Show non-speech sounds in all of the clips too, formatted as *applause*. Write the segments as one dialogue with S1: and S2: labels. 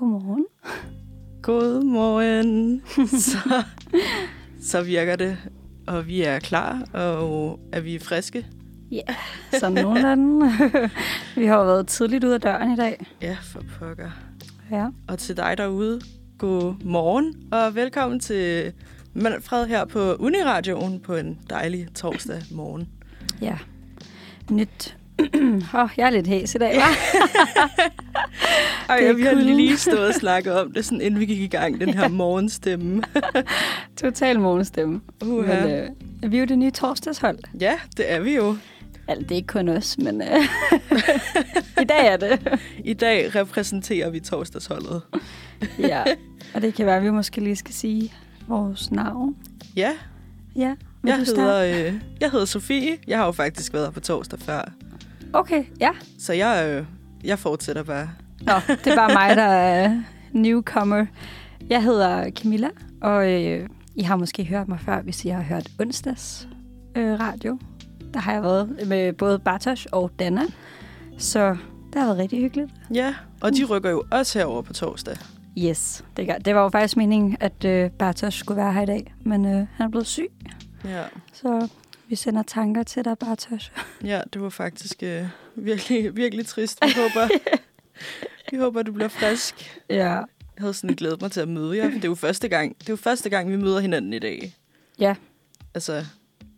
S1: Godmorgen.
S2: God morgen. *laughs* så, så virker det, og vi er klar, og er vi friske?
S1: *laughs* Sådan nogenlunde. vi har jo været tidligt ud af døren i dag.
S2: Ja, for pokker.
S1: Ja.
S2: Og til dig derude, god morgen, og velkommen til Manfred her på Uniradioen på en dejlig torsdag morgen.
S1: ja. Nyt. *clears throat* Åh, oh, jeg er lidt hæs i dag, hva'?
S2: Ej,
S1: Det er
S2: og vi har
S1: kulden.
S2: lige stået
S1: *laughs*
S2: og snakket om det, sådan, inden vi gik i gang, den her morgenstemme.
S1: *laughs* Total morgenstemme.
S2: Uha.
S1: Men øh, vi er jo det nye torsdagshold.
S2: Ja, det er vi jo.
S1: Altså, det er ikke kun os, men øh, i dag er det.
S2: I dag repræsenterer vi torsdagsholdet.
S1: ja. Og det kan være, at vi måske lige skal sige vores navn.
S2: Ja,
S1: Ja. vil
S2: jeg
S1: du starte?
S2: hedder, øh, jeg hedder Sofie. Jeg har jo faktisk været her på torsdag før,
S1: Okay, ja.
S2: Så jeg, øh, jeg fortsætter bare.
S1: Nå, det er bare mig, der er newcomer. Jeg hedder Camilla, og øh, I har måske hørt mig før, hvis I har hørt onsdags øh, radio. Der har jeg været med både Bartosz og Dana, så det har været rigtig hyggeligt.
S2: Ja, og
S1: Uh.
S2: de rykker jo også herover på torsdag.
S1: Yes, det, gør. det var jo faktisk meningen, at øh, Bartosz skulle være her i dag, men øh, han er blevet syg,
S2: Ja,
S1: så vi sender tanker til dig, Bartosz.
S2: ja det var faktisk øh, virkelig, virkelig trist. Vi
S1: *laughs*
S2: håber, vi håber, du bliver frisk.
S1: Ja.
S2: Jeg havde sådan glædet mig til at møde jer, for det er jo første gang, det er jo første gang vi møder hinanden i dag.
S1: Ja,
S2: Altså,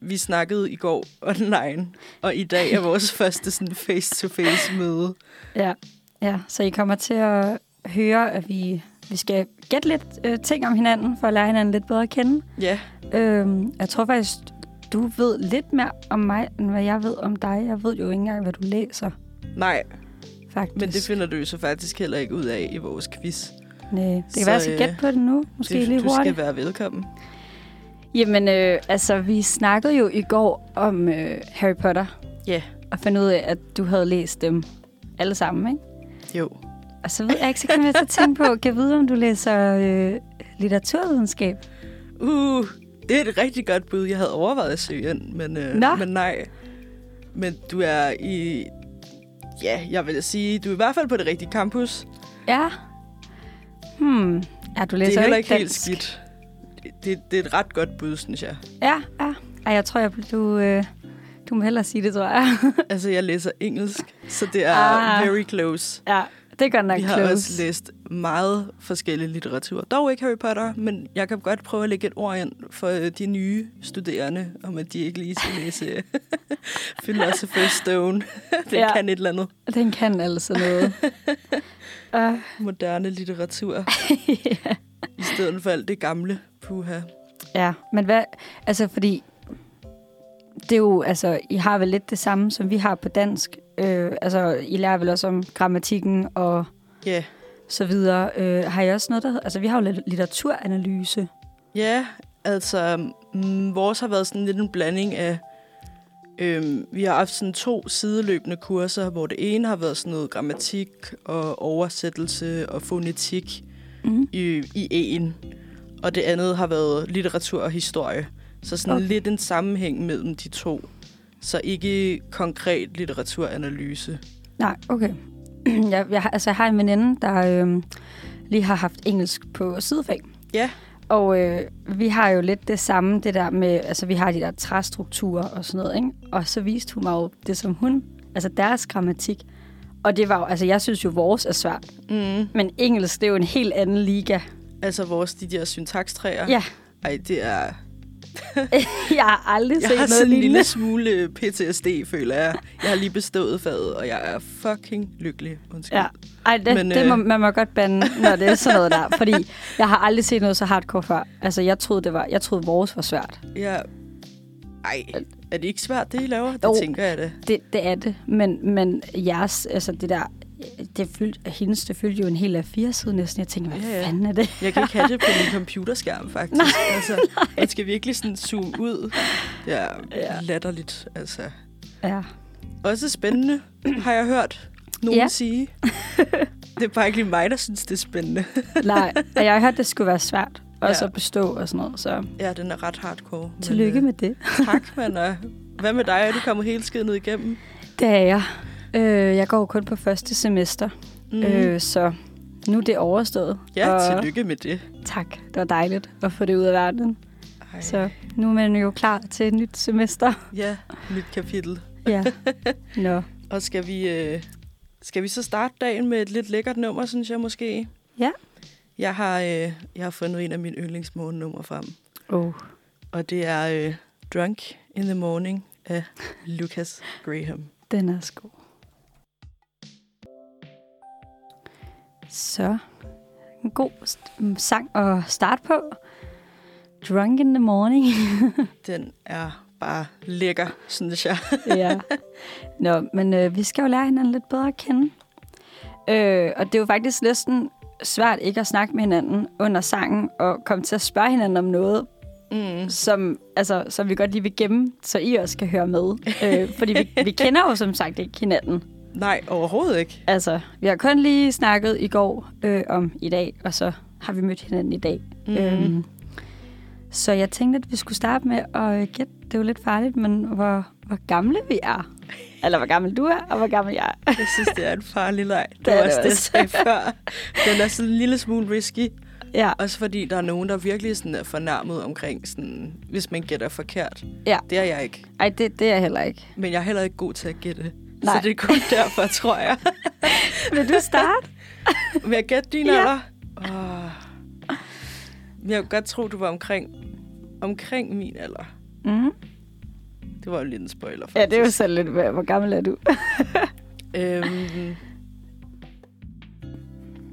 S2: vi snakkede i går online, og i dag er vores første sådan face-to-face møde.
S1: Ja, ja. så I kommer til at høre, at vi, vi skal gætte lidt øh, ting om hinanden, for at lære hinanden lidt bedre at kende.
S2: Ja,
S1: Øhm, jeg tror faktisk, du ved lidt mere om mig, end hvad jeg ved om dig. Jeg ved jo ikke engang, hvad du læser,
S2: nej,
S1: faktisk.
S2: men det finder du jo så faktisk heller ikke ud af i vores quiz.
S1: Næ, det kan
S2: Så,
S1: så, være, jeg skal
S2: øh,
S1: gætte på det nu. Måske
S2: Det-
S1: lige
S2: du
S1: hurtigt.
S2: skal være velkommen.
S1: Jamen, øh, altså, vi snakkede jo i går om øh, Harry Potter.
S2: Ja.
S1: Og fandt ud af, at du havde læst dem alle sammen, ikke?
S2: Jo,
S1: Og så ved jeg ikke, så kan jeg så tænke på, kan jeg vide, om du læser øh, litteraturvidenskab?
S2: Uh, det er et rigtig godt bud. Jeg havde overvejet at søge ind, men, øh,
S1: Nå.
S2: men nej. Men du er i... Ja, jeg vil sige, du er i hvert fald på det rigtige campus.
S1: Ja. Hmm. Ja, du læser
S2: det
S1: jo
S2: er heller
S1: ikke
S2: ikke
S1: dansk.
S2: helt skidt. Det, det er et ret godt bud, synes jeg.
S1: Ja, ja. Ej, jeg tror, jeg, du, øh, du må hellere sige det, tror
S2: *laughs*
S1: jeg.
S2: Altså, jeg læser engelsk, så det er
S1: Ah.
S2: ah, very close.
S1: ja, det er godt nok
S2: Vi har
S1: close.
S2: også læst meget forskellige litteratur. Dog ikke Harry Potter, men jeg kan godt prøve at lægge et ord ind for øh, de nye studerende, om at de ikke lige skal læse øh, *laughs* Philosopher's Stone. *laughs* det
S1: Ja.
S2: ja. kan et eller andet.
S1: Den kan altså
S2: *laughs*
S1: noget. uh,
S2: moderne litteratur,
S1: *laughs* ja.
S2: i stedet for alt det gamle puha.
S1: ja, men hvad... Altså, fordi... Det er jo, altså, I har vel lidt det samme, som vi har på dansk. Øh, altså, I lærer vel også om grammatikken og
S2: Ja, yeah.
S1: så videre. Øh, har I også noget, der hedder... Altså, vi har jo lidt litteraturanalyse.
S2: ja, altså mm, vores har været sådan lidt en blanding af, øhm, vi har haft sådan to sideløbende kurser, hvor det ene har været sådan noget grammatik og oversættelse og fonetik
S1: Mm.
S2: i, i en, og det andet har været litteratur og historie. Så sådan
S1: Okay.
S2: okay. lidt en sammenhæng mellem de to. Så ikke konkret litteraturanalyse.
S1: Nej, okay. *clears throat* Jeg, jeg, har- altså, jeg har en veninde, der øhm, lige har haft engelsk på sidefag.
S2: Ja.
S1: Og øh, vi har jo lidt det samme, det der med, altså vi har de der træstrukturer og sådan noget, ikke? Og så viste hun mig jo det, som hun, altså deres grammatik. Og det var jo, altså jeg synes jo, vores er svært.
S2: Mm.
S1: Men engelsk, det er jo en helt anden liga.
S2: Altså vores, de der syntakstræer.
S1: Ja,
S2: Ej, det er...
S1: *laughs* jeg har aldrig
S2: Jeg
S1: set
S2: har
S1: noget
S2: sådan en
S1: lignende.
S2: lille smule PTSD, føler jeg. Jeg har lige bestået faget, og jeg er fucking lykkelig. Undskyld.
S1: Ja. Ej, det, Men,
S2: Men,
S1: det
S2: øh,
S1: må, man må godt bande, når det er sådan noget
S2: *laughs*
S1: der. Fordi jeg har aldrig set noget så hardcore før. Altså, jeg troede, det var, jeg troede vores var svært.
S2: Jeg... Ej, er det ikke svært, det I laver? Det
S1: Jo.
S2: tænker jeg det.
S1: Det, det er det, men, men jeres, altså det der, det fyldte, hendes, det fyldte jo en hel af fire side næsten. Jeg tænkte, hvad
S2: Ja, ja.
S1: fanden er det?
S2: Jeg kan ikke have det på min computerskærm, faktisk. Nej, altså, Man skal virkelig sådan zoome ud. Ja,
S1: Ja.
S2: ja. latterligt, altså.
S1: Ja.
S2: Også spændende, har jeg hørt nogen
S1: Ja.
S2: ja. sige. Det er bare ikke lige mig, der synes, det er spændende.
S1: Nej, og jeg har hørt, det skulle være svært også
S2: Ja.
S1: at bestå og sådan noget, så
S2: Ja, den er ret hardcore. men,
S1: tillykke
S2: øh,
S1: med det.
S2: Tak, mand. og Hvad med dig? Er du kommet hele skinnet igennem?
S1: Det er jeg. Øh, jeg går jo kun på første semester,
S2: Mm.
S1: øh, så Nu er det overstået.
S2: Ja,
S1: og
S2: tillykke med det.
S1: Tak, det var dejligt at få det ud af verden.
S2: Ej,
S1: Så nu er man jo klar til et nyt semester.
S2: *laughs* Ja, nyt kapitel.
S1: ja. Nå.
S2: Og skal vi, øh, skal vi så starte dagen med et lidt lækkert nummer, synes jeg måske?
S1: Ja.
S2: Jeg har, øh, jeg har fundet en af mine yndlingsmorgennumre frem,
S1: Oh.
S2: og det er øh, Drunk in the Morning af Lucas Graham.
S1: Den er sko. Så. En god st- sang at starte på. Drunk in the morning.
S2: Den er bare lækker, synes jeg.
S1: ja. Nå, men øh, vi skal jo lære hinanden lidt bedre at kende. Øh, og det er jo faktisk næsten svært ikke at snakke med hinanden under sangen og komme til at spørge hinanden om noget,
S2: Mm.
S1: som, altså, som vi godt lige vil gemme, så I også kan høre med. Øh, fordi vi, vi kender jo som sagt ikke hinanden.
S2: Nej, overhovedet ikke.
S1: Altså, vi har kun lige snakket i går øh, om i dag, og så har vi mødt hinanden i dag.
S2: Mhm.
S1: Mm. Øhm, så jeg tænkte, at vi skulle starte med at øh, gætte. Det er jo lidt farligt, men hvor, hvor gamle vi er. Eller hvor gammel du er, og hvor gammel jeg er.
S2: Jeg synes, det er en farlig leg. Det
S1: er
S2: var
S1: det
S2: også det, jeg
S1: også.
S2: sagde før. Den er sådan en lille smule risky.
S1: *laughs* ja,
S2: Også fordi der er nogen, der virkelig sådan er fornærmet omkring, sådan, hvis man gætter forkert.
S1: ja.
S2: Det er jeg ikke.
S1: Ej, det, det er jeg heller ikke.
S2: Men jeg er heller ikke god til at gætte.
S1: Nej.
S2: Så det er kun derfor, *laughs* tror jeg.
S1: Vil du starte?
S2: Vil jeg gætte din
S1: Ja.
S2: ja. alder? Oh. Jeg kunne godt tro, du var omkring, omkring min alder.
S1: Mm.
S2: Det var jo lidt en spoiler, faktisk.
S1: Ja, det er jo sådan lidt, hvor hvor gammel er du?
S2: Øhm,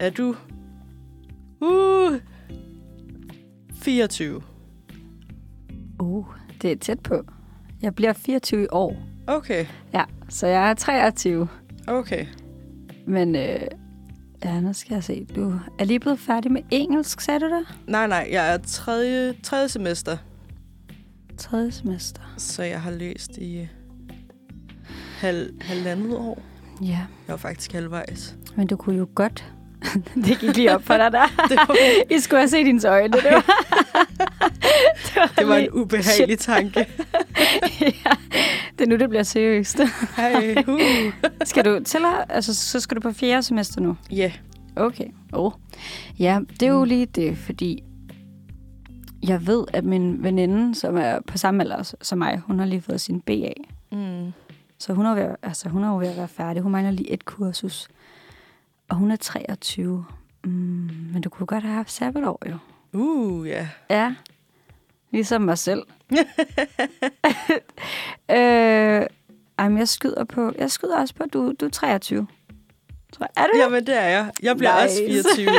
S2: er du... Uh, 24.
S1: *laughs* Uh, det er tæt på. Jeg bliver 24 i år.
S2: Okay,
S1: Ja, så jeg er 23.
S2: okay.
S1: Men øh, ja, nu skal jeg se. Du er lige blevet færdig med engelsk, sagde du det?
S2: Nej, nej, jeg er tredje, tredje semester,
S1: Tredje semester.
S2: så jeg har læst i halv, halvandet år.
S1: Ja,
S2: Jeg er faktisk halvvejs.
S1: men du kunne jo godt... *laughs* det gik lige op for dig der.
S2: *laughs* Det var,
S1: I skulle have set dine øjne. Det var, *laughs* det var,
S2: det var en
S1: lige-
S2: ubehagelig tanke.
S1: *laughs* ja, det er nu, det bliver seriøst.
S2: *laughs* Hej, uh.
S1: skal du til Altså, så skal du på fjerde semester nu.
S2: Ja,
S1: Okay. Oh. Ja, det er jo
S2: Mm.
S1: lige det, fordi jeg ved, at min veninde, som er på samme alder som mig, hun har lige fået sin BA.
S2: mm.
S1: Så hun er, ved, altså, hun er jo ved at være færdig. Hun mangler lige et kursus. Og hun er 23. Mm, men du kunne godt have haft sabbatår, jo.
S2: uh, ja.
S1: Ja. Ligesom mig
S2: *laughs*
S1: selv. *laughs* øh, jamen, jeg skyder på... Jeg skyder også på, at du, du er 23. Tror jeg. Er du?
S2: Jamen, det er jeg. Jeg bliver nice.
S1: Nice.
S2: også 24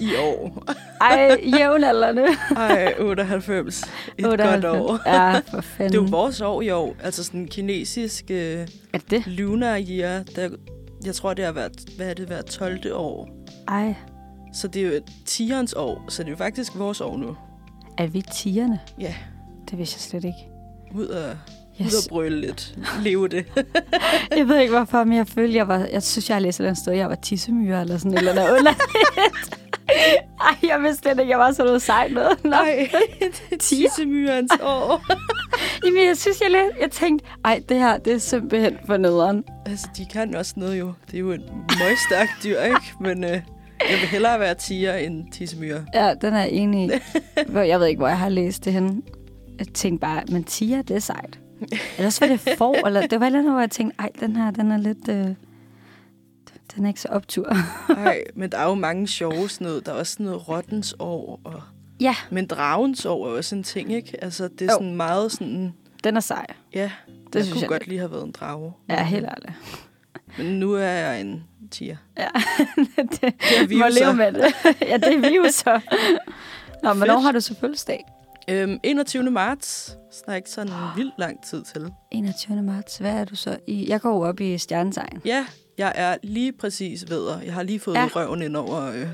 S2: i år.
S1: Ej,
S2: *laughs*
S1: jævnaldrende.
S2: Ej, 98. Et 98.
S1: 98.
S2: godt år.
S1: Ja, for fanden.
S2: Det er jo vores år i år. Altså sådan en kinesisk øh,
S1: Er det det?
S2: lunar year. Der, jeg tror, det er hvert, hvad er det, hvert 12. år.
S1: Ej,
S2: Så det er jo tierens år, så det er jo faktisk vores år nu.
S1: er vi tierne?
S2: Ja,
S1: Det vidste jeg slet ikke.
S2: ud og, yes. ud
S1: Yes.
S2: og brøle lidt. Leve *laughs* det.
S1: Jeg ved ikke hvorfor, men jeg følte, jeg var... Jeg synes, jeg læste et eller andet sted, jeg var tissemyre eller sådan et eller andet underligt. Ej, jeg vidste slet ikke, jeg var sådan noget sejt noget. Nå.
S2: Nej, tissemyrens år.
S1: Jamen, jeg synes, jeg, læste, jeg tænkte, ej, det her, det er simpelthen for nederen.
S2: Altså, de kan også noget jo. Det er jo et møgstærkt dyr, ikke? Men øh, jeg vil hellere være tiger end tissemyre.
S1: Ja, den er jeg enig *laughs* i. Hvor- Jeg ved ikke, hvor jeg har læst det henne. Jeg tænkte bare, men tiger, det er sejt. Ellers var det for, eller det var et eller andet, hvor jeg tænkte, ej, den her, den er lidt... Øh, den er ikke så optur.
S2: Nej, men der er jo mange sjove sådan noget. Der er også sådan noget rottens år. Og...
S1: Ja,
S2: Men dragens år er også en ting, ikke? Altså, det er
S1: Jo.
S2: sådan meget sådan...
S1: den er sej.
S2: Ja, det jeg
S1: synes
S2: kunne
S1: jeg
S2: godt
S1: ikke.
S2: lige have været en drage.
S1: Ja, helt ærligt.
S2: Men nu er jeg en tiger.
S1: Ja, det,
S2: er vi
S1: *laughs* må
S2: jo så.
S1: leve med det. ja, det er vi jo så. Nå, men hvornår har du så fødselsdag?
S2: Øhm, 21. marts. Så der er ikke
S1: *gasps*
S2: sådan vildt lang tid til.
S1: 21. marts. Hvad er du så i? Jeg går jo op i stjernetegn.
S2: Ja, jeg er lige præcis vedder. Jeg har lige fået
S1: Ja.
S2: ja. røven ind over... Øh.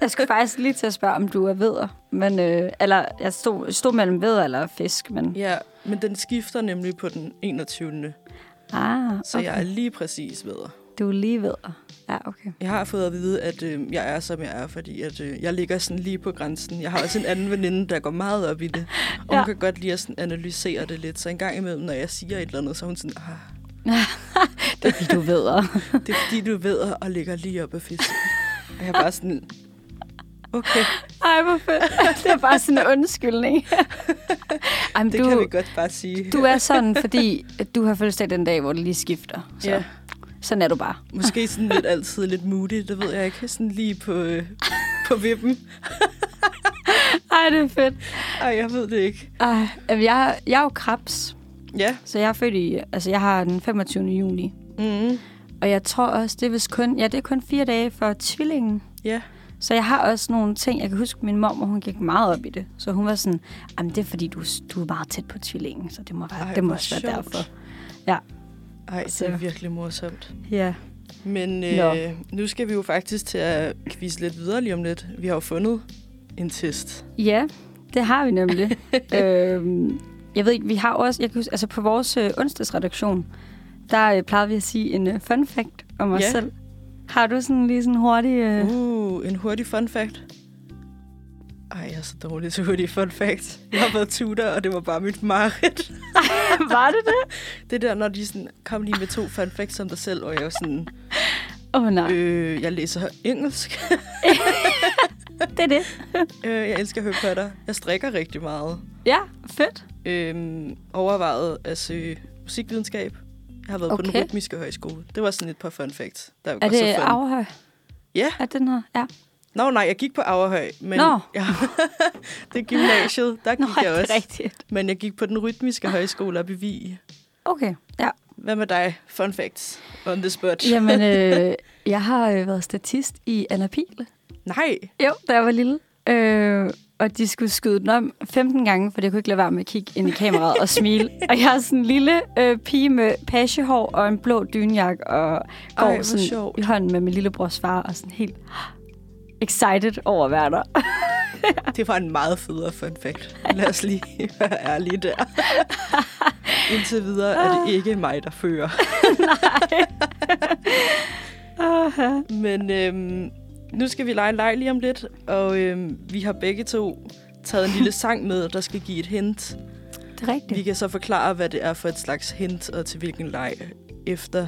S1: Jeg *laughs* skulle faktisk lige til at spørge, om du er veder. Men, øh, eller jeg stod, stod mellem veder eller fisk, men...
S2: Ja, men den skifter nemlig på den 21.
S1: Ah,
S2: Så okay. jeg er lige præcis vedder.
S1: Du er lige ved. Ja, okay.
S2: Jeg har fået at vide, at øh, jeg er, som jeg er, fordi at, øh, jeg ligger sådan lige på grænsen. Jeg har også en anden veninde, der går meget op i det, og ja.
S1: Ja.
S2: hun kan godt lide at sådan analysere det lidt. Så en gang imellem, når jeg siger et eller andet, så er hun sådan, ah,
S1: *laughs* Det er fordi, du ved.
S2: det er fordi, du ved at ligger lige op af fisken. Og jeg er bare sådan, okay,
S1: *laughs* Ej, hvor fedt. Det er bare sådan en *laughs* undskyldning. Ej, men
S2: det
S1: du,
S2: du, kan vi godt bare sige.
S1: du er sådan, fordi du har fødselsdag den dag, hvor det lige skifter. Så.
S2: Ja.
S1: Sådan er du bare.
S2: Måske sådan lidt altid lidt moody, det ved jeg ikke. Sådan lige på, øh, på vippen.
S1: Ej, det er fedt.
S2: Ej, jeg ved det ikke.
S1: Ej, jamen, jeg, jeg er jo krebs,
S2: Ja.
S1: så jeg er født i, altså jeg har den 25. juni.
S2: Mm.
S1: Og jeg tror også, det er vist kun, ja, det er kun fire dage for tvillingen.
S2: Ja.
S1: Så jeg har også nogle ting, jeg kan huske, min mor, hun gik meget op i det. Så hun var sådan, jamen det er fordi, du, du er meget tæt på tvillingen, så det må, være,
S2: Ej,
S1: Ej, det må
S2: hvor
S1: også være
S2: sjovt.
S1: derfor.
S2: Ej, det
S1: Så-
S2: er virkelig morsomt.
S1: Ja.
S2: Men
S1: Nå.
S2: øh, nu skal vi jo faktisk til at kvise lidt videre lige om lidt. Vi har jo fundet en test.
S1: Ja, det har vi
S2: *laughs*
S1: nemlig. øhm, jeg ved ikke, vi har også, jeg kan huske, altså på vores øh, onsdagsredaktion, der øh, plejede vi at sige en øh, fun fact om os
S2: Ja.
S1: selv. Har du sådan lige sådan en hurtig... Øh,
S2: *laughs* Uh, en hurtig fun fact. Ej, jeg er så dårlig til hurtige fun facts. Jeg har været tutor, og det var bare mit mareridt.
S1: var det det?
S2: Det der, når de sådan, kom lige med to fun facts om dig selv, og jeg var sådan,
S1: Åh oh, nej, øh.
S2: øh, jeg læser engelsk.
S1: det er det.
S2: Øh, jeg elsker Harry Potter. Jeg strikker rigtig meget.
S1: Ja, fedt.
S2: Øhm, overvejet at søge musikvidenskab. Jeg har været okay. på
S1: Okay.
S2: den rytmiske højskole. Det var sådan et par fun facts. Der
S1: Er
S2: var så
S1: det
S2: fun.
S1: Averhøj?
S2: Ja.
S1: Er den her? Ja.
S2: Nå, nej, jeg gik på Averhøj, men
S1: Nå.
S2: ja, *laughs* det er gymnasiet, der gik
S1: Nå,
S2: jeg
S1: det
S2: også.
S1: er rigtigt.
S2: Men jeg gik på den rytmiske højskole op i Vig.
S1: Okay, *laughs* ja.
S2: Hvad med dig? Fun facts on the spot.
S1: Jamen, øh, jeg har øh, været statist i Anna Pil.
S2: Nej,
S1: Jo, da jeg var lille. Øh, og de skulle skyde den om 15 gange, for jeg kunne ikke lade være med at kigge ind i kameraet og *laughs* smile. og jeg er sådan en lille øh, pige med pagehår og en blå dynjakke, og går
S2: Ej, hvor
S1: sådan
S2: sjovt.
S1: i hånden med min lillebrors far, og sådan helt *gasps* excited over at være der.
S2: det var en meget federe fun fact. Lad os lige *laughs* være ærlige der. Indtil videre er det ikke mig, der fører.
S1: Aha.
S2: Men øhm, nu skal vi lege en leg lige om lidt, og øhm, vi har begge to taget en lille sang med, der skal give et hint.
S1: det er
S2: Vi
S1: rigtigt.
S2: kan så forklare, hvad det er for et slags hint, og til hvilken leg efter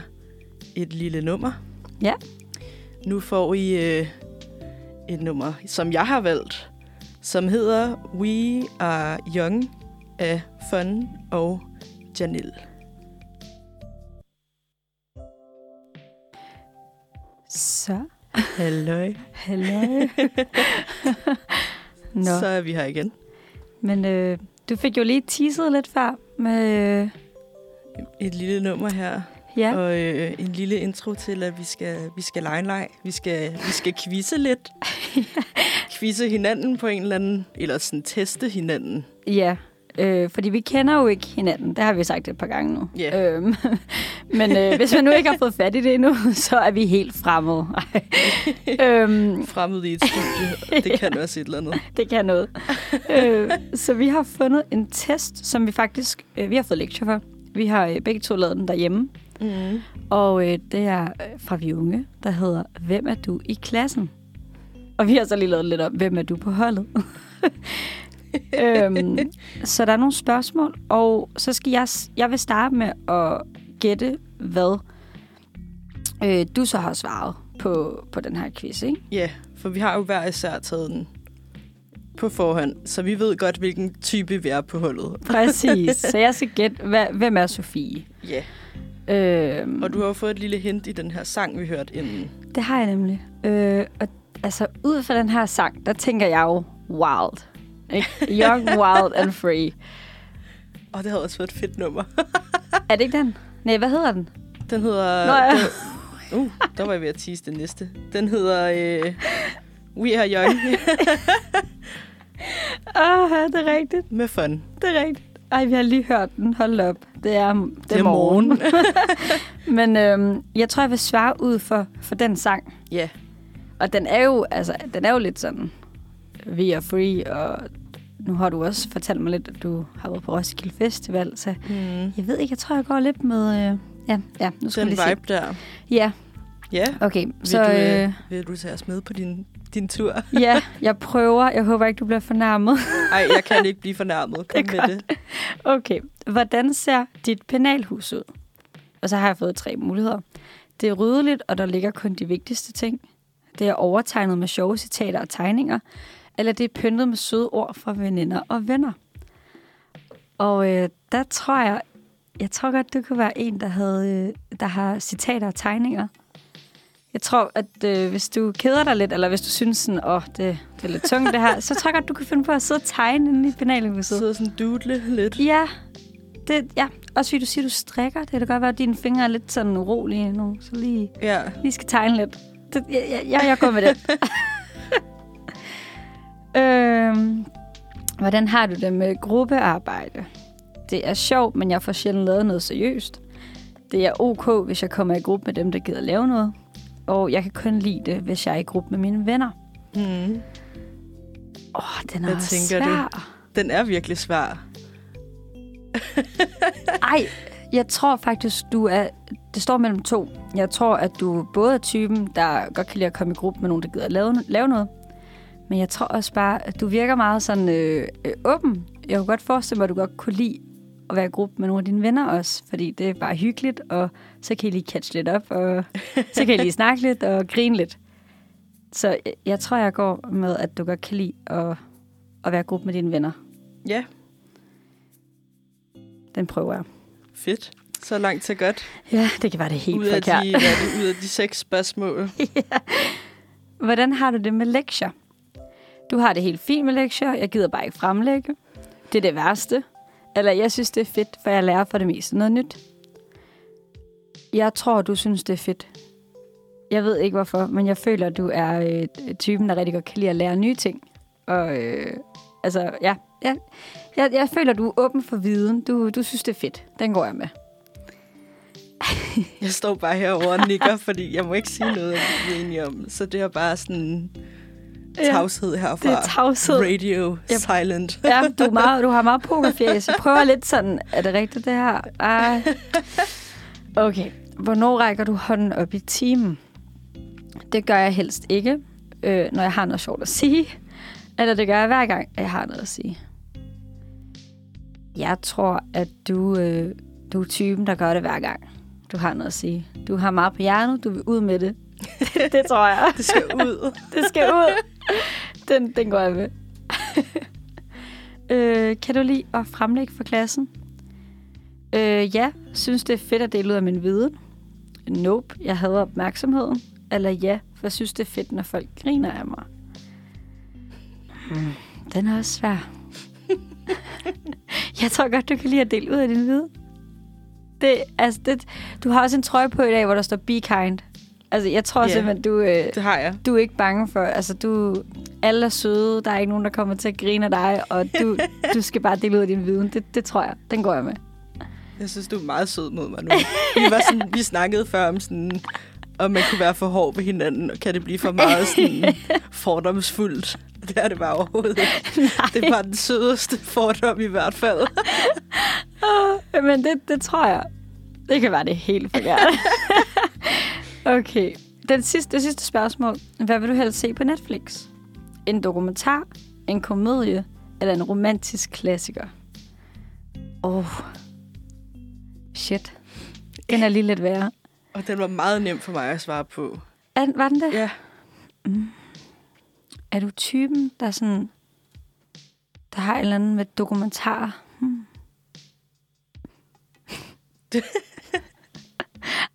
S2: et lille nummer.
S1: Ja.
S2: Nu får I øh, et nummer, som jeg har valgt, som hedder We Are Young af Fun og Janil.
S1: Så,
S2: Halløj.
S1: hallo. *laughs* Nå,
S2: Så
S1: Så.
S2: er vi her igen.
S1: men øh, du fik jo lige teaset lidt før med... Øh,
S2: Et lille nummer her.
S1: ja.
S2: Og øh, en lille intro til, at vi skal, vi skal lege en leg. Vi skal, vi skal quizze lidt. Quizze hinanden på en eller anden, eller sådan teste hinanden.
S1: Ja, øh, fordi vi kender jo ikke hinanden. Det har vi sagt et par gange nu.
S2: Ja.
S1: Øhm, *laughs* men øh, hvis man nu ikke har fået fat i det endnu, *laughs* så er vi helt
S2: *laughs*
S1: fremmede. Ej. øhm,
S2: Fremmed i et studie, det kan også et eller andet.
S1: det kan noget. øh, så vi har fundet en test, som vi faktisk øh, vi har fået lektier for. Vi har øh, begge to lavet den derhjemme.
S2: Mm.
S1: Og øh, det er øh, fra vi unge, der hedder Hvem er du i klassen? Og vi har så lige lavet lidt om, hvem er du på holdet? *laughs* øhm, så der er nogle spørgsmål, og så skal jeg, s- jeg vil starte med at gætte, hvad øh, du så har svaret på, på den her quiz, ikke?
S2: Ja, for vi har jo hver især taget den på forhånd, så vi ved godt, hvilken type vi er på hullet.
S1: Præcis. så jeg skal gætte, hvad, hvem er Sofie?
S2: Ja,
S1: Øhm,
S2: og du har jo fået et lille hint i den her sang, vi hørte inden.
S1: Det har jeg nemlig. Øh, og altså, ud fra den her sang, der tænker jeg jo, wild. Ikke? *laughs* Young, wild and free.
S2: Og det havde også været et fedt nummer.
S1: Er det ikke den? Nej, hvad hedder den?
S2: *laughs* Den hedder...
S1: Nå, ja.
S2: den- Uh, der var jeg ved at tease det næste. Den hedder... Øh, We Are *laughs* Young
S1: Åh, oh, det er rigtigt.
S2: med fun.
S1: Det er rigtigt. Ej, vi har lige hørt den. Hold op. Det er, det er morgen. Men øhm, jeg tror, jeg vil svare ud for, for den sang.
S2: *laughs* ja.
S1: Og den er jo, altså, den er jo lidt sådan, we are free, og nu har du også fortalt mig lidt, at du har været på Roskilde Festival, så
S2: Mm.
S1: jeg ved ikke, jeg tror, jeg går lidt med... Øh, ja, ja, nu skal
S2: Den
S1: vi lige se.
S2: vibe der.
S1: Ja,
S2: Ja.
S1: okay.
S2: Vil,
S1: Så
S2: du, øh,
S1: øh,
S2: vil du tage os med på din, din *laughs* tur?
S1: ja, jeg prøver. Jeg håber ikke, du bliver fornærmet.
S2: Nej, jeg kan ikke blive fornærmet. Kom
S1: Det er
S2: med det.
S1: Okay. Hvordan ser dit penalhus ud? Og så har jeg fået tre muligheder. Det er ryddeligt, og der ligger kun de vigtigste ting. Det er overtegnet med sjove citater og tegninger, eller det er pyntet med søde ord fra veninder og venner. Og øh, der tror jeg, jeg tror godt, du kunne være en, der, havde, øh, der har citater og tegninger. Jeg tror, at øh, hvis du keder dig lidt, eller hvis du synes sådan, åh, oh, det, det er lidt tungt det her, *laughs* så tror jeg godt, du kan finde på at sidde og tegne inde i
S2: Så
S1: penalhuset.
S2: sidder sådan dudle lidt.
S1: Ja, det, ja. Også fordi du siger, du strikker. Det kan da godt være, at dine fingre er lidt sådan urolige nu. Så lige
S2: Ja.
S1: lige skal tegne lidt. Det, jeg, jeg, jeg, jeg går med det.
S2: *laughs*
S1: øhm, hvordan har du det med gruppearbejde? Det er sjovt, men jeg får sjældent lavet noget seriøst. Det er ok, hvis jeg kommer i gruppe med dem, der gider lave noget. Og jeg kan kun lide det, hvis jeg er i gruppe med mine venner.
S2: Mm.
S1: Åh, oh, den er
S2: Hvad
S1: også
S2: tænker du?
S1: svær.
S2: Den er virkelig svær.
S1: Ej, jeg tror faktisk, du er... Det står mellem to. Jeg tror, at du både er typen, der godt kan lide at komme i gruppe med nogen, der gider at lave, lave noget. Men jeg tror også bare, at du virker meget sådan øh, øh, åben. Jeg kunne godt forestille mig, at du godt kunne lide at være i gruppe med nogle af dine venner også. Fordi det er bare hyggeligt, og så kan I lige catch lidt op, og så kan I lige snakke lidt og grine lidt. Så jeg, jeg tror, jeg går med, at du godt kan lide at, at være i gruppe med dine venner.
S2: Ja,
S1: Den prøver jeg.
S2: fedt. Så langt så godt.
S1: Ja, det kan være det helt
S2: Ud af, de,
S1: forkert.
S2: hvad er det, ud af de seks spørgsmål.
S1: Hvordan har du det med lektier? Du har det helt fint med lektier. Jeg gider bare ikke fremlægge. Det er det værste. Eller jeg synes, det er fedt, for jeg lærer for det meste noget nyt. Jeg tror, du synes, det er fedt. Jeg ved ikke hvorfor, men jeg føler, du er øh, typen, der rigtig godt kan lide at lære nye ting. Og øh, altså, ja. ja. Jeg, jeg føler, du er åben for viden. Du, du synes, det er fedt. Den går jeg med.
S2: Jeg står bare herovre og nikker, fordi jeg må ikke sige noget, vi er enige om. Så det er bare sådan tavshed herfra.
S1: det er tavshed.
S2: Radio
S1: Jeg-
S2: silent.
S1: Ja, du, er meget, du har meget pokerfjæs. Jeg prøver lidt sådan, er det rigtigt det her? Ej. Okay, hvornår rækker du hånden op i timen? Det gør jeg helst ikke, øh, når jeg har noget sjovt at sige. Eller det gør jeg hver gang, at jeg har noget at sige. Jeg tror, at du, øh, du er typen, der gør det hver gang, du har noget at sige. Du har meget på hjernen, du vil ud med det. *laughs* det tror jeg.
S2: Det skal ud.
S1: Det skal ud. Den, den går jeg med. øh, kan du lide at fremlægge for klassen? Øh, ja, synes det er fedt at dele ud af min viden. Nope, jeg hader opmærksomheden. Eller ja, for jeg synes det er fedt, når folk griner af mig. Hmm, den er også svær. jeg tror godt, du kan lide at dele ud af din viden. Det, altså, det, du har også en trøje på i dag, hvor der står Be Kind. Altså, jeg tror
S2: Ja.
S1: yeah. simpelthen, du... Øh,
S2: Det har jeg.
S1: du er ikke bange for, altså du, alle er søde, der er ikke nogen, der kommer til at grine af dig, og *laughs* du, du skal bare dele ud af din viden. Det, det tror jeg. Den går jeg med.
S2: Jeg synes, du er meget sød mod mig nu. Vi, var sådan, vi snakkede før om sådan om man kunne være for hård ved hinanden, og kan det blive for meget
S1: *laughs*
S2: sådan fordomsfuldt? Det er det bare overhovedet ikke. Det er bare den sødeste fordom i hvert fald.
S1: Ah, Men det, det tror jeg. Det kan være det er helt forkert. *laughs* okay. Den sidste, det sidste spørgsmål. Hvad vil du helst se på Netflix? En dokumentar, en komedie eller en romantisk klassiker? Åh. Oh. Shit. Den er lige lidt værre.
S2: Og den var meget nem for mig at svare på.
S1: Er den- Var den det?
S2: Ja,
S1: Er du typen, der sådan... Der har et eller andet med dokumentarer? Hmm. *laughs*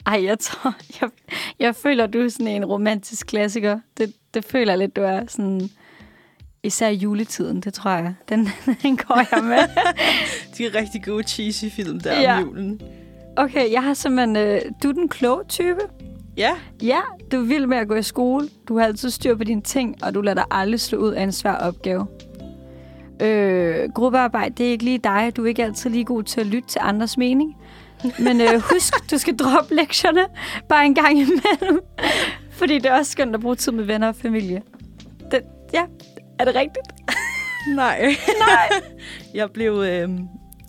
S1: Ej, jeg tror... Jeg, jeg føler, du er sådan en romantisk klassiker. Det, det føler jeg lidt, du er sådan... Især i juletiden, det tror jeg. Den, *laughs* den går jeg med.
S2: de er rigtig gode cheesy film der
S1: Ja.
S2: om julen.
S1: Okay, jeg har simpelthen... Øh, du er den kloge type.
S2: Ja,
S1: Ja, du er vild med at gå i skole. Du har altid styr på dine ting, og du lader dig aldrig slå ud af en svær opgave. Øh, gruppearbejde, det er ikke lige dig. Du er ikke altid lige god til at lytte til andres mening. Men
S2: *laughs*
S1: øh, husk, du skal droppe lektierne bare en gang imellem. Fordi det er også skønt at bruge tid med venner og familie. Det, ja, er det rigtigt?
S2: nej. *laughs* nej. Jeg blev, øh,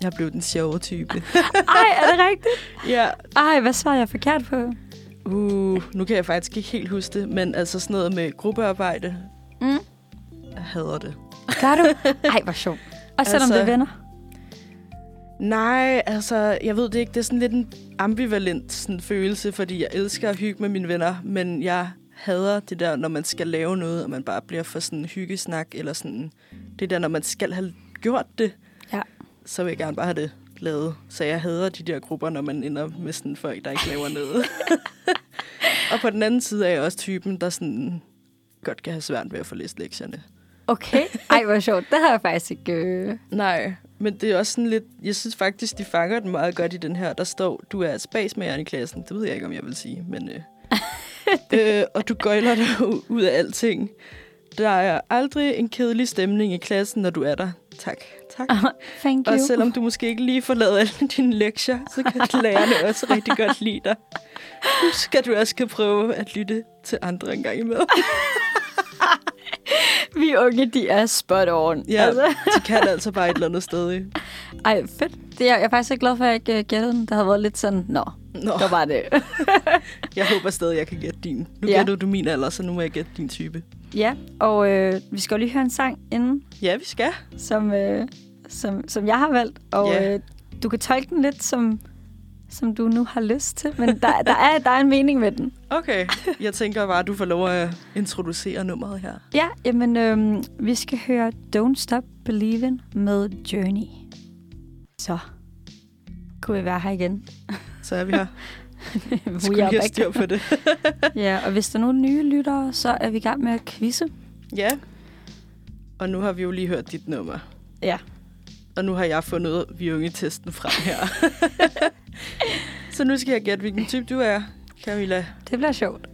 S2: jeg blev den sjove
S1: *laughs*
S2: type.
S1: Ej, er det rigtigt?
S2: ja,
S1: Ej, hvad svarer jeg forkert på?
S2: Uh, nu kan jeg faktisk ikke helt huske det, men altså sådan noget med gruppearbejde.
S1: Mm.
S2: Jeg hader det.
S1: Gør du? Ej, hvor sjovt. Og selvom altså...
S2: Altså-
S1: det er venner?
S2: Nej, altså, jeg ved det ikke. Det er sådan lidt en ambivalent sådan, følelse, fordi jeg elsker at hygge med mine venner, men jeg hader det der, når man skal lave noget, og man bare bliver for sådan en hyggesnak, eller sådan det der, når man skal have gjort det,
S1: Ja.
S2: så vil jeg gerne bare have det lavet. Så jeg hader de der grupper, når man ender med sådan folk, der ikke laver noget. og på den anden side er jeg også typen, der sådan godt kan have svært ved at få læst lektierne.
S1: Okay. Ej, hvor sjovt. Det har jeg faktisk ikke... Øh...
S2: Nej, men det er også sådan lidt... Jeg synes faktisk, de fanger den meget godt i den her. Der står, du er spasmageren i klassen. Det ved jeg ikke, om jeg vil sige, men... Øh, øh, og du gøjler dig u- ud af alting. Der er aldrig en kedelig stemning i klassen, når du er der. Tak, tak.
S1: Thank you.
S2: Og selvom du måske ikke lige får lavet alle dine lektier, så kan lærerne også rigtig godt lide dig. Husk, at du også kan prøve at lytte til andre en gang imellem.
S1: Vi unge, de er spot on.
S2: Ja, de kan altså bare et eller andet sted. ikke?
S1: Ej, fedt. Det er, jeg er faktisk ikke glad for, at jeg ikke øh, gættede den. Det havde været lidt sådan, nå,
S2: Nå.
S1: der var det.
S2: Jeg håber stadig, jeg kan gætte din. Nu
S1: Ja.
S2: ja. gætter du min alder, så nu må jeg gætte din type.
S1: *laughs* ja, og øh, vi skal jo lige høre en sang inden,
S2: Ja, vi skal.
S1: som, øh, som, som jeg har valgt. Og
S2: Ja.
S1: øh, du kan tolke den lidt, som, som du nu har lyst til. Men der, der, er, der er en mening med den.
S2: Okay. Jeg tænker bare, at du får lov at introducere nummeret her.
S1: Ja, jamen, øh, vi skal høre Don't Stop Believin' med Journey. Så kunne vi være her igen. *laughs*
S2: Så er vi *laughs* her.
S1: We
S2: Skulle
S1: are
S2: lige have
S1: back.
S2: styr på det.
S1: Ja, og hvis der er nogle nye lyttere, så er vi i gang med at quizze.
S2: ja. Og nu har vi jo lige hørt dit nummer.
S1: Ja.
S2: Og nu har jeg fundet vi unge testen frem her. så nu skal jeg gætte, hvilken type du er, Camilla.
S1: Det bliver sjovt.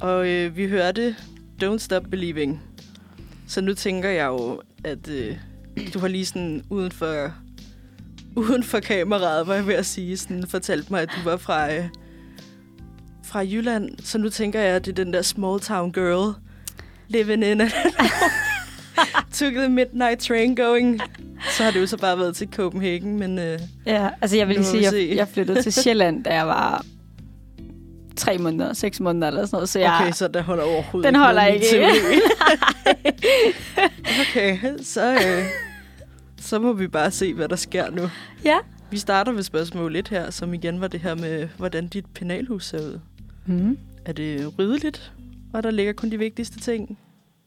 S2: Og øh, vi hørte Don't Stop Believing. Så nu tænker jeg jo, at øh, du har lige sådan uden for, uden for kameraet, var jeg ved at sige, sådan, fortalt mig, at du var fra, øh, fra Jylland. Så nu tænker jeg, at det er den der small town girl, living in it. Took the midnight train going. Så har det jo så bare været til Copenhagen, men øh,
S1: Ja, altså jeg vil
S2: Nu
S1: lige
S2: må
S1: sige,
S2: vi
S1: at jeg,
S2: se.
S1: jeg flyttede til Sjælland, da jeg var tre måneder, seks måneder eller sådan noget. Så jeg,
S2: okay, så den holder overhovedet
S1: den holder
S2: noget, min
S1: ikke.
S2: teori.
S1: ikke. *laughs*
S2: Okay, så, øh, så må vi bare se, hvad der sker nu.
S1: ja.
S2: Vi starter med spørgsmål 1 her, som igen var det her med, hvordan dit penalhus ser ud.
S1: Mm.
S2: Er det ryddeligt, og der ligger kun de vigtigste ting?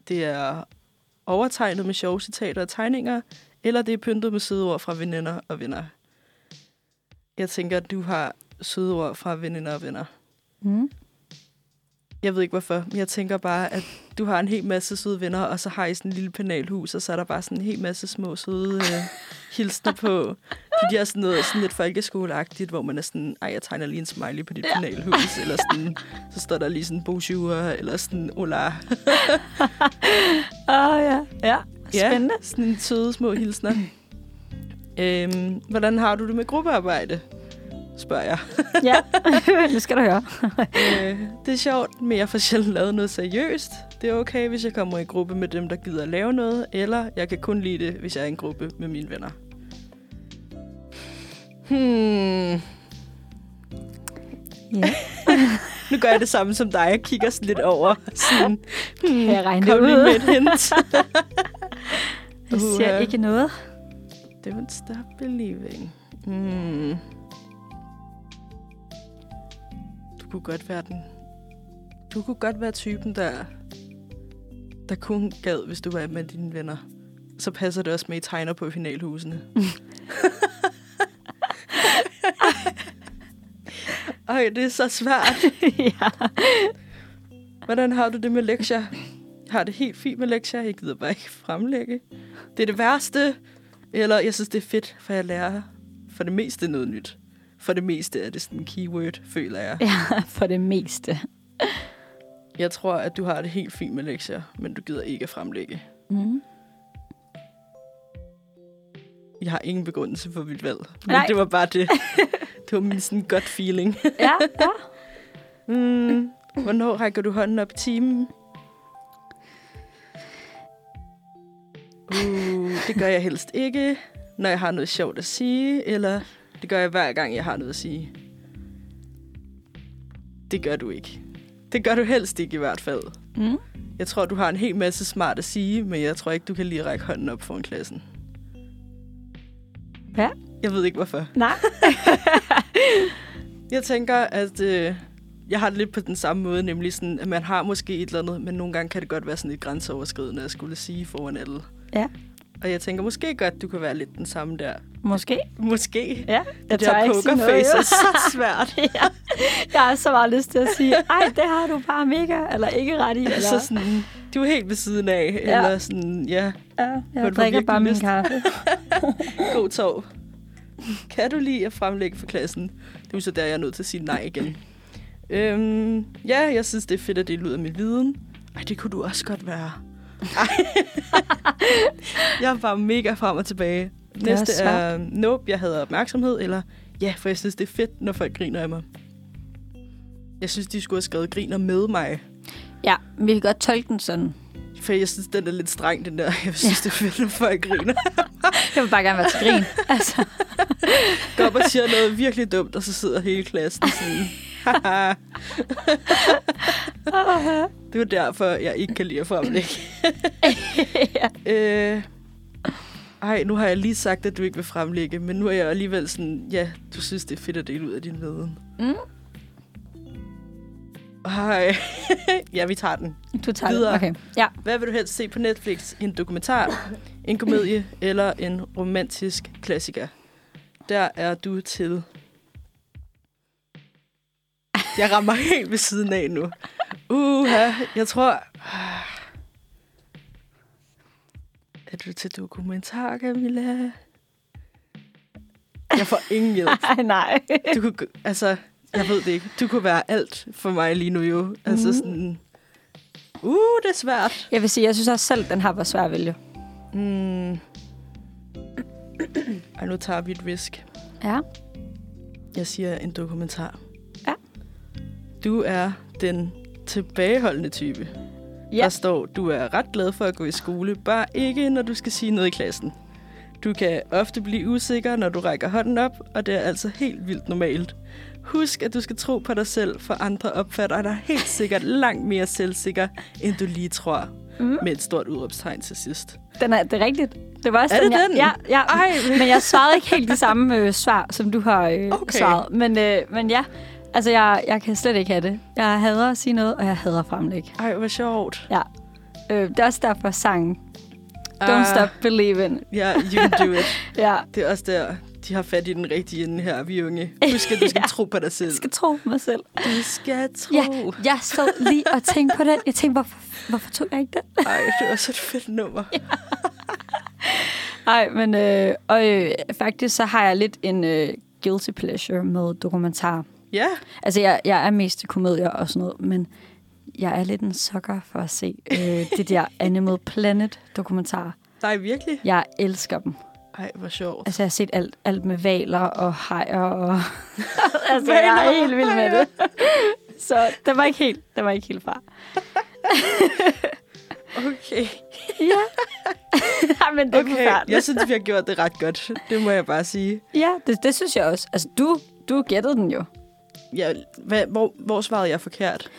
S2: Det er overtegnet med sjove citater og tegninger, eller det er pyntet med søde ord fra veninder og venner? Jeg tænker, at du har søde ord fra veninder og venner.
S1: Mm.
S2: Jeg ved ikke hvorfor, men jeg tænker bare, at du har en hel masse søde venner, og så har I sådan en lille penalhus, og så er der bare sådan en hel masse små søde øh, hilsner på. Fordi jeg er sådan noget sådan lidt folkeskoleagtigt, hvor man er sådan, ej, jeg tegner lige en smiley på dit ja. penalhus, eller sådan, så står der lige sådan bonjour, eller sådan, hola.
S1: Åh oh, ja. ja, spændende.
S2: Ja, sådan en søde små hilsner. øhm, hvordan har du det med gruppearbejde? spørger jeg.
S1: *laughs* *laughs* Ja, nu skal du høre.
S2: Øh, det er sjovt, men jeg får sjældent lavet noget seriøst. Det er okay, hvis jeg kommer i gruppe med dem, der gider at lave noget, eller jeg kan kun lide det, hvis jeg er i en gruppe med mine venner. Hmm.
S1: *laughs* Ja.
S2: Nu gør jeg det samme som dig. Jeg kigger sådan lidt over. Sådan,
S1: Kan jeg regne det
S2: kom lige med
S1: ud?
S2: et hint.
S1: Jeg ser
S2: Uha.
S1: ikke noget.
S2: Don't stop believing. Hmm. Du kunne godt være den. Du kunne godt være typen, der, der kun gad, hvis du var med dine venner. Så passer det også med, at I tegner på finalhusene. Ej, det er så svært.
S1: *laughs* ja.
S2: Hvordan har du det med lektier? Jeg har det helt fint med lektier. Jeg gider bare ikke fremlægge. Det er det værste. Eller jeg synes, det er fedt, for jeg lærer for det meste noget nyt. For det meste er det sådan en keyword, føler jeg.
S1: ja, for det meste.
S2: Jeg tror, at du har det helt fint med lektier, men du gider ikke at fremlægge.
S1: Mm.
S2: Jeg har ingen begrundelse for mit valg. Men
S1: Nej.
S2: det var bare det. Det var min sådan godt feeling.
S1: Ja, ja.
S2: Mm. Hvornår rækker du hånden op i timen? Uh, det gør jeg helst ikke, når jeg har noget sjovt at sige, eller det gør jeg hver gang, jeg har noget at sige. Det gør du ikke. Det gør du helst ikke i hvert fald.
S1: Mm.
S2: Jeg tror, du har en hel masse smart at sige, men jeg tror ikke, du kan lige række hånden op foran klassen.
S1: Ja.
S2: Jeg ved ikke, hvorfor.
S1: Nej.
S2: Jeg tænker, at øh, jeg har det lidt på den samme måde, nemlig sådan, at man har måske et eller andet, men nogle gange kan det godt være sådan lidt grænseoverskridende at skulle sige foran alle.
S1: Ja.
S2: Og jeg tænker måske godt, du kan være lidt den samme der.
S1: Måske.
S2: Måske.
S1: Ja,
S2: Det der pokerface er
S1: *laughs*
S2: *laughs* så svært.
S1: ja. Jeg har så meget lyst til at sige, ej, det har du bare mega, eller ikke ret i. Eller,
S2: Altså sådan, du er helt ved siden af. Ja. Eller sådan, ja,
S1: ja,
S2: du
S1: jeg drikker
S2: virkelig
S1: bare min
S2: lyst?
S1: kaffe.
S2: god tov. Kan du lige at fremlægge for klassen? Det er jo så der, jeg er nødt til at sige nej igen. Øhm, ja, jeg synes, det er fedt, at det lyder med viden. Ej, det kunne du også godt være. Ej. jeg er bare mega frem og tilbage.
S1: er også
S2: Næste er, nope, jeg havde opmærksomhed, eller ja, for jeg synes, det er fedt, når folk griner af mig. Jeg synes, de skulle have skrevet griner med mig.
S1: Ja, vi kan godt tolke den sådan.
S2: For jeg synes, den er lidt streng, den der. Jeg synes, det er fedt, når folk griner.
S1: Jeg vil bare gerne være til grin. altså,
S2: Går op og siger noget virkelig dumt, og så sidder hele klassen sådan... Haha. det var derfor, jeg ikke kan lide at fremlægge. øh, ej, nu har jeg lige sagt, at du ikke vil fremlægge, men nu er jeg alligevel sådan... Ja, du synes, det er fedt at dele ud af din viden.
S1: *laughs* Mm.
S2: Ej. *laughs* ja, vi tager den.
S1: du tager
S2: Videre.
S1: det. Okay. Ja.
S2: Hvad vil du helst se på Netflix? En dokumentar, en komedie eller en romantisk klassiker? Der er du til. Jeg rammer helt ved siden af nu. Uha, jeg tror... ah. Er du til dokumentar, Camilla? Jeg får ingen hjælp.
S1: Ej, nej.
S2: Du kunne, g- altså, jeg ved det ikke. Du kunne være alt for mig lige nu jo. Altså sådan... Uh, det er svært.
S1: Jeg vil sige, jeg synes også selv, den har været svær at vælge.
S2: Mm. Ej, nu tager vi et risk.
S1: Ja.
S2: Jeg siger en dokumentar.
S1: Ja.
S2: Du er den tilbageholdende type.
S1: Ja.
S2: Der står, du er ret glad for at gå i skole, bare ikke når du skal sige noget i klassen. Du kan ofte blive usikker, når du rækker hånden op, og det er altså helt vildt normalt. Husk, at du skal tro på dig selv, for andre opfatter dig helt sikkert langt mere selvsikker, end du lige tror. Mm. Med et stort udråbstegn til sidst.
S1: Den er, det er rigtigt. Det var også
S2: Er
S1: den,
S2: det
S1: jeg,
S2: den?
S1: Ja, ja.
S2: Ej,
S1: Men jeg svarede ikke helt de samme øh, svar, som du har øh,
S2: Okay.
S1: okay. svaret. Men, øh, men ja, altså jeg, jeg kan slet ikke have det. Jeg hader at sige noget, og jeg hader fremlæg.
S2: Ej, hvor sjovt.
S1: Ja. Øh, det er også derfor sangen. Don't
S2: Ah.
S1: stop believing.
S2: Ja, yeah, you can do it.
S1: Ja.
S2: Det er også der, de har fat i den rigtige ende her, vi unge. Husk, at du
S1: *laughs*
S2: skal tro på dig selv.
S1: Jeg skal tro mig selv.
S2: Du skal tro.
S1: Ja, jeg sad lige og tænkte på den. Jeg tænkte, hvorfor, hvorfor tog jeg ikke den?
S2: Ej, det var så et fedt nummer.
S1: Nej, men øh, og, øh, faktisk så har jeg lidt en øh, guilty pleasure med dokumentarer.
S2: Ja,
S1: Altså, jeg, jeg er mest til komedier og sådan noget, men jeg er lidt en sukker for at se øh, det der Animal Planet dokumentarer.
S2: nej, virkelig.
S1: Jeg elsker dem.
S2: Ej, hvor sjovt.
S1: Altså, jeg har set alt, alt med valer og hajer *laughs* og... altså, jeg er
S2: Hvaler og
S1: helt vild med
S2: hajer.
S1: det. Så det var ikke helt, det var ikke helt *laughs* fra.
S2: Okay.
S1: Ja. Nej, men det Altså, er okay.
S2: Okay, jeg
S1: forfærdeligt.
S2: synes, vi har gjort det ret godt. Det må jeg bare sige.
S1: Ja, det, det synes jeg også. Altså, du, du gættede den jo.
S2: Ja, hvad, hvor, hvor svarede jeg forkert?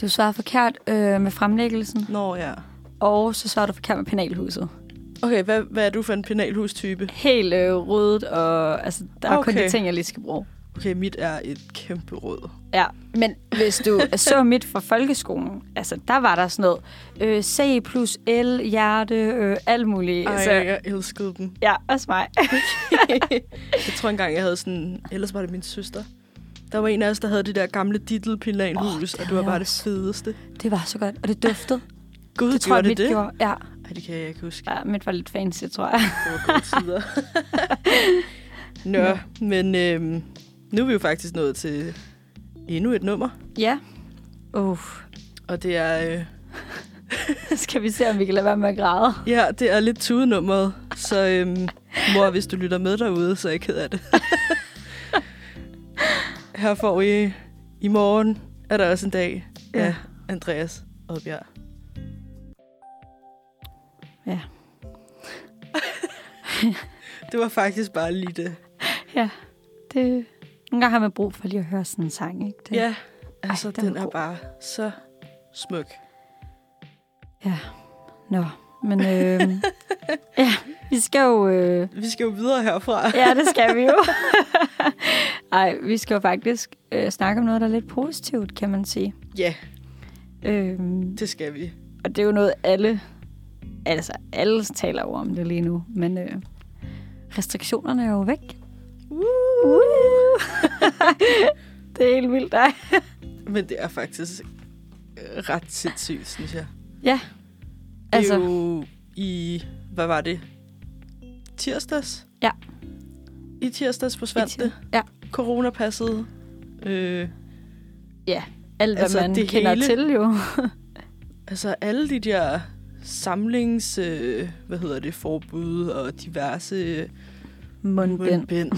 S1: Du svarede forkert øh, med fremlæggelsen,
S2: Nå, ja.
S1: og så svarede du forkert med penalhuset.
S2: Okay, hvad, hvad er du for en penalhus-type?
S1: Helt øh, ryddet, og altså, der er okay. kun
S2: Okay.
S1: de ting, jeg lige skal bruge.
S2: Okay, mit er et kæmpe råd.
S1: Ja, men hvis du så mit fra folkeskolen, altså der var der sådan noget øh, C plus L, hjerte, øh, alt muligt.
S2: Ej,
S1: så,
S2: jeg elskede dem.
S1: ja, også *laughs* mig.
S2: Jeg tror engang, jeg havde sådan... Ellers var det min søster. Der var en af os, der havde det der gamle dittelpinalhus, oh,
S1: Åh,
S2: og
S1: det
S2: det var
S1: havde
S2: bare
S1: jeg
S2: det fedeste.
S1: det var så godt, og det duftede.
S2: Gud,
S1: det tror jeg,
S2: gjorde
S1: mit
S2: det det?
S1: gjorde. Ja,
S2: Ej, det kan jeg ikke huske.
S1: ja, mit var lidt fancy, tror jeg.
S2: Det var gode tider. *laughs* Nå, men øhm, nu er vi jo faktisk nået til endnu et nummer,
S1: *laughs* Ja. Uff.
S2: og det er... Øh,
S1: *laughs* Skal vi se, om vi kan lade være med at græde?
S2: Ja, det er lidt tudenummeret, så øhm, mor, hvis du lytter med derude, så er jeg ked
S1: *laughs*
S2: af det. Her får I i morgen, er der også en dag, ja,
S1: Ja.
S2: Andreas Oddbjerg.
S1: Ja.
S2: *laughs* det var faktisk bare lige det.
S1: Ja, det... Nogle gange har man brug for lige at høre sådan en sang, ikke? Det,
S2: Ja, altså
S1: den
S2: Ej,
S1: er
S2: den er
S1: god.
S2: bare så smuk.
S1: Nå, men øh, *laughs* ja, vi skal jo... Øh,
S2: Vi skal jo videre herfra.
S1: ja, det skal vi jo. *laughs* Ej, vi skal jo faktisk øh, snakke om noget, der er lidt positivt, kan man sige.
S2: Ja,
S1: Øhm,
S2: det skal vi.
S1: og det er jo noget, alle... Altså, alle taler jo om det lige nu, men øh, restriktionerne er jo væk. Uh. *laughs* det er helt vildt, dig.
S2: Men det er faktisk øh, ret sindssygt, synes jeg.
S1: Ja. Altså-
S2: Altså. Det er jo i, hvad var det? Tirsdags?
S1: Ja.
S2: I tirsdags forsvandt det.
S1: Ja.
S2: Coronapasset. Øh,
S1: Alt, hvad
S2: Altså,
S1: altså, man
S2: det
S1: kender
S2: hele-
S1: hele... til jo.
S2: altså alle de der samlings, øh, hvad hedder det, forbud og diverse øh,
S1: Mundbind. *laughs*
S2: mundbind.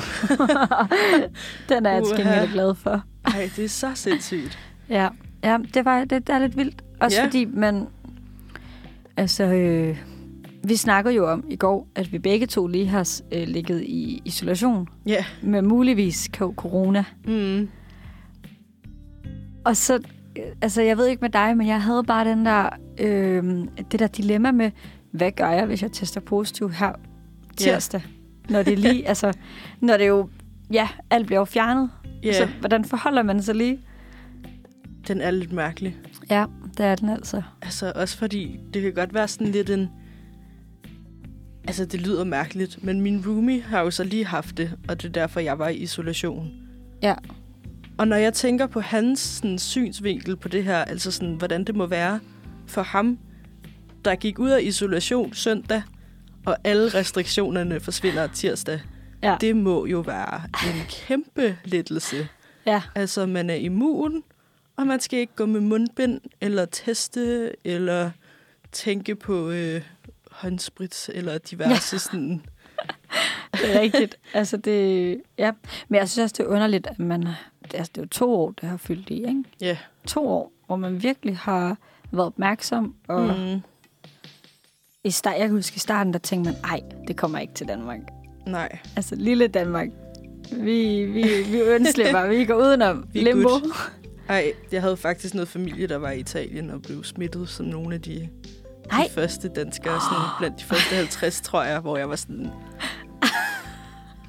S1: Den er jeg
S2: Uha.
S1: til gengæld glad for.
S2: Ej, det er så sindssygt.
S1: Ja, ja det, var, det, det er lidt vildt. Også
S2: Ja.
S1: ja. fordi man... Altså, øh, vi snakkede jo om i går, at vi begge to lige har øh, ligget i isolation
S2: Ja.
S1: med muligvis co- corona.
S2: Mm.
S1: Og så, øh, altså jeg ved ikke med dig, men jeg havde bare den der, øh, det der dilemma med, hvad gør jeg, hvis jeg tester positiv her tirsdag? Yeah. Når det lige, altså, når det jo, ja, alt bliver jo fjernet.
S2: Ja,
S1: Så hvordan forholder man sig lige?
S2: den er lidt mærkelig.
S1: Ja, det er den altså.
S2: Altså også fordi, det kan godt være sådan lidt en... Altså, det lyder mærkeligt, men min roomie har jo så lige haft det, og det er derfor, jeg var i isolation.
S1: Ja.
S2: Og når jeg tænker på hans sådan, synsvinkel på det her, altså sådan, hvordan det må være for ham, der gik ud af isolation søndag, og alle restriktionerne forsvinder tirsdag.
S1: Ja.
S2: Det må jo være en kæmpe lettelse.
S1: Ja.
S2: Altså, man er immun, og man skal ikke gå med mundbind, eller teste, eller tænke på øh, håndsprit, eller diverse ja. sådan...
S1: *laughs* Det er rigtigt. altså, det, ja. Men jeg synes også, det er underligt, at man... Altså, det er jo to år, det har fyldt i, ikke?
S2: Ja.
S1: To år, hvor man virkelig har været opmærksom. Og mm.
S2: Mm,
S1: i start, jeg kan huske i starten, der tænkte man, ej, det kommer ikke til Danmark.
S2: nej.
S1: Altså, lille Danmark. Vi, vi, vi ønsker vi går udenom
S2: *laughs* Vi er
S1: limbo.
S2: good. Ej, jeg havde faktisk noget familie, der var i Italien og blev smittet som nogle af de,
S1: Ej.
S2: de første danskere. Sådan
S1: Ah.
S2: blandt de første 50, tror jeg, hvor jeg var sådan...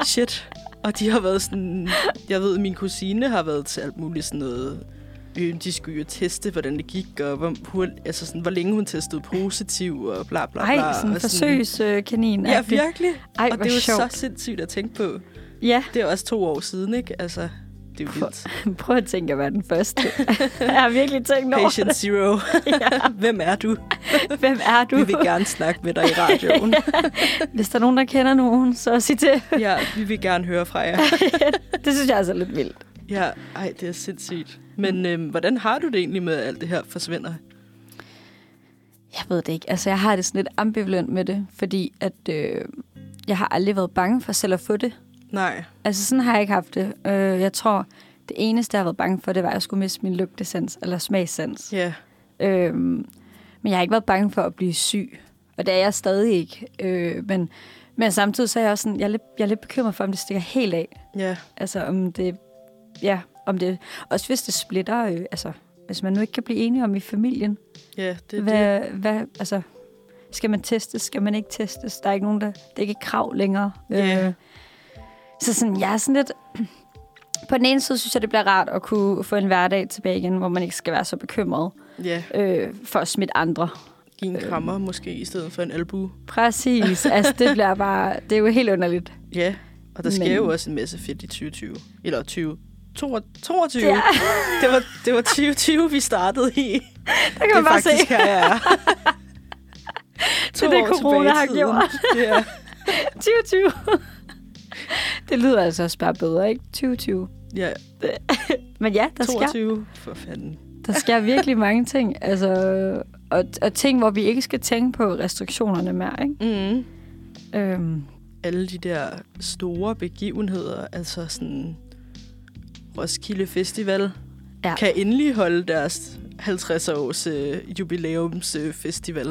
S2: Shit. Og de har været sådan... Jeg ved, min kusine har været til alt muligt sådan noget... Øh, de skulle jo teste, hvordan det gik, og hvor, hurtigt, altså sådan, hvor længe hun testede positiv, og bla bla bla.
S1: Ej, sådan en
S2: og
S1: forsøgskanin.
S2: Ja, virkelig.
S1: Ej,
S2: og
S1: hvor
S2: det er jo
S1: sjovt.
S2: så sindssygt at tænke på.
S1: Ja, *laughs*
S2: Det er også to år siden, ikke? Altså, det er jo
S1: For-
S2: vildt.
S1: prøv at tænke at være den
S2: *laughs*
S1: første. jeg har virkelig tænkt over
S2: Patient
S1: *laughs*
S2: Zero.
S1: Ja.
S2: Hvem er du?
S1: det. Hvem er du?
S2: Vi vil gerne snakke med dig i
S1: *laughs*
S2: radioen.
S1: Hvis der er nogen, der kender nogen, så sig til. *laughs*
S2: ja, vi vil gerne høre fra jer.
S1: Det synes jeg altså er lidt vildt.
S2: Ja, ej, det er sindssygt. Men øhm, hvordan har du det egentlig med, at alt det her forsvinder?
S1: Jeg ved det ikke. Altså, jeg har det sådan lidt ambivalent med det, fordi at øh, jeg har aldrig været bange for selv at få det.
S2: Nej.
S1: Altså, sådan har jeg ikke haft det. Øh, jeg tror, det eneste, jeg har været bange for, det var, at jeg skulle miste min lugtesans eller smagssans.
S2: Ja.
S1: Øh, men jeg har ikke været bange for at blive syg, og det er jeg stadig ikke. Øh, men, men samtidig så er jeg også sådan, jeg er, lidt, jeg er lidt bekymret for, om det stikker helt af.
S2: Ja.
S1: Altså, om det... Ja, om det... Også hvis det splitter... Øh, altså, hvis man nu ikke kan blive enige om i familien,
S2: Ja, det er det.
S1: Hvad, hvad, altså, skal man testes? Skal man ikke testes? Der er ikke nogen, der... Det er ikke et krav længere. Øh,
S2: Ja.
S1: så sådan, jeg er sådan lidt... *clears throat* På den ene side synes jeg, det bliver rart at kunne få en hverdag tilbage igen, hvor man ikke skal være så bekymret
S2: Ja,
S1: øh, for at smitte andre.
S2: give
S1: Øh.
S2: en krammer måske i stedet for en albu.
S1: Præcis. altså, det bliver bare... Det er jo helt underligt.
S2: Ja, og der sker
S1: Men-
S2: jo også en masse fedt i 2020. Eller 20. 22.
S1: Ja.
S2: *laughs* Det, var, det var 2020, vi startede i.
S1: Der kan
S2: Det
S1: man
S2: er
S1: bare se. *laughs*
S2: faktisk her, jeg er.
S1: Det er det, corona har gjort.
S2: Ja.
S1: 2020. *laughs* det lyder altså også bare bedre, ikke? 2020.
S2: ja,
S1: Men ja, der sker
S2: 22. For fanden.
S1: Der sker virkelig mange ting, altså, og, og ting, hvor vi ikke skal tænke på restriktionerne mere, ikke?
S2: Mm.
S1: Øhm,
S2: alle de der store begivenheder, altså sådan Roskilde Festival, ja.
S1: Ja.
S2: kan endelig holde deres 50-års øh, jubilæumsfestival, øh, festival,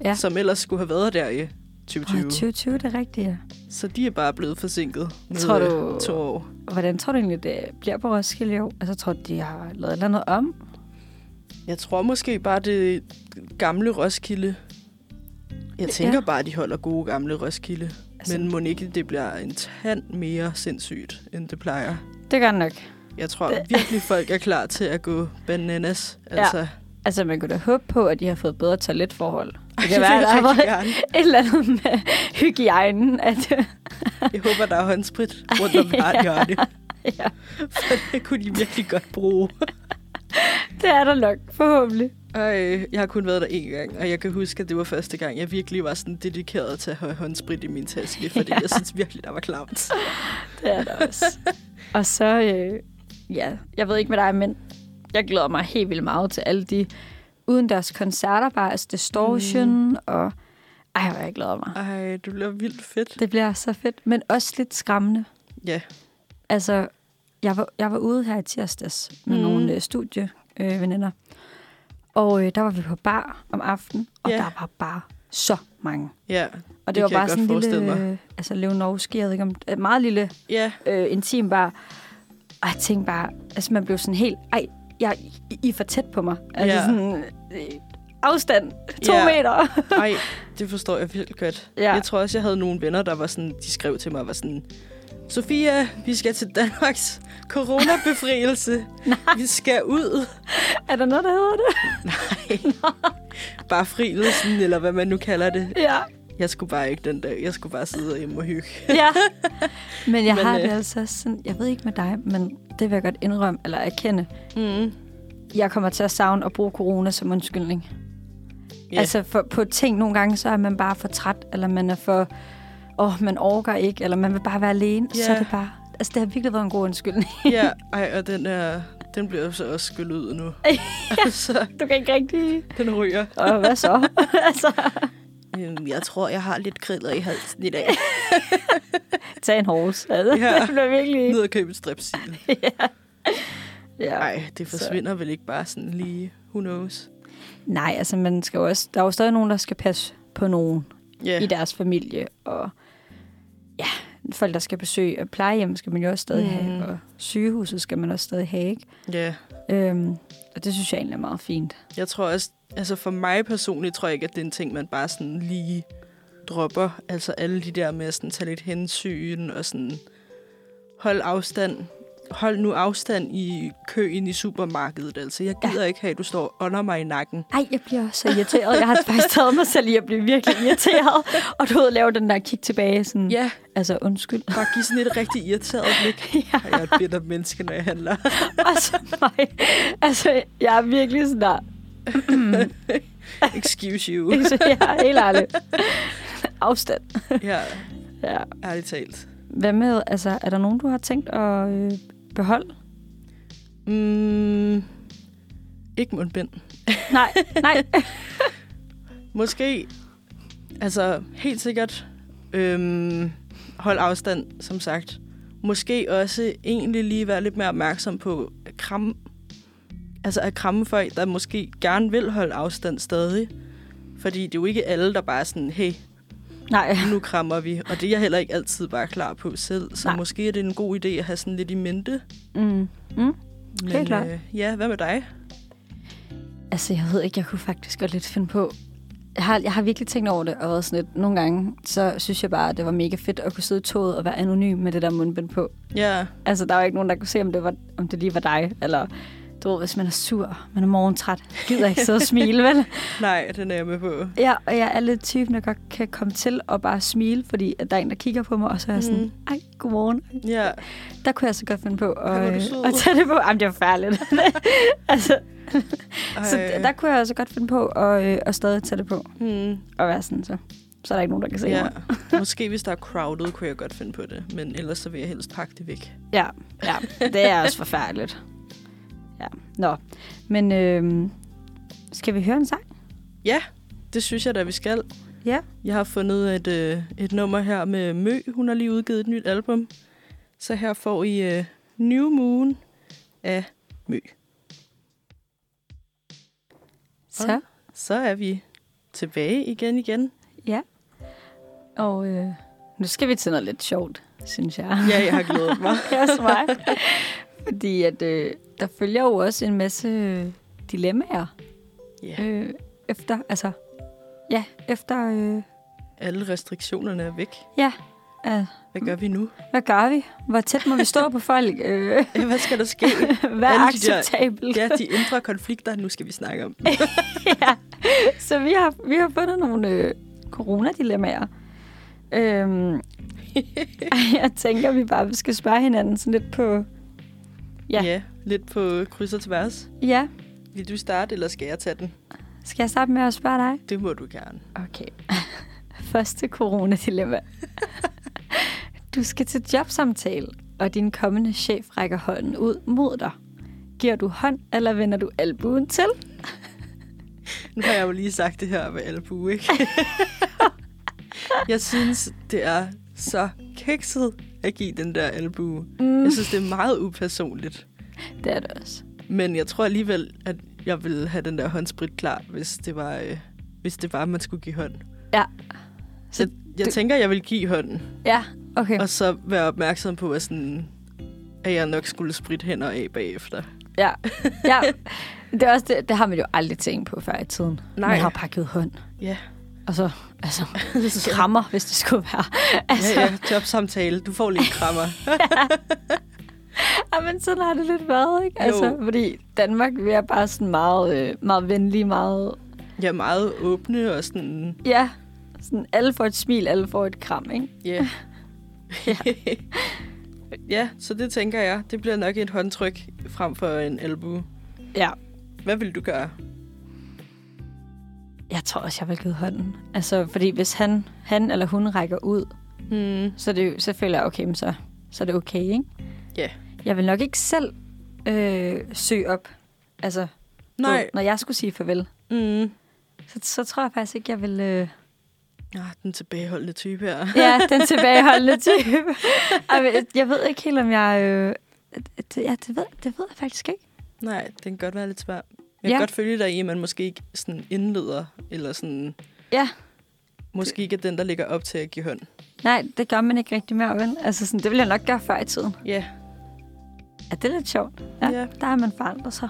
S2: ja.
S1: Ja.
S2: som ellers skulle have været der i 2020.
S1: åh, 2020, det er rigtigt, ja.
S2: Så de er bare blevet forsinket med
S1: Tror
S2: øh,
S1: du-
S2: to år.
S1: Og Hvordan tror du egentlig, det bliver på Roskilde i år? Altså, tror du, de har lavet et eller andet om?
S2: Jeg tror måske bare det gamle Roskilde. Jeg tænker ja. bare, at de holder gode gamle Roskilde. Altså,
S1: Altså-
S2: Men må ikke det bliver en tand mere sindssygt, end det plejer.
S1: Det gør den nok.
S2: Jeg tror
S1: Det-
S2: virkelig, folk er klar til at gå bananas. Altså, ja.
S1: Altså, man kunne da håbe på, at de har fået bedre toiletforhold. Det
S2: vil
S1: kan være, at der
S2: jeg
S1: har
S2: rigtig
S1: været
S2: gerne.
S1: *laughs* et eller andet med hygiejnen. At, *laughs*
S2: Jeg håber, der er håndsprit rundt om hvert hjørne.
S1: ja,
S2: For det kunne de virkelig godt bruge.
S1: det er der nok, forhåbentlig.
S2: Og jeg har kun været der én gang, og jeg kan huske, at det var første gang, jeg virkelig var sådan dedikeret til at have håndsprit i min taske, fordi ja.
S1: *laughs* Ja.
S2: jeg synes virkelig, der var klamt.
S1: Det er der
S2: *laughs*
S1: også. Og så, øh, ja, jeg ved ikke med dig, men jeg glæder mig helt vildt meget til alle de udendørs koncerter, bare altså Distortion mm. og... Ej, hvor jeg glæder mig.
S2: Ej, det bliver vildt fedt.
S1: Det bliver så fedt, men også lidt skræmmende.
S2: Ja,
S1: Altså, jeg var, jeg var ude her i tirsdags med
S2: Mm.
S1: mm. nogle øh, studieveninder, øh, veninder. og øh, der var vi på bar om aftenen, og
S2: Ja.
S1: yeah. der var bare så mange.
S2: ja.
S1: Og det,
S2: Det
S1: var
S2: kan
S1: bare
S2: jeg godt
S1: sådan en
S2: forestille
S1: lille, øh, altså Leonovski, jeg ved ikke om, et meget lille
S2: Ja,
S1: øh, intim bar. Og jeg tænkte bare, altså man blev sådan helt, ej, jeg, I, I er for tæt på mig. Altså
S2: Ja.
S1: yeah. sådan, øh, afstand, to
S2: Ja.
S1: yeah. meter. *laughs*
S2: ej, det forstår jeg virkelig godt. Ja.
S1: Ja.
S2: Jeg tror også, jeg havde nogle venner, der var sådan, de skrev til mig og var sådan, Sofia, vi skal til Danmarks *laughs* coronabefrielse. vi skal ud.
S1: er der noget, der hedder
S2: *laughs*
S1: det?
S2: Bare frielsen, eller hvad man nu kalder det.
S1: ja.
S2: Jeg skulle bare ikke den dag. Jeg skulle bare sidde hjemme og hygge. *laughs*
S1: ja. Men jeg
S2: Men,
S1: men, har det
S2: øh,
S1: altså også sådan, jeg ved ikke med dig, men det vil jeg godt indrømme, eller erkende.
S2: Mm.
S1: Jeg kommer til at savne at bruge corona som undskyldning.
S2: Ja.
S1: Yeah. Altså for, på ting nogle gange, så er man bare for træt, eller man er for, åh, man orker ikke, eller man vil bare være alene. Yeah. Så
S2: Ja.
S1: er det bare, altså det har virkelig været en god undskyldning.
S2: Ja, ej, og den, er, den bliver jo så også skyllet ud nu. *laughs* altså,
S1: *laughs* du kan ikke rigtig...
S2: den ryger.
S1: Og hvad så? *laughs* altså,
S2: Øhm, Jeg tror, jeg har lidt kriller i halsen i dag.
S1: tag en horse. Altså,
S2: Ja.
S1: ja. *laughs* Det bliver virkelig...
S2: Ned og købe en strepsil.
S1: Ja.
S2: Nej, det forsvinder så. vel ikke bare sådan lige. Who knows?
S1: Nej, altså man skal jo også... Der er jo stadig nogen, der skal passe på nogen
S2: Ja,
S1: i deres familie. Og ja, folk, der skal besøge og plejehjem, skal man jo også stadig
S2: Mm.
S1: mm. have. Og sygehuset skal man også stadig have, ikke?
S2: ja.
S1: Øhm, og det synes jeg egentlig er meget fint.
S2: Jeg tror også, altså for mig personligt, tror jeg ikke, at det er en ting, man bare sådan lige dropper. Altså alle de der med at sådan tage lidt hensyn og sådan hold afstand. Hold nu afstand i køen i supermarkedet. Altså, jeg gider ikke have, at du står under mig i nakken.
S1: Ej, jeg bliver så irriteret. Jeg har faktisk taget mig selv i at blive virkelig irriteret. Og du ved, lave den der kig tilbage. Sådan,
S2: Ja,
S1: Altså, undskyld.
S2: bare give sådan et rigtig irriteret
S1: *laughs*
S2: blik.
S1: ja.
S2: Ej, Jeg er et bittert menneske, når jeg handler.
S1: altså mig. Altså, jeg er virkelig sådan der. altså,
S2: Excuse you.
S1: Jeg er helt ærlig. Afstand.
S2: Ja,
S1: Ja.
S2: ærligt talt.
S1: Hvad med, altså, er der nogen, du har tænkt at øh, beholde?
S2: Mm, ikke mundbind.
S1: Nej, nej.
S2: Måske, altså helt sikkert, øhm, hold afstand, som sagt. Måske også egentlig lige være lidt mere opmærksom på at kramme, altså at kramme folk, der måske gerne vil holde afstand stadig. Fordi det er jo ikke alle, der bare er sådan, hey,
S1: *laughs* nej.
S2: nu krammer vi. Og det er jeg heller ikke altid bare klar på selv. Så Nej.
S1: Nej.
S2: måske er det en god idé at have sådan lidt i mente.
S1: Mm. Mm.
S2: Men,
S1: Helt klart.
S2: Øh, ja, hvad med dig?
S1: Altså, jeg ved ikke, jeg kunne faktisk godt lidt finde på... Jeg har, jeg har virkelig tænkt over det, og været sådan lidt, nogle gange, så synes jeg bare, at det var mega fedt at kunne sidde i toget og være anonym med det der mundbind på.
S2: Ja,
S1: Altså, der var ikke nogen, der kunne se, om det, var, om det lige var dig, eller... Du ved, hvis man er sur, man er morgentræt, gider ikke sidde og smile, vel?
S2: nej, den er jeg med på.
S1: Ja, og jeg er lidt typen, der godt kan komme til og bare smile, fordi at der er en, der kigger på mig, og så er jeg sådan,
S2: Mm.
S1: mm. ej, godmorgen.
S2: Ja,
S1: Der kunne jeg så godt finde på
S2: Ej, hvor er
S1: at,
S2: du
S1: øh,
S2: sød.
S1: at tage det på. Jamen, det er forfærdeligt. *laughs* altså, så
S2: ej.
S1: der kunne jeg så godt finde på at, øh, at stadig tage det på,
S2: Hmm.
S1: og være sådan, så, så er der ikke nogen, der kan se
S2: Ja.
S1: mig.
S2: *laughs* Måske hvis der er crowded, kunne jeg godt finde på det. Men ellers så vil jeg helst pakke det væk.
S1: Ja, ja, det er også forfærdeligt. Ja, nå. Men øh, skal vi høre en sang?
S2: Ja, det synes jeg da, vi skal.
S1: Ja.
S2: Jeg har fundet et, øh, et nummer her med Mø. Hun har lige udgivet et nyt album. Så her får I øh, New Moon af Mø.
S1: Så,
S2: Så er vi tilbage igen igen.
S1: ja. Og øh, nu skal vi til noget lidt sjovt, synes jeg.
S2: Ja, jeg har glædet
S1: *laughs*
S2: mig. *laughs*
S1: Det er også mig. Fordi at, øh, der følger jo også en masse øh, dilemmaer
S2: Ja,
S1: øh, efter, altså, ja, efter, øh,
S2: alle restriktionerne er væk.
S1: ja, Ja.
S2: Hvad gør vi nu?
S1: Hvad gør vi? Hvor tæt må vi stå
S2: *laughs*
S1: på folk? Øh,
S2: Ja, Hvad skal der
S1: *laughs*
S2: ske?
S1: Hvad er
S2: Alle de der-
S1: acceptabelt?
S2: Ja, de indre konflikter, nu skal vi snakke om.
S1: *laughs* ja. Så vi har, vi har fundet nogle øh, coronadilemmaer.
S2: *laughs*
S1: Øhm, *laughs* og jeg tænker, at vi bare skal spørge hinanden sådan lidt på... Ja.
S2: ja lidt på kryds og tværs.
S1: Ja,
S2: Vil du starte, eller skal jeg tage den?
S1: skal jeg starte med at spørge dig?
S2: Det må du gerne.
S1: Okay. *laughs* Første coronadilemma. du skal til jobsamtale, og din kommende chef rækker hånden ud mod dig. Giver du hånd, eller vender du albuen til?
S2: Nu har jeg jo lige sagt det her med albu, ikke? jeg synes, det er så kikset at give den der albu.
S1: Mm.
S2: Jeg synes, det er meget upersonligt.
S1: Det er det også.
S2: Men jeg tror alligevel, at jeg ville have den der håndsprit klar, hvis det var, øh, hvis det var at man skulle give hånd.
S1: Ja.
S2: Så
S1: Så
S2: jeg, jeg
S1: du-
S2: tænker, jeg vil give hånden,
S1: Ja, okay.
S2: og så være opmærksom på, at, sådan, at jeg nok skulle spritte hænder af bagefter.
S1: *laughs* Ja. ja. Det, er også det, det har man jo aldrig tænkt på før i tiden.
S2: Nej.
S1: Man har bare givet hånd.
S2: Ja.
S1: Og så *laughs* altså, krammer, hvis det skulle *laughs* være. Altså,
S2: *laughs* Ja, ja, jobsamtale. Du får lige en krammer.
S1: ja. men sådan har det lidt været, ikke?
S2: Jo.
S1: Altså, fordi Danmark vi er bare sådan meget, øh, meget venlig, meget...
S2: Jeg er meget åbne og sådan...
S1: Ja, sådan, alle får et smil, alle får et kram, ikke?
S2: Yeah. ja. *laughs* ja, så det tænker jeg. Det bliver nok et håndtryk frem for en albue.
S1: Ja.
S2: Hvad vil du gøre?
S1: Jeg tror også, jeg vil give hånden. Altså, fordi hvis han, han eller hun rækker ud,
S2: Hmm.
S1: så, er det, jo- så føler jeg, okay, men så, så er det okay, ikke?
S2: Ja.
S1: Jeg vil nok ikke selv øh, søge op. Altså,
S2: Nej.
S1: Når jeg skulle sige farvel.
S2: Mm.
S1: Så, så tror jeg faktisk ikke, jeg vil... Øh...
S2: Ah, den tilbageholdende type her.
S1: Ja, den tilbageholdende type. Ej, men jeg- jeg ved ikke helt, om jeg... Øh... det- Ja, det ved, det ved jeg faktisk ikke.
S2: *laughs* Nej, den kan godt være lidt svær. Jeg kan
S1: Ja.
S2: godt følge dig i, at man måske ikke sådan indleder, eller sådan...
S1: Ja.
S2: Måske ikke er den, der ligger op til at give hånd.
S1: Nej, det gør man ikke rigtig mere, vel? Altså, sådan, det ville jeg nok gøre før i tiden.
S2: Ja.
S1: Ja, det er lidt sjovt. Ja,
S2: Ja.
S1: ja. der har man forandret sig.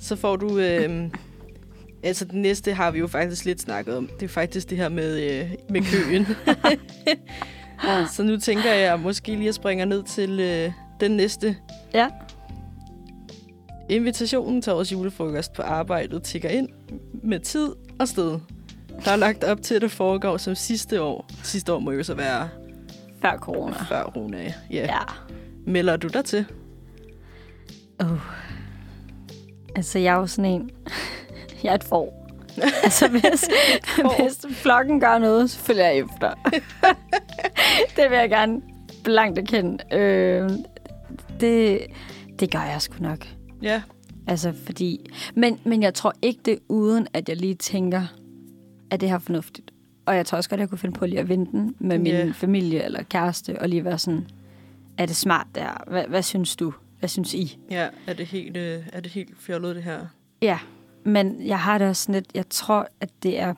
S2: Så får du... Øh, altså, det næste har vi jo faktisk lidt snakket om. Det er faktisk det her med, øh, med
S1: *laughs*
S2: køen. så nu tænker jeg måske lige at springe ned til øh, den næste.
S1: Ja.
S2: Invitationen til årets julefrokost på arbejdet tigger ind med tid og sted. Der er lagt op til, at det foregår som sidste år. Sidste år må jo så være
S1: Før corona.
S2: før Rune. Ja. ja.
S1: Ja.
S2: Melder du dig til?
S1: Oh. Altså, jeg er jo sådan en... *laughs* Jeg er et *laughs* får. altså, hvis,
S2: får.
S1: hvis flokken gør noget, så følger jeg *laughs* efter. det vil jeg gerne blankt erkende. Øh, det, det gør jeg sgu nok.
S2: Ja.
S1: Altså, fordi... Men, men jeg tror ikke, det er uden, at jeg lige tænker, at det her er fornuftigt. Og jeg tror også godt, jeg kunne finde på lige at vente den med min
S2: Ja.
S1: yeah. familie eller kæreste, og lige være sådan, er det smart der? Hvad, hvad synes du? Hvad synes I?
S2: Ja, er det helt, øh, er det helt fjollet, det her?
S1: Ja, men jeg har det også sådan lidt, jeg tror, at det er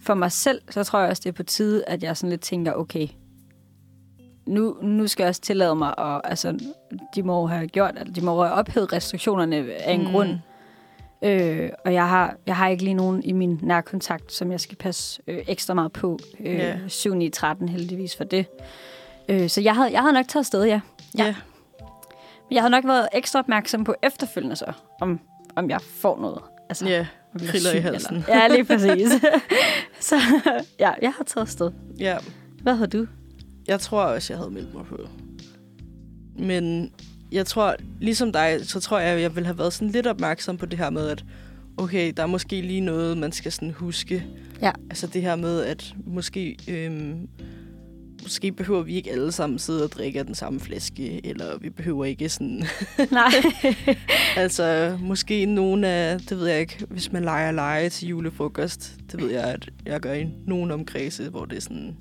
S1: for mig selv, så tror jeg også, det er på tide, at jeg sådan lidt tænker, okay, nu, nu skal jeg også tillade mig, og altså, de må jo have gjort, eller de må jo have ophedet restriktionerne af en
S2: Mm.
S1: mm. grund. Øh, og jeg har, jeg har ikke lige nogen i min nærkontakt, som jeg skal passe øh, ekstra meget på. Øh,
S2: Ja.
S1: 7, 9, 13 heldigvis for det. Øh, så jeg havde, jeg havde nok taget afsted, ja. Ja.
S2: ja.
S1: Men jeg havde nok været ekstra opmærksom på efterfølgende så, om, om jeg får noget. Altså,
S2: Ja,
S1: og bliver
S2: kriller i
S1: syg,
S2: halsen.
S1: Eller? Ja, *laughs* lige præcis. så ja, jeg har taget sted.
S2: ja.
S1: Hvad har du?
S2: Jeg tror også, jeg havde meldt mig på. Men jeg tror, ligesom dig, så tror jeg, jeg ville have været sådan lidt opmærksom på det her med, at okay, der er måske lige noget, man skal sådan huske.
S1: Ja.
S2: Altså det her med, at måske, øhm, måske behøver vi ikke alle sammen sidde og drikke af den samme flaske, eller vi behøver ikke sådan...
S1: *laughs* Nej.
S2: altså, måske nogen af... Det ved jeg ikke, hvis man leger lege til julefrokost. Det ved jeg, at jeg gør i nogen omkredse, hvor det er sådan...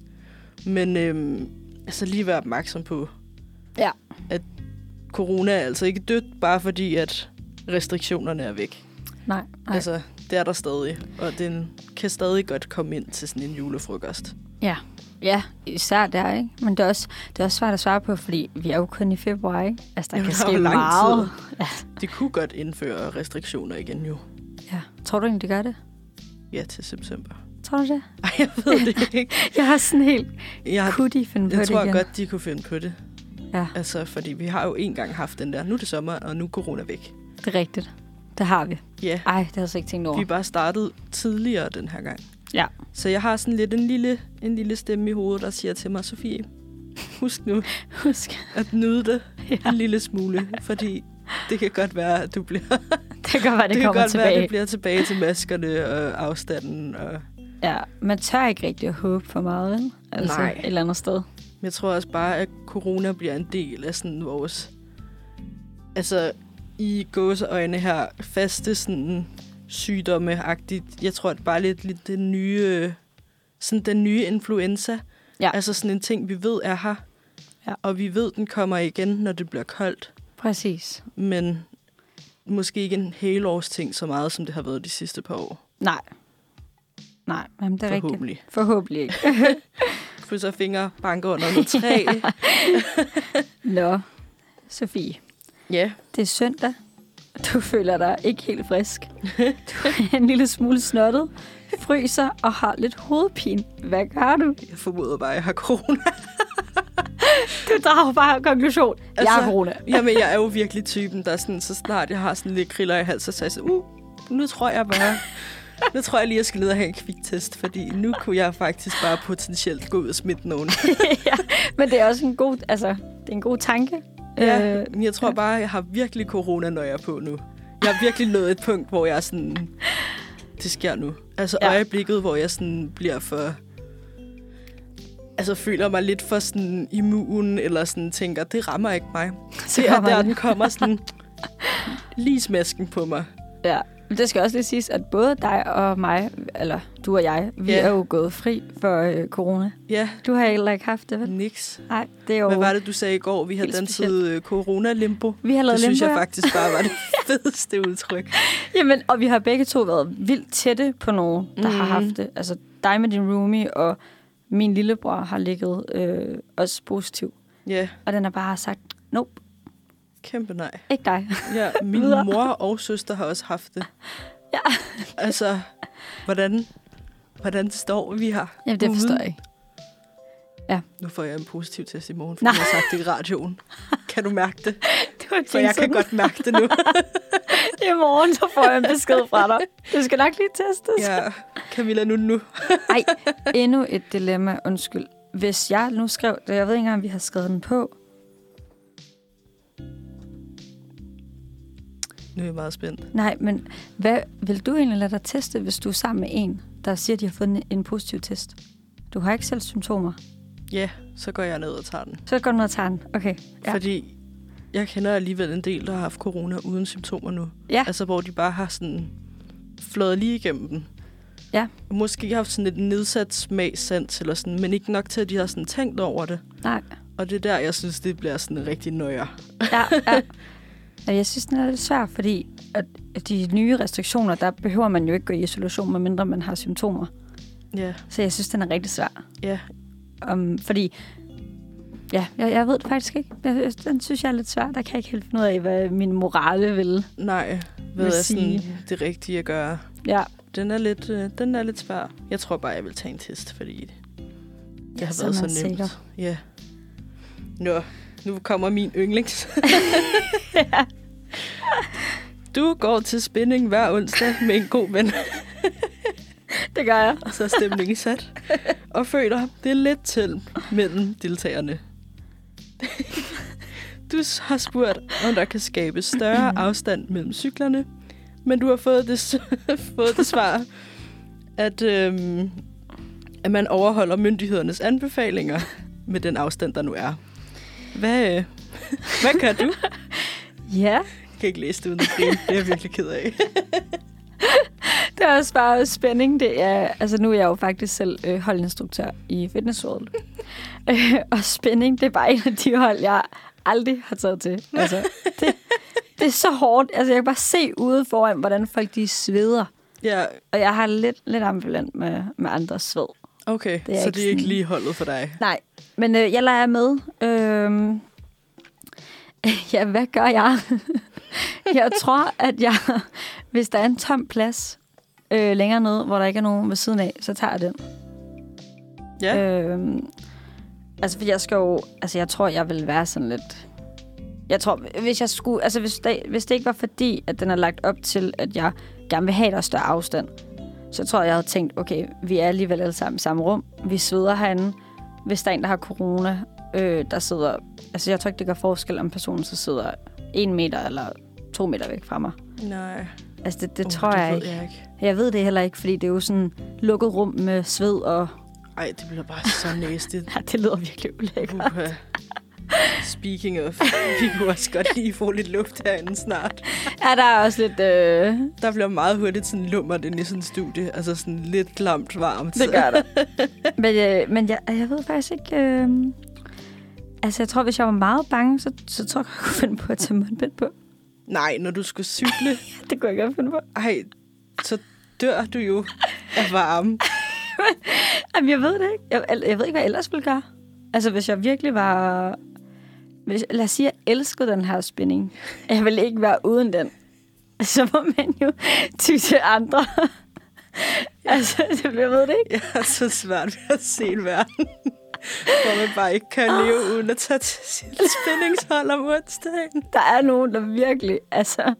S2: Men øhm, altså lige være opmærksom på,
S1: Ja.
S2: at corona er altså ikke dødt, bare fordi, at restriktionerne er væk.
S1: Nej.
S2: Ej. Altså, det er der stadig, og den kan stadig godt komme ind til sådan en julefrokost.
S1: Ja. Ja, især der, ikke? Men det er, også, det er også svært at svare på, fordi vi er jo kun i februar, ikke? Altså, der
S2: Jamen,
S1: kan
S2: der er jo
S1: ske
S2: lang
S1: meget. Ja.
S2: De kunne godt indføre restriktioner igen jo,
S1: ja. Tror du egentlig, det gør det?
S2: ja, til september.
S1: Tror du det?
S2: Ej, jeg ved det ikke.
S1: Jeg har sådan helt...
S2: Jeg,
S1: Kunne de finde på
S2: jeg
S1: det
S2: tror
S1: igen?
S2: godt, de kunne finde på det.
S1: Ja.
S2: Altså, fordi vi har jo engang haft den der, nu er det sommer, og nu er corona væk.
S1: Det er rigtigt. Det har vi.
S2: Ja,
S1: Ej, det har jeg slet ikke tænkt over. *laughs*
S2: vi er bare startet tidligere den her gang.
S1: Ja.
S2: Så jeg har sådan lidt en lille, en lille stemme i hovedet, der siger til mig, Sofie, husk nu
S1: Husk.
S2: at nyde det
S1: *laughs* Ja.
S2: ja. en lille smule, fordi det kan godt være, at du bliver, det
S1: Det kan godt være, det,
S2: kan
S1: det kommer
S2: godt
S1: tilbage.
S2: være, at det bliver tilbage til maskerne og afstanden. Og
S1: Ja, man tør ikke rigtig at håbe for meget, vel? Altså,
S2: Nej.
S1: et eller andet sted.
S2: Men jeg tror også bare, at corona bliver en del af sådan vores... Altså, i gåseøjne her, faste sådan sygdomme-agtigt. Jeg tror, at bare lidt, lidt den nye... Sådan den nye influenza.
S1: Ja.
S2: Altså sådan en ting, vi ved er her.
S1: Ja.
S2: Og vi ved, den kommer igen, når det bliver koldt.
S1: Præcis.
S2: Men måske ikke en helårsting så meget, som det har været de sidste par år.
S1: Nej. Nej, men det er rigtigt.
S2: Forhåbentlig.
S1: Forhåbentlig ikke.
S2: Krydser fingre, banker under noget træ.
S1: *laughs* Nå, Sofie.
S2: ja.
S1: Det er søndag. Du føler dig ikke helt *laughs* frisk. Du er en lille smule snottet, fryser og har lidt hovedpine. Hvad gør du?
S2: Jeg formoder bare, at jeg har corona.
S1: Du drager bare konklusion. Altså, jeg
S2: Altså-
S1: har *laughs* corona.
S2: *laughs* Jamen, jeg er jo virkelig typen, der sådan, så snart jeg har sådan lidt kriller i halsen, så er jeg sådan, uh, nu tror jeg bare, nu tror jeg lige, jeg skal ned og have en kviktest, fordi nu kunne jeg faktisk bare potentielt gå ud og smitte nogen.
S1: Men det er også en god, altså, det er en god tanke.
S2: Ja,
S1: Øh,
S2: men jeg tror bare, jeg har virkelig corona, når jeg er på nu. Jeg har virkelig nået et punkt, hvor jeg er sådan, det sker nu. Altså
S1: Ja.
S2: ja. øjeblikket, hvor jeg sådan bliver for... Altså føler mig lidt for sådan immun, eller sådan tænker, det rammer ikke
S1: *laughs*
S2: mig.
S1: så
S2: Det er
S1: kommer
S2: der,
S1: det.
S2: den kommer sådan lige smasken på mig.
S1: Ja, men det skal også lige siges, at både dig og mig, eller du og jeg, vi
S2: Ja.
S1: er jo gået fri for øh, corona.
S2: Ja,
S1: Du har heller ikke haft det, vel?
S2: Niks.
S1: Nej, det er jo...
S2: Hvad var det, du sagde i går? Vi har
S1: Helt
S2: danset øh, corona-limbo. Det
S1: Vi har lavet
S2: synes
S1: limbo,
S2: jeg
S1: ja.
S2: faktisk bare var det *laughs* fedeste udtryk.
S1: Jamen, og vi har begge to været vildt tætte på nogen, der mm. har
S2: Mhm.
S1: haft det. Altså dig med din roomie, og min lillebror har ligget øh, også positiv.
S2: Ja,
S1: Og den har bare sagt, nope,
S2: kæmpe nej.
S1: ikke dig.
S2: Ja, min
S1: Videre.
S2: mor og søster har også haft det.
S1: Ja.
S2: Altså, hvordan, hvordan står vi her?
S1: Jamen, det
S2: uden-
S1: forstår jeg ikke.
S2: Nu får jeg en positiv test i morgen, fordi
S1: Nej.
S2: jeg har sagt det i radioen. Kan du mærke det?
S1: Det var
S2: For jeg kan godt mærke det nu.
S1: I morgen, så får jeg en besked fra dig. Du skal nok lige testes.
S2: *laughs* Ja, Camilla, nu nu.
S1: Ej, endnu et dilemma, undskyld. Hvis jeg nu skrev det, jeg ved ikke engang, om vi har skrevet den på.
S2: Nu er jeg meget spændt.
S1: Nej, men hvad vil du egentlig lade dig teste, hvis du er sammen med en, der siger, at de har fået en, en positiv test? Du har ikke selv symptomer.
S2: Ja, så går jeg ned og tager den.
S1: Så går du ned og tager den. Okay.
S2: Ja. Fordi jeg kender alligevel en del, der har haft corona uden symptomer nu.
S1: Ja.
S2: Altså, hvor de bare har sådan flået lige igennem den.
S1: Ja.
S2: Og måske har haft sådan lidt nedsat smagsans eller sådan, men ikke nok til, at de har sådan tænkt over det.
S1: Nej.
S2: Og det er der, jeg synes, det bliver sådan rigtig nøjer.
S1: Ja, ja. Men jeg synes, den er lidt svær, fordi at at de nye restriktioner, der behøver man jo ikke gå i isolation, medmindre man har symptomer.
S2: Ja,
S1: Så jeg synes, den er rigtig svær.
S2: ja.
S1: Um, fordi, ja, jeg, jeg ved det faktisk ikke. Jeg, jeg- den synes jeg er lidt svær. Der kan jeg ikke helt finde ud af, hvad min morale vil.
S2: Nej, hvad
S1: Vil
S2: er sådan
S1: sige.
S2: det rigtige at gøre?
S1: Ja,
S2: Den er, lidt, øh, den er lidt svær. Jeg tror bare, jeg vil tage en test, fordi det
S1: Ja,
S2: har
S1: så
S2: været
S1: er
S2: så
S1: man
S2: nemt.
S1: sikker.
S2: Ja. Nå, nu kommer min
S1: *laughs*
S2: yndlings. du går til spinning hver onsdag med en god ven,
S1: det gør jeg.
S2: så er stemningen sat. Og føler, det er lidt til mellem deltagerne. Du har spurgt, om der kan skabes større afstand mellem cyklerne, men du har fået det, s- *laughs* fået det svar, at, øhm, at man overholder myndighedernes anbefalinger med den afstand, der nu er. Hvad, øh, hvad gør du?
S1: Ja,
S2: Jeg kan ikke læse det uden at grine. Det er jeg virkelig ked
S1: *laughs*
S2: af.
S1: det er også bare spænding. Det er, altså, nu er jeg jo faktisk selv øh, holdinstruktør i Fitness World. øh, og spænding, det er bare en af de hold, jeg aldrig har taget til. Altså, det, det er så hårdt. Altså, jeg kan bare se ude foran, hvordan folk de sveder.
S2: Ja,
S1: Og jeg har lidt, lidt ambulant med, med andres sved.
S2: okay.
S1: Det er
S2: så
S1: ikke
S2: det er ikke
S1: sådan-
S2: lige holdet for dig.
S1: Nej, men øh, jeg leger med. Øh, *laughs* ja, hvad *laughs* gør jeg? jeg tror, at jeg, hvis der er en tom plads, øh, længere ned, hvor der ikke er nogen ved siden af, så tager jeg den.
S2: Ja.
S1: Øhm, altså, for jeg skal jo... Altså, jeg tror, jeg vil være sådan lidt... Jeg tror, hvis jeg skulle... Altså, hvis det, hvis det ikke var fordi, at den er lagt op til, at jeg gerne vil have der er større afstand, så tror jeg, jeg havde tænkt, okay, vi er alligevel alle sammen i samme rum. Vi sveder herinde. Hvis der er en, der har corona, øh, der sidder... Altså, jeg tror ikke, det gør forskel, om personen så sidder en meter eller to meter væk fra mig.
S2: Nej.
S1: Altså, det, det
S2: Uh,
S1: oh, tror jeg
S2: ved
S1: ikke.
S2: jeg ikke.
S1: Jeg ved det heller ikke, fordi det er jo sådan lukket rum med sved og...
S2: Ej, det bliver bare så nasty.
S1: *laughs* Ja, det lyder virkelig ulækkert.
S2: Uha. Speaking of, vi kunne også godt lige få lidt luft herinde snart.
S1: Ja, der er også lidt... Øh,
S2: Der bliver meget hurtigt sådan lummert inde i sådan et studie. Altså sådan lidt klamt varmt.
S1: det gør der. *laughs* men øh, men jeg, jeg ved faktisk ikke... Øh, altså, jeg tror, hvis jeg var meget bange, så, så tror jeg, jeg kunne finde på at tage mundbind på.
S2: Nej, når du skulle cykle,
S1: Det kunne jeg godt finde på.
S2: ej, så dør du jo af varme.
S1: Jamen, jeg ved det ikke. Jeg, el- jeg ved ikke, hvad jeg ellers ville gøre. Altså, hvis jeg virkelig var... Hvis, lad os sige, at jeg elskede den her spinning. Jeg ville ikke være uden den. Så må man jo *laughs* ty til andre. altså, *laughs* det- jeg ved det ikke.
S2: Jeg har så svært ved at se en verden, hvor man bare ikke kan
S1: Ah.
S2: leve uden at tage til sit spændingshold om onsdagen.
S1: Der er nogen, der virkelig... Altså,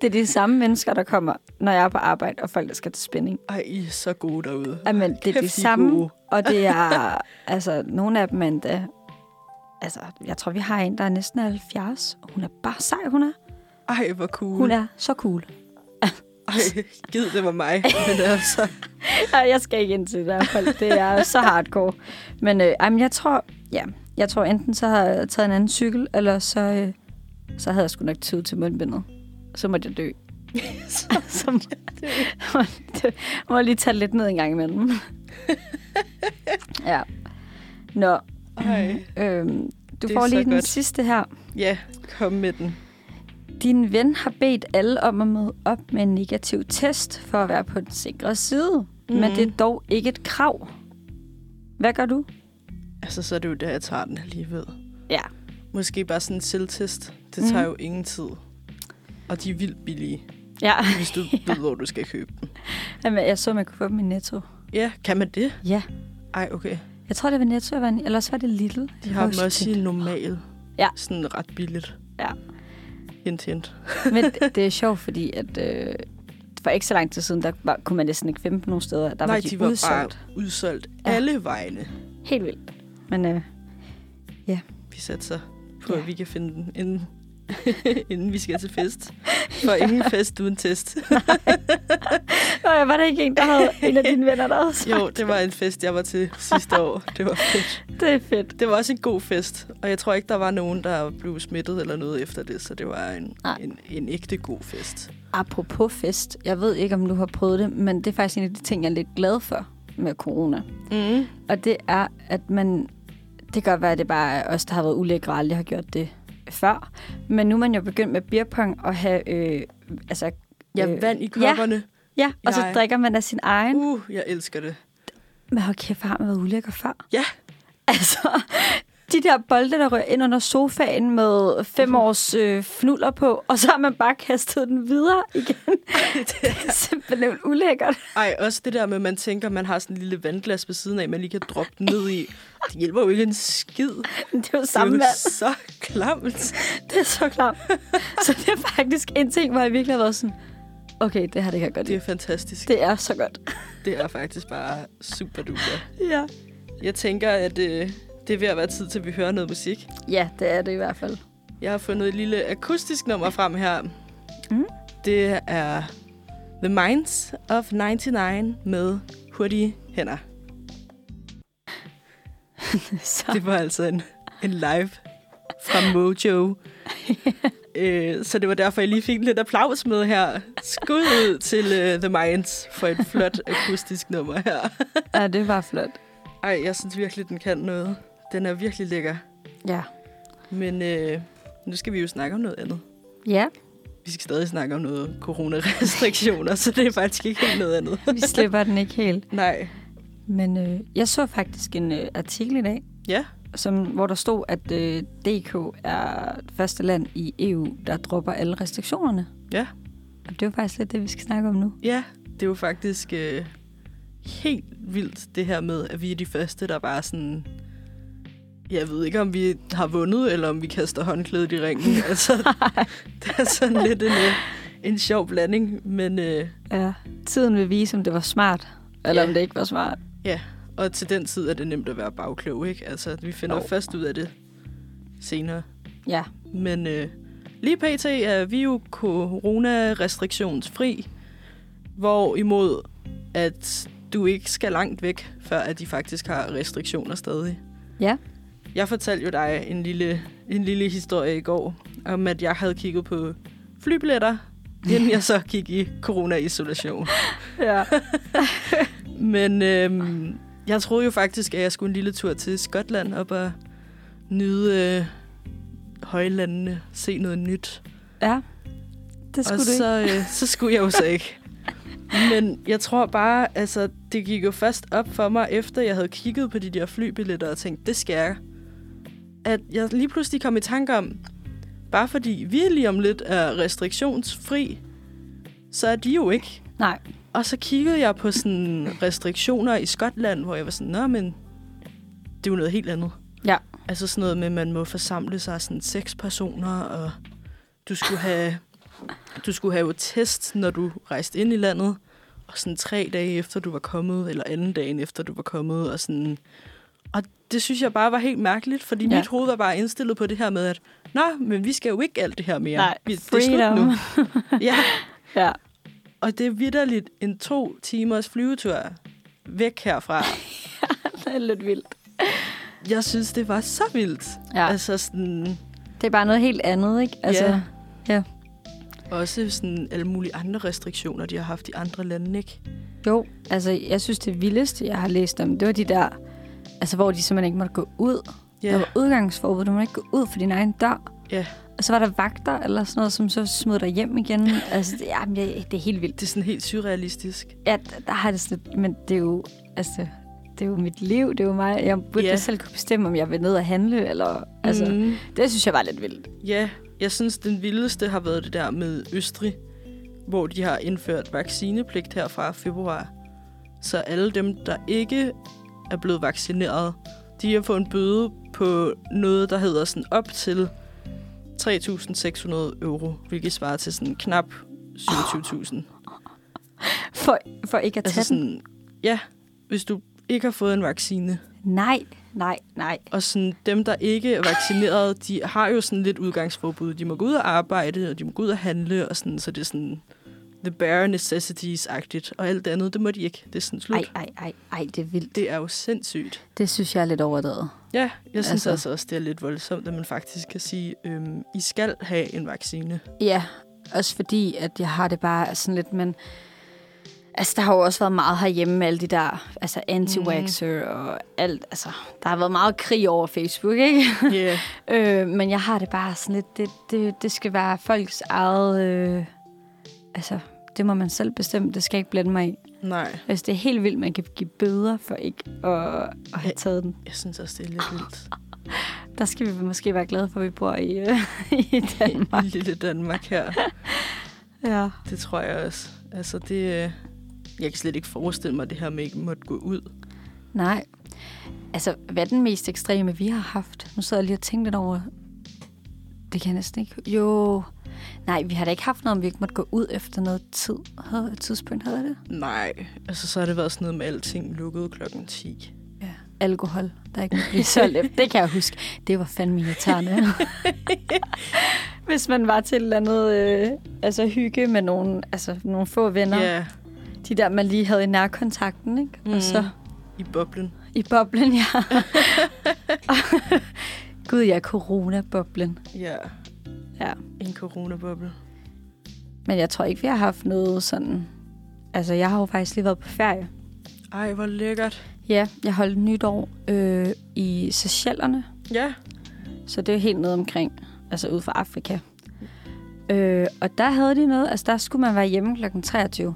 S1: det er de samme mennesker, der kommer, når jeg er på arbejde, og folk, der skal til spænding.
S2: Ej, I er så gode derude.
S1: Jamen, det er
S2: Kæft, I
S1: de
S2: er
S1: samme,
S2: gode.
S1: og det er... *laughs* Altså, nogle af dem er endda... Altså, jeg tror, vi har en, der er næsten 70. og Hun er bare sej, hun er.
S2: Ej, hvor cool.
S1: Hun er så cool.
S2: Ej, gid det var mig. Men altså,
S1: Ej, jeg skal ikke ind til det der folk. Det
S2: *laughs*
S1: er så hardcore. Men øh, ej, men jeg tror, ja, jeg tror enten så har jeg taget en anden cykel, eller så, øh, så havde jeg sgu nok tid til mundbindet. Så måtte jeg
S2: *laughs*
S1: dø. så, *laughs* så må, må, må jeg lige tage lidt ned en gang
S2: *laughs*
S1: imellem. ja. Nå,
S2: ej.
S1: øhm, du
S2: Det er
S1: får
S2: så
S1: lige den
S2: godt.
S1: sidste her.
S2: Ja, kom med den.
S1: Din ven har bedt alle om at møde op med en negativ test for at være på den sikre side. Mm. Men det er dog ikke et krav. Hvad gør du?
S2: Altså, så er det jo der, jeg tager den alligevel.
S1: Ja. Mhm.
S2: Måske bare sådan en selvtest. Det tager jo ingen tid. Og de er vildt billige,
S1: Ja,
S2: hvis du ved, hvor du skal købe dem.
S1: *laughs* Jamen, jeg så, man kunne få dem i Netto.
S2: Ja, kan man det?
S1: Ja.
S2: Ej, okay.
S1: Jeg tror, det var Netto, jeg var en, eller også var det Lidl.
S2: De har dem også i normal.
S1: Ja.
S2: Sådan ret billigt.
S1: Ja.
S2: Hint, hint.
S1: Men det- det er sjovt, fordi at, øh, for ikke så lang tid siden, der var, kunne man næsten ikke finde dem nogen steder. Der var
S2: Nej,
S1: de,
S2: de var
S1: udsolgt.
S2: bare udsolgt
S1: Ja.
S2: alle vegne.
S1: Helt vildt. Men øh,
S2: Vi satser på,
S1: Ja.
S2: at vi kan finde den,
S1: *laughs*
S2: inden, inden vi skal til fest. For ingen fest
S1: *laughs*
S2: uden test.
S1: øh, var der ikke en, der havde en af dine venner, der *laughs* havde sagt?
S2: Jo, det var en fest, jeg var til sidste år. Det var fedt.
S1: Det er fedt.
S2: Det var også en god fest, og jeg tror ikke, der var nogen, der blev smittet eller noget efter det, så det var en,
S1: Nej.
S2: en, en ægte god fest.
S1: Apropos fest, jeg ved ikke, om du har prøvet det, men det er faktisk en af de ting, jeg er lidt glad for med corona.
S2: Mm.
S1: Og det er, at man... Det kan godt være, at det bare er os, der har været ulækre og aldrig har gjort det før. Men nu er man jo begyndt med beerpong at have... Øh, altså,
S2: Ja,
S1: øh,
S2: vand i
S1: Ja,
S2: kopperne.
S1: ja, og så
S2: Nej.
S1: drikker man af sin
S2: Ja.
S1: egen.
S2: Uh, jeg elsker det.
S1: Men hold kæft, hvor har man været ulækker før? *laughs*
S2: Ja,
S1: Altså, de der bolde, der rører ind under sofaen med
S2: Mhm.
S1: fem års øh, fnuller på, og så har man bare kastet den videre igen.
S2: *laughs*
S1: det er simpelthen ulækkert.
S2: Ej, også det der med, at man tænker, at man har sådan en lille vandglas ved siden af, man lige kan droppe den ned i. Det hjælper jo ikke en skid.
S1: Det er jo
S2: Det er
S1: samme
S2: jo
S1: vand.
S2: så klamt.
S1: Det er så *laughs* klart. så det er faktisk en ting, hvor jeg virkelig har været sådan, okay, det her, det kan jeg godt
S2: Det er
S1: lide.
S2: fantastisk. Det,
S1: Det er så godt.
S2: det er faktisk bare super duper.
S1: ja.
S2: Jeg tænker, at øh, det er ved at være tid til, at vi hører noget musik.
S1: Ja, det er det i hvert fald. *laughs*
S2: Jeg har fundet et lille akustisk nummer frem her. Mm. Det er The Minds of 99 med Hurtige Hænder.
S1: så
S2: Det var altså en, en live fra Mojo. øh, så det var derfor, jeg lige fik lidt applaus med her. Skud ud til uh, The Minds for et flot akustisk nummer her.
S1: ja, det var flot.
S2: Ej, jeg synes virkelig, den kan noget. Den er virkelig lækker.
S1: Ja.
S2: Men øh, nu skal vi jo snakke om noget andet.
S1: Ja,
S2: vi skal stadig snakke om noget coronarestriktioner, så det er faktisk ikke helt noget andet.
S1: vi slipper den ikke helt.
S2: Nej.
S1: Men øh, jeg så faktisk en øh, artikel i dag,
S2: Ja.
S1: som, hvor der stod, at øh, DK er det første land i EU, der dropper alle restriktionerne.
S2: Ja.
S1: Og det er jo faktisk lidt det, vi skal snakke om nu.
S2: Ja. det er jo faktisk øh, helt vildt, det her med, at vi er de første, der bare sådan... Jeg ved ikke, om vi har vundet, eller om vi kaster håndklædet i ringen. altså, det er sådan lidt en, øh, en sjov blanding, men... Øh,
S1: Ja. Tiden vil vise, om det var smart, eller
S2: Ja.
S1: om det ikke var smart.
S2: og til den tid er det nemt at være bagklog, ikke? Altså, vi finder
S1: Jo.
S2: oh. først ud af det senere.
S1: Ja.
S2: Men øh, lige pt. er vi jo corona-restriktionsfri, hvorimod at du ikke skal langt væk, før at de faktisk har restriktioner stadig.
S1: Ja.
S2: Jeg fortalte jo dig en lille, en lille historie i går, om at jeg havde kigget på flybilletter, inden jeg så gik i corona-isolation.
S1: Ja.
S2: Men øhm, jeg troede jo faktisk, at jeg skulle en lille tur til Skotland op og nyde øh, højlandene, se noget nyt.
S1: ja. Det
S2: Og
S1: skulle du ikke.
S2: så, øh, så skulle jeg jo så ikke. Men jeg tror bare, altså, det gik jo først op for mig, efter jeg havde kigget på de der flybilletter og tænkt, det skal jeg. At jeg lige pludselig kom i tanke om, bare fordi vi lige om lidt er restriktionsfri, så er de jo ikke.
S1: Nej.
S2: Og så kiggede jeg på sådan restriktioner i Skotland, hvor jeg var sådan, nå, men det er jo noget helt andet.
S1: Ja.
S2: Altså sådan noget med, at man må forsamle sig sådan seks personer, og du skulle have, du skulle have jo test, når du rejste ind i landet, og sådan tre dage efter du var kommet, eller anden dagen efter du var kommet, og sådan... Og det synes jeg bare var helt mærkeligt, fordi
S1: Ja.
S2: ja. mit hoved var bare indstillet på det her med, at nå, men vi skal jo ikke alt det her mere.
S1: Nej,
S2: vi, det er slut
S1: freedom."
S2: nu.
S1: *laughs*
S2: ja.
S1: Ja.
S2: Og det er vidderligt en to timers flyvetur væk herfra.
S1: Det er lidt vildt.
S2: Jeg synes, det var så vildt.
S1: Ja.
S2: Altså sådan,
S1: Det er bare noget helt andet, ikke? Altså,
S2: Ja.
S1: ja.
S2: også sådan alle mulige andre restriktioner, de har haft i andre lande, ikke?
S1: Jo, altså jeg synes det vildeste, jeg har læst om, det var de der, altså hvor de simpelthen ikke måtte gå ud. Yeah. Der var udgangsforbud, du må ikke gå ud for din egen dør.
S2: Ja.
S1: Og så var der vagter eller sådan noget, som så smed dig hjem *laughs* igen. altså, det, jamen, jeg, det er helt vildt.
S2: Det er sådan helt surrealistisk.
S1: Ja, d- der har det sådan, lidt- men det er jo, altså, det er jo mit liv, det er jo mig. Jeg burde
S2: Ja.
S1: yeah. selv kunne bestemme, om jeg vil ned og handle, eller, altså, mm.
S2: Mm.
S1: det synes jeg var lidt vildt.
S2: Ja, jeg synes, den vildeste har været det der med Østrig, hvor de har indført vaccinepligt her fra februar. Så alle dem, der ikke er blevet vaccineret, de har fået en bøde på noget, der hedder sådan op til 3.600 euro, hvilket svarer til sådan knap 27.000.
S1: For, for ikke at tage
S2: Altså
S1: altså, den.
S2: sådan, ja, hvis du ikke har fået en vaccine.
S1: Nej, nej, nej.
S2: Og sådan, dem, der ikke er vaccineret, de har jo sådan lidt udgangsforbud. De må gå ud og arbejde, og de må gå ud og handle, og sådan, så det er sådan the bare necessities-agtigt. Og alt det andet, det må de ikke. Det er sådan slut.
S1: Ej,
S2: Ej.
S1: ej, ej, ej, det er vildt.
S2: Det er jo sindssygt.
S1: Det synes jeg er lidt overdrevet.
S2: Ja, jeg synes
S1: Altså.
S2: altså, altså også, det er lidt voldsomt, at man faktisk kan sige, øhm, I skal have en
S1: *laughs*
S2: vaccine.
S1: Ja, også fordi, at jeg har det bare sådan lidt, men... Altså, der har jo også været meget herhjemme med alle de der altså anti-waxer mm. og alt. Altså, der har været meget krig over Facebook, ikke? *laughs*
S2: Yeah.
S1: øh, men jeg har det bare sådan lidt, det, det, det skal være folks eget... Øh, altså, det må man selv bestemme, det skal jeg ikke blande mig i.
S2: Nej,
S1: Altså, det er helt vildt, man kan give bøder for ikke at, at have
S2: Ja.
S1: taget den.
S2: jeg synes også, det er lidt vildt.
S1: Der skal vi måske være glade for, at vi bor i, øh, *laughs* i *laughs* Danmark.
S2: I lille Danmark her.
S1: Ja.
S2: Det tror jeg også. Altså, det... øh, Jeg kan slet ikke forestille mig det her med, at ikke måtte gå ud.
S1: Nej. Altså, hvad er den mest ekstreme, vi har haft? Nu sidder jeg lige og tænker lidt over... Det kan jeg næsten ikke... Jo... Nej, vi har da ikke haft noget, om vi ikke måtte gå ud efter noget tid. Havde et tidspunkt, havde jeg det?
S2: Nej, altså så har det været sådan noget med alting lukket klokken 10.
S1: Ja. Alkohol, der ikke *laughs* måtte blive solgt. det kan jeg huske. Det var fandme irriterende. *laughs* Hvis man var til et eller andet øh, altså hygge med nogle, altså, nogle få venner.
S2: Ja,
S1: De der, man lige havde i nærkontakten, ikke? Mm.
S2: Mm.
S1: Og så
S2: i boblen.
S1: I boblen, ja. *laughs* Gud, ja, corona-boblen.
S2: Ja,
S1: Ja.
S2: en coronaboble.
S1: Men jeg tror ikke, vi har haft noget sådan... Altså, jeg har jo faktisk lige været på ferie.
S2: Ej, hvor lækkert.
S1: Ja, jeg holdt nytår øh, i Seychellerne,
S2: Ja,
S1: så det er jo helt nede omkring, altså ude for Afrika. Øh, og der havde de noget, altså der skulle man være hjemme kl. 23.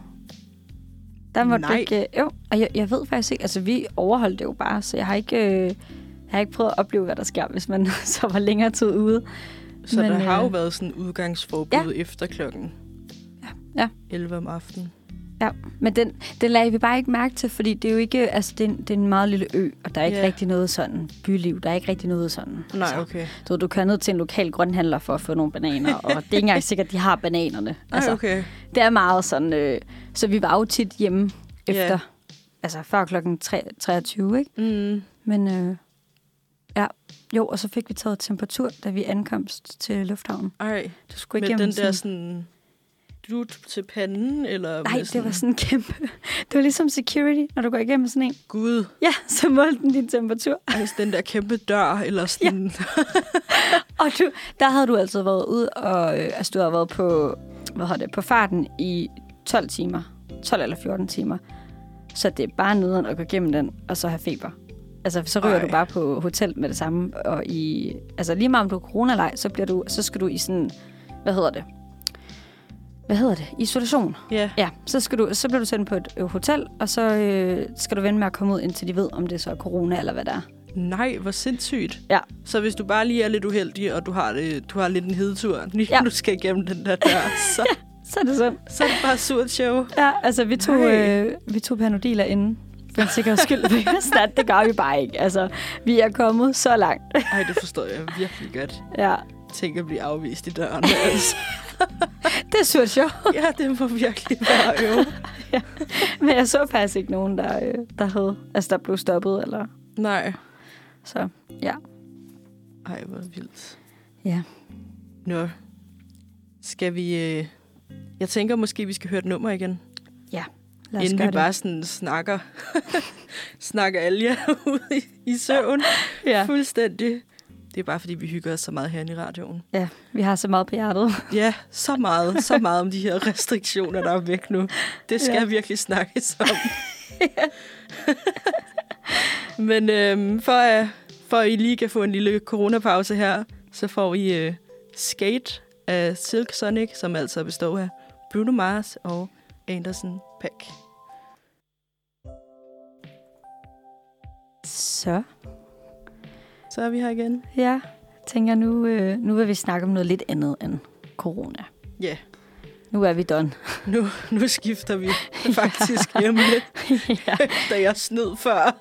S1: Der måtte du
S2: Nej.
S1: ikke... Øh, jo, og jeg, jeg ved faktisk ikke, altså vi overholdt det jo bare, så jeg har ikke... Øh, jeg har ikke prøvet at opleve, hvad der sker, hvis man *laughs* så var længere tid ude.
S2: så
S1: Men,
S2: Men, der har jo
S1: øh,
S2: været sådan udgangsforbud ja. efter klokken
S1: ja.
S2: 11 om aftenen.
S1: Men den, den lagde vi bare ikke mærke til, fordi det er jo ikke, altså, det er en, det er en meget lille ø, og der er ikke
S2: Ja.
S1: yeah. rigtig noget sådan byliv. Der er ikke rigtig noget sådan.
S2: Nej,
S1: altså,
S2: okay.
S1: Så du kører ned til en lokal grønhandler for at få nogle bananer, og det er ikke engang sikkert, at de har bananerne.
S2: *laughs*
S1: Altså,
S2: Nej, okay.
S1: Det er meget sådan, øh, så vi var jo tit hjemme
S2: Ja.
S1: efter, altså før klokken 23, ikke?
S2: Mm.
S1: Men øh, ja, jo, og så fik vi taget temperatur, da vi ankomst til lufthavnen.
S2: Ej,
S1: Du skulle ikke
S2: med
S1: igennem
S2: den
S1: sådan-
S2: der sådan... Du til panden, eller...
S1: Nej,
S2: med
S1: det var sådan en kæmpe... *laughs* Det var ligesom security, når du går igennem sådan en.
S2: Gud,
S1: Ja, så målte den din temperatur.
S2: altså den der kæmpe dør, eller sådan... Ja.
S1: Og du, der havde du altså været ud og... Øh, altså, du havde været på, hvad hedder det, på farten i 12 timer. 12 eller 14 timer. Så det er bare nederen at gå igennem den, og så have feber. Altså, så ryger
S2: Ej.
S1: Ej. du bare på hotel med det samme. Og i, altså, lige meget om du er corona eller ej, så, bliver du, så skal du i sådan... Hvad hedder det? Hvad hedder det? Isolation.
S2: ja.
S1: Ja, så, skal du, så bliver du sendt på et øh, hotel, og så øh, skal du vente med at komme ud, indtil de ved, om det så er corona eller hvad det er.
S2: Nej, hvor sindssygt.
S1: Ja.
S2: Så hvis du bare lige er lidt uheldig, og du har, det, du har lidt en hedetur, lige ja.
S1: Ja.
S2: du skal igennem den der dør, så,
S1: Så er det sådan.
S2: så er det bare surt show.
S1: Ja, altså vi tog,
S2: Nej.
S1: øh, vi tog panodiler inden. For en sikker skyld, vi vidste, at det gør vi bare ikke. Altså, vi er kommet så langt.
S2: Ej, det forstår jeg virkelig godt.
S1: Ja,
S2: Tænk at blive afvist i
S1: *laughs*
S2: døren. Altså.
S1: det er surt sjovt.
S2: Ja, det må virkelig være øve.
S1: Men jeg så faktisk ikke nogen, der, øh, der, havde, altså, der blev stoppet. Eller,
S2: Nej.
S1: så
S2: Ej, hvor vildt.
S1: ja.
S2: Nå. Skal vi... Øh... Jeg tænker måske, vi skal høre et nummer igen.
S1: Lad os
S2: inden vi
S1: gøre
S2: det.
S1: det.
S2: bare sådan snakker, *laughs* snakker alle jer *laughs* ude i, i søvn. Ja.
S1: Ja.
S2: Fuldstændig. Det er bare, fordi vi hygger os så meget herinde i radioen.
S1: ja, vi har så meget på hjertet.
S2: Ja, så meget, så meget om de her restriktioner, der er væk nu. Det skal ja.
S1: Ja.
S2: virkelig snakkes om. Men øhm, for, at, for at I lige kan få en lille coronapause her, så får I øh, Skate af Silk Sonic, som altså består af Bruno Mars og Anderson Pack.
S1: Så,
S2: Så er vi her igen.
S1: ja. Tænker nu, øh, nu vil vi snakke om noget lidt andet end corona.
S2: Ja. Yeah.
S1: Nu er vi done.
S2: Nu, nu skifter vi faktisk hjemme,
S1: *laughs* ja.
S2: da jeg snød før.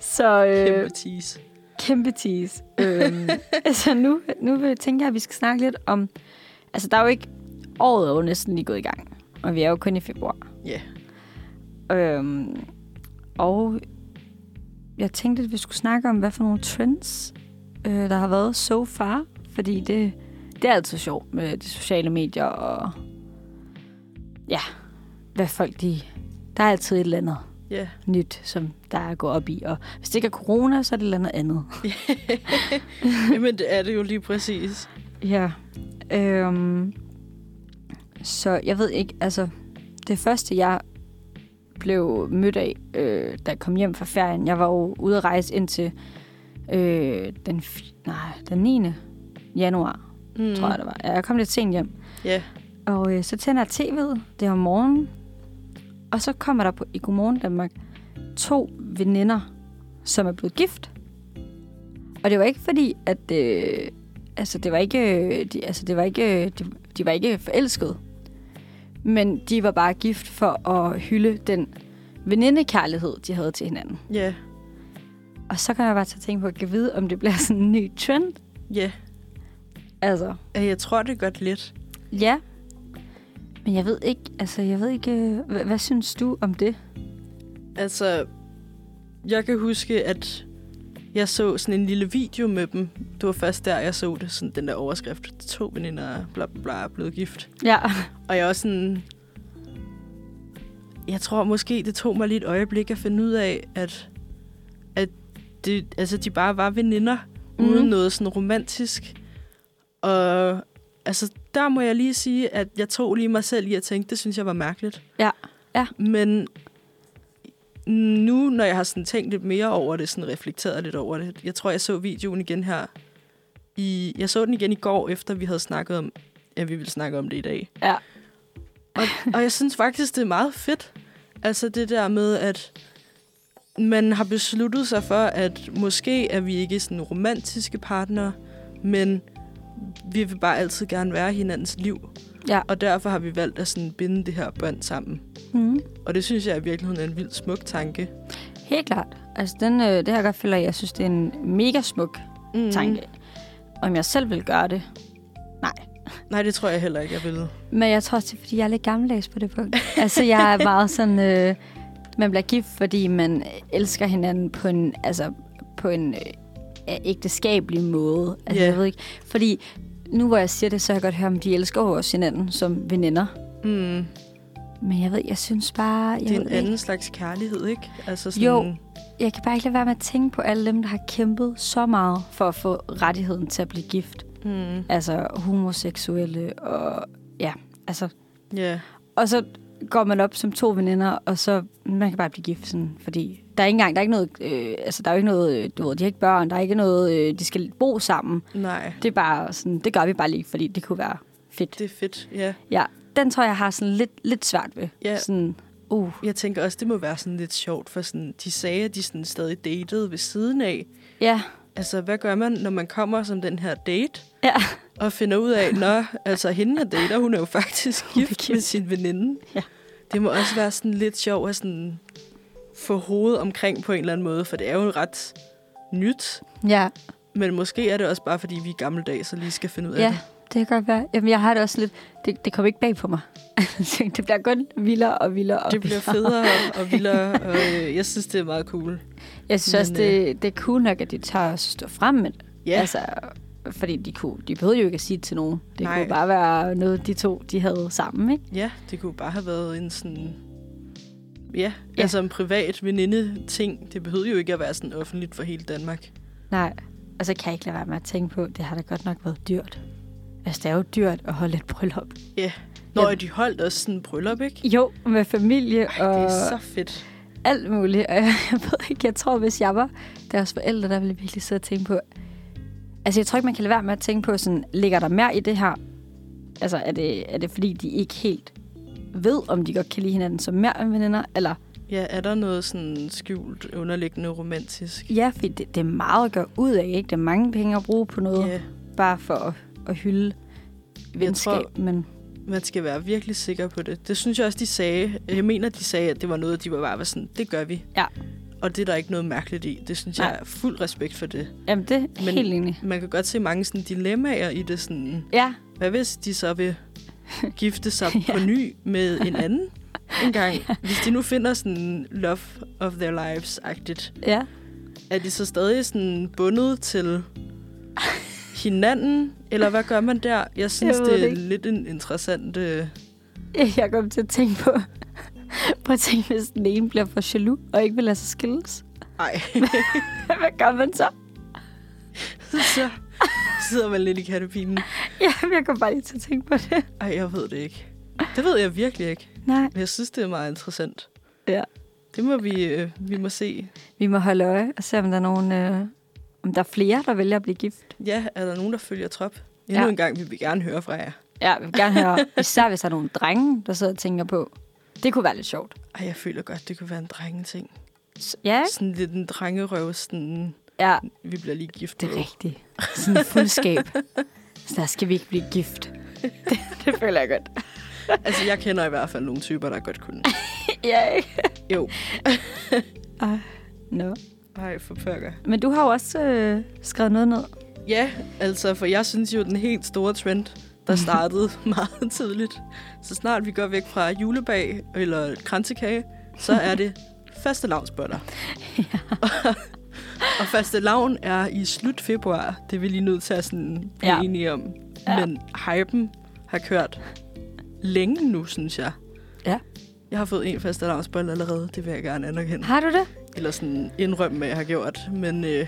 S1: Så, øh,
S2: Kæmpe tease.
S1: Kæmpe tease. Øhm, altså nu, nu vil- tænker jeg, at vi skal snakke lidt om... Altså der er jo ikke... Året er jo næsten lige gået i gang. Og vi er jo kun i februar.
S2: Ja.
S1: Øhm, og jeg tænkte, at vi skulle snakke om, hvad for nogle trends, øh, der har været so far. Fordi det, det er altid sjovt med de sociale medier og... Ja, hvad folk de... Der er altid et eller andet
S2: Ja,
S1: nyt, som der er gået op i. Og hvis det ikke er corona, så er det et eller andet andet.
S2: men det er det jo lige præcis.
S1: Ja. Øhm, så jeg ved ikke, altså det første, jeg blev mødt af, øh, da jeg kom hjem fra ferien, jeg var jo ude at rejse indtil øh, den, fi- nej, den 9. januar, mm. tror jeg det var. Ja, Jeg kom lidt sent hjem.
S2: Ja,
S1: Og øh, så tænder jeg tv'et, det er om morgenen, og så kommer der på i Godmorgen Danmark to veninder, som er blevet gift. Og det var ikke fordi, at... Øh, altså, det var ikke... øh, De, altså, det var ikke... øh, De, de var ikke forelskede. Men de var bare gift for at hylde den venindekærlighed, de havde til hinanden.
S2: ja,
S1: Og så kan jeg bare til at tænke på, at jeg vide, om det bliver sådan en ny trend.
S2: ja.
S1: Altså,
S2: Øh, Jeg tror det godt lidt.
S1: ja. Men jeg ved ikke, altså, jeg ved ikke, øh, hvad, hvad synes du om det?
S2: Altså, jeg kan huske, at jeg så sådan en lille video med dem. Det var først der, jeg så det, sådan den der overskrift. To veninder, bla bla bla, er blevet gift.
S1: Ja. *laughs*
S2: Og jeg er også sådan... Jeg tror måske, det tog mig lige et øjeblik at finde ud af, at, at det, altså, de bare var veninder, mm.
S1: Mhm.
S2: uden noget sådan romantisk. Og altså, der må jeg lige sige, at jeg tog lige mig selv i at tænke, det synes jeg var mærkeligt.
S1: Ja, ja.
S2: Men nu, når jeg har sådan tænkt lidt mere over det, sådan reflekteret lidt over det, jeg tror, jeg så videoen igen her. I, jeg så den igen i går, efter vi havde snakket om, at vi ville snakke om det i dag.
S1: Ja.
S2: Og, og jeg synes faktisk, det er meget fedt. Altså det der med, at man har besluttet sig for, at måske er vi ikke sådan romantiske partnere, men vi vil bare altid gerne være i hinandens liv.
S1: Ja.
S2: Og derfor har vi valgt at sådan binde det her bånd sammen.
S1: Mm.
S2: Og det synes jeg i virkeligheden er en vild smuk tanke.
S1: Helt klart. Altså, den, øh, det her jeg godt føler, jeg synes, det er en mega smuk
S2: Mm.
S1: tanke. Om jeg selv vil gøre det.
S2: Nej, det tror jeg heller ikke, jeg ville.
S1: Men jeg tror også, det er, fordi jeg er lidt gammeldags på det
S2: *laughs*
S1: punkt. altså, jeg er meget sådan... Øh, man bliver gift, fordi man elsker hinanden på en, altså, på en øh, ægteskabelig måde. Altså,
S2: Ja.
S1: jeg ved ikke. Fordi nu, hvor jeg siger det, så har jeg godt hørt, om de elsker jo også hinanden som veninder.
S2: Mm.
S1: Men jeg ved, jeg synes bare... Jeg,
S2: Det er en
S1: ved ikke,
S2: anden slags kærlighed, ikke? Altså sådan,
S1: Jo. jeg kan bare ikke lade være med at tænke på alle dem, der har kæmpet så meget for at få rettigheden til at blive gift.
S2: Mm.
S1: Altså homoseksuelle og... Ja, altså
S2: Ja.
S1: Og så går man op som to veninder, og så man kan bare blive gift, sådan, fordi der er ikke engang, der er ikke noget, øh, altså der er jo ikke noget, øh, du ved, de har ikke børn, der er ikke noget, øh, de skal bo sammen.
S2: Nej,
S1: Det er bare sådan, det gør vi bare lige, fordi det kunne være fedt.
S2: det er fedt. Ja.
S1: Ja, den tror jeg har sådan lidt, lidt svært ved.
S2: Ja.
S1: Sådan, uh,
S2: Jeg tænker også, det må være sådan lidt sjovt, for sådan, de sagde, at de sådan stadig datede ved siden af.
S1: ja,
S2: Altså, hvad gør man, når man kommer som den her date,
S1: ja,
S2: og finder ud af, nå,
S1: *laughs*
S2: altså hende jeg dater, hun er jo faktisk
S1: Hun er
S2: gift med
S1: gift.
S2: sin veninde.
S1: Ja.
S2: Det må også være sådan lidt sjovt at sådan få hovedet omkring på en eller anden måde, for det er jo ret nyt.
S1: ja,
S2: Men måske er det også bare, fordi vi er gammeldags og lige skal finde ud af
S1: ja.
S2: det.
S1: Det kan godt være. Jamen, jeg har det også lidt... Det, det kommer ikke bag på mig. *laughs* det bliver kun vildere og vildere og
S2: Det bliver federe og vildere, og øh, jeg synes, det er meget cool.
S1: Jeg synes også,
S2: Men, øh,
S1: det, det er cool nok, at de tør at stå frem med det.
S2: Ja.
S1: Altså, fordi de, kunne, de behøvede jo ikke at sige det til nogen. Det
S2: Nej.
S1: Nej. kunne bare være noget, de to de havde sammen, ikke?
S2: Ja, det kunne bare have været en sådan... Ja,
S1: Ja.
S2: altså en privat veninde-ting. Det behøvede jo ikke at være sådan offentligt for hele Danmark.
S1: Nej. Og så kan jeg ikke lade være med at tænke på, det har da godt nok været dyrt. Altså, det er jo dyrt at holde et bryllup.
S2: Ja. Når
S1: Jamen.
S2: de holdt også sådan en bryllup, ikke?
S1: Jo, med familie
S2: Ej,
S1: og
S2: det er så fedt.
S1: alt muligt. Og *laughs* jeg, jeg ved ikke, jeg tror, hvis jeg var deres forældre, der ville jeg virkelig sidde og tænke på... Altså, jeg tror ikke, man kan lade være med at tænke på, sådan, ligger der mere i det her? Altså, er det, er det fordi, de ikke helt ved, om de godt kan lide hinanden som mere end veninder? Eller,
S2: Ja, er der noget sådan skjult, underliggende romantisk?
S1: ja, fordi det, det er meget at gøre ud af, ikke? Det er mange penge at bruge på noget, yeah.
S2: Ja,
S1: bare for at, at hylde venskab,
S2: tror-
S1: tror... men...
S2: man skal være virkelig sikker på det. Det synes jeg også, de sagde. Jeg mener, de sagde, at det var noget, de var bare var sådan, det gør vi.
S1: Ja.
S2: Og det er der ikke noget mærkeligt i. Det synes
S1: Nej.
S2: jeg er fuld respekt for det.
S1: Jamen, det er
S2: Men-
S1: helt enig.
S2: Man kan godt se mange sådan dilemmaer i det. Sådan,
S1: Ja,
S2: hvad hvis de så vil gifte sig
S1: *laughs*
S2: på ny med en anden en gang? Hvis de nu finder sådan love of their lives-agtigt.
S1: ja.
S2: Er de så stadig sådan bundet til hinanden? Eller hvad gør man der? Jeg synes,
S1: Jeg ved
S2: det er
S1: det
S2: det
S1: ikke.
S2: lidt en interessant... Øh...
S1: Jeg kom til at tænke på... *laughs* Prøv at tænke, hvis den ene bliver for jaloux og ikke vil lade sig skilles.
S2: Ej,
S1: *laughs* Hvad gør man så?
S2: så sidder man lidt i kattepinen.
S1: Ja, jeg kom bare lige til at tænke på det.
S2: Ej, jeg ved det ikke. Det ved jeg virkelig ikke.
S1: Nej.
S2: Men jeg synes, det er meget interessant.
S1: Ja.
S2: Det må vi, øh, vi må se.
S1: Vi må holde øje og se, om der er, nogen, øh, om der er flere, der vælger at blive gift.
S2: Ja, er der nogen, der følger trop? Endnu
S1: Ja.
S2: en gang vil vi gerne høre fra jer.
S1: Ja, vi vil gerne høre. Især hvis der er nogle drenge, der sidder og tænker på. Det kunne være lidt sjovt.
S2: Ej, jeg føler godt, det kunne være en drengeting.
S1: S- Ja, ikke?
S2: Sådan lidt en drengerøv, sådan,
S1: Ja,
S2: vi bliver lige gift.
S1: det er rigtigt. Sådan et fuldskab. Så der skal vi ikke blive gift. Det, det føler jeg godt.
S2: Altså, jeg kender i hvert fald nogle typer, der godt kunne.
S1: *laughs* Ja, ikke?
S2: Jo.
S1: No.
S2: Nej, for pokker.
S1: Men du har jo også øh, skrevet noget ned.
S2: Ja, altså, for jeg synes jo, den helt store trend, der startede meget tidligt, så snart vi går væk fra julebag eller kransekage, så er det faste lavnsboller. og faste lavn er i slut februar, det er vi lige nødt til at sådan blive ja.
S1: Ja.
S2: enige om.
S1: Ja.
S2: Men hypen har kørt længe nu, synes jeg.
S1: Ja.
S2: Jeg har fået en faste lavnsbolle allerede, det vil jeg gerne anerkende.
S1: Har du det?
S2: Eller sådan indrømme, hvad jeg har gjort, men... Øh,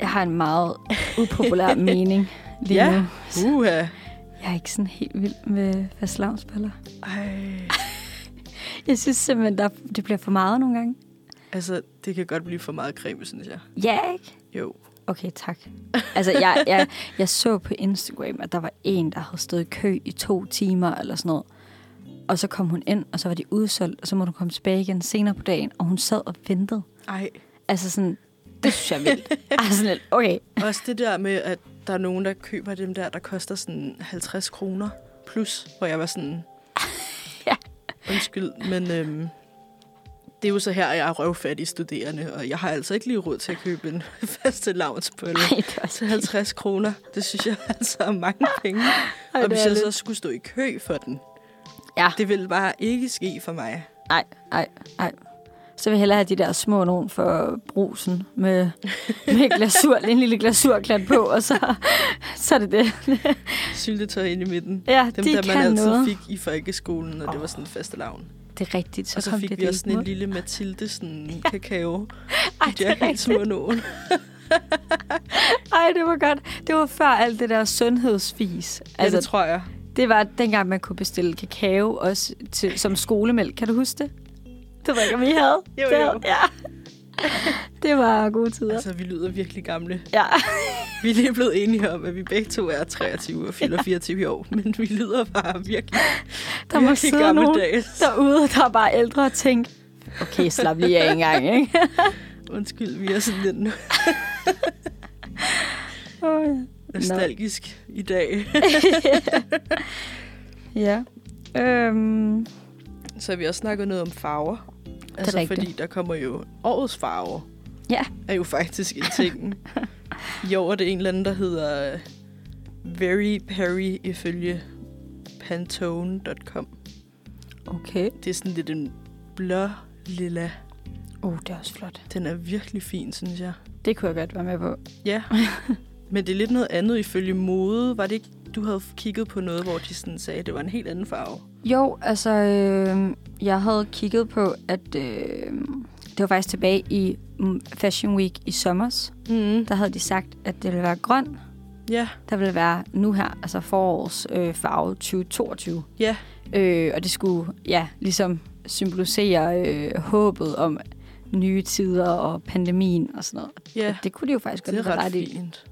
S1: Jeg har en meget *laughs* upopulær mening lige
S2: Ja.
S1: ja. nu.
S2: uha.
S1: Jeg er ikke sådan helt vild med fastlavnsboller.
S2: Ej.
S1: Jeg synes simpelthen, der, det bliver for meget nogle gange.
S2: Altså, det kan godt blive for meget creme, synes jeg.
S1: Ja, ikke?
S2: Jo.
S1: Okay, tak. Altså, jeg, jeg, jeg så på Instagram, at der var en, der havde stået i kø i to timer eller sådan noget. Og så kom hun ind, og så var de udsolgt, og så måtte hun komme tilbage igen senere på dagen, og hun sad og ventede.
S2: Ej.
S1: Altså sådan, det synes jeg *laughs* er vildt. Altså sådan lidt, okay.
S2: Også det der med, at der er nogen, der køber dem der, der koster sådan 50 kroner. plus, hvor jeg var sådan...
S1: *laughs* Ja.
S2: Undskyld, men øhm, det er jo så her, jeg er røvfattig studerende, og jeg har altså ikke lige råd til at købe en *laughs* faste lavnsbølle
S1: Ej, det er også
S2: til 50 kroner. Det synes jeg *laughs* altså er mange penge.
S1: Ej,
S2: og
S1: det
S2: hvis
S1: er
S2: jeg så
S1: lidt-
S2: skulle stå i kø for den,
S1: Ja.
S2: det ville bare ikke ske for mig.
S1: Nej, nej, nej. Så vil jeg hellere have de der små nogen for brusen med, med glasur, en lille glasurklat på, og så, så er det det.
S2: Syltetøj ind i midten.
S1: Ja,
S2: Dem,
S1: de
S2: der man
S1: kan
S2: altid
S1: noget.
S2: fik i folkeskolen, og det var
S1: Åh.
S2: sådan faste lavn.
S1: Det er rigtigt, så,
S2: Og så
S1: kom
S2: fik
S1: det
S2: vi også
S1: lidt
S2: sådan en
S1: mod.
S2: lille
S1: *laughs*
S2: Mathilde sådan kakao.
S1: Ej,
S2: De
S1: det er
S2: er helt små nogen.
S1: Ej, det var godt. Det var før alt det der sundhedsfis.
S2: Altså,
S1: Altså,
S2: det
S1: det,
S2: tror jeg.
S1: det var dengang, man kunne bestille kakao også til, som skolemælk. Kan du huske det? Det var ikke, om I havde.
S2: Jo,
S1: det,
S2: jo.
S1: Ja. det var gode tider.
S2: Altså, vi lyder virkelig gamle.
S1: Ja.
S2: Vi er lige blevet enige om, at vi begge to er 23 og fylder 24 i år. Men vi lyder bare virkelig,
S1: Der må
S2: virkelig
S1: sidde nogen
S2: gammeldags.
S1: derude, der er bare ældre og tænke, okay, slap lige af en gang, ikke? *laughs*
S2: Undskyld, vi er sådan lidt
S1: Oh, ja.
S2: nostalgisk i dag.
S1: ja. Øhm,
S2: Så har vi også snakket noget om farver. Altså,
S1: rigtigt.
S2: fordi der kommer jo årets farver.
S1: Ja.
S2: Er jo faktisk en
S1: *laughs*
S2: ting. I år er det en eller anden, der hedder øh, Very Perry ifølge Pantone.com.
S1: okay.
S2: Det er sådan lidt en blå lilla.
S1: Oh, det er også flot.
S2: Den er virkelig fin, synes jeg.
S1: Det kunne jeg godt være med på.
S2: Ja. Men det er lidt noget andet ifølge mode. Var det ikke, du havde kigget på noget, hvor de sådan sagde, at det var en helt anden farve?
S1: Jo, altså, øh, jeg havde kigget på, at øh, det var faktisk tilbage i mm, Fashion Week i sommer.
S2: Mm.
S1: Der havde de sagt, at det ville være grøn.
S2: Ja,
S1: Der ville være nu her, altså forårs øh, farve 2022.
S2: ja.
S1: Øh, og det skulle, ja, ligesom symbolisere øh, håbet om nye tider og pandemien og sådan noget.
S2: Ja,
S1: Det kunne de jo faktisk
S2: det
S1: godt
S2: er
S1: have ret
S2: ret
S1: i.
S2: fint.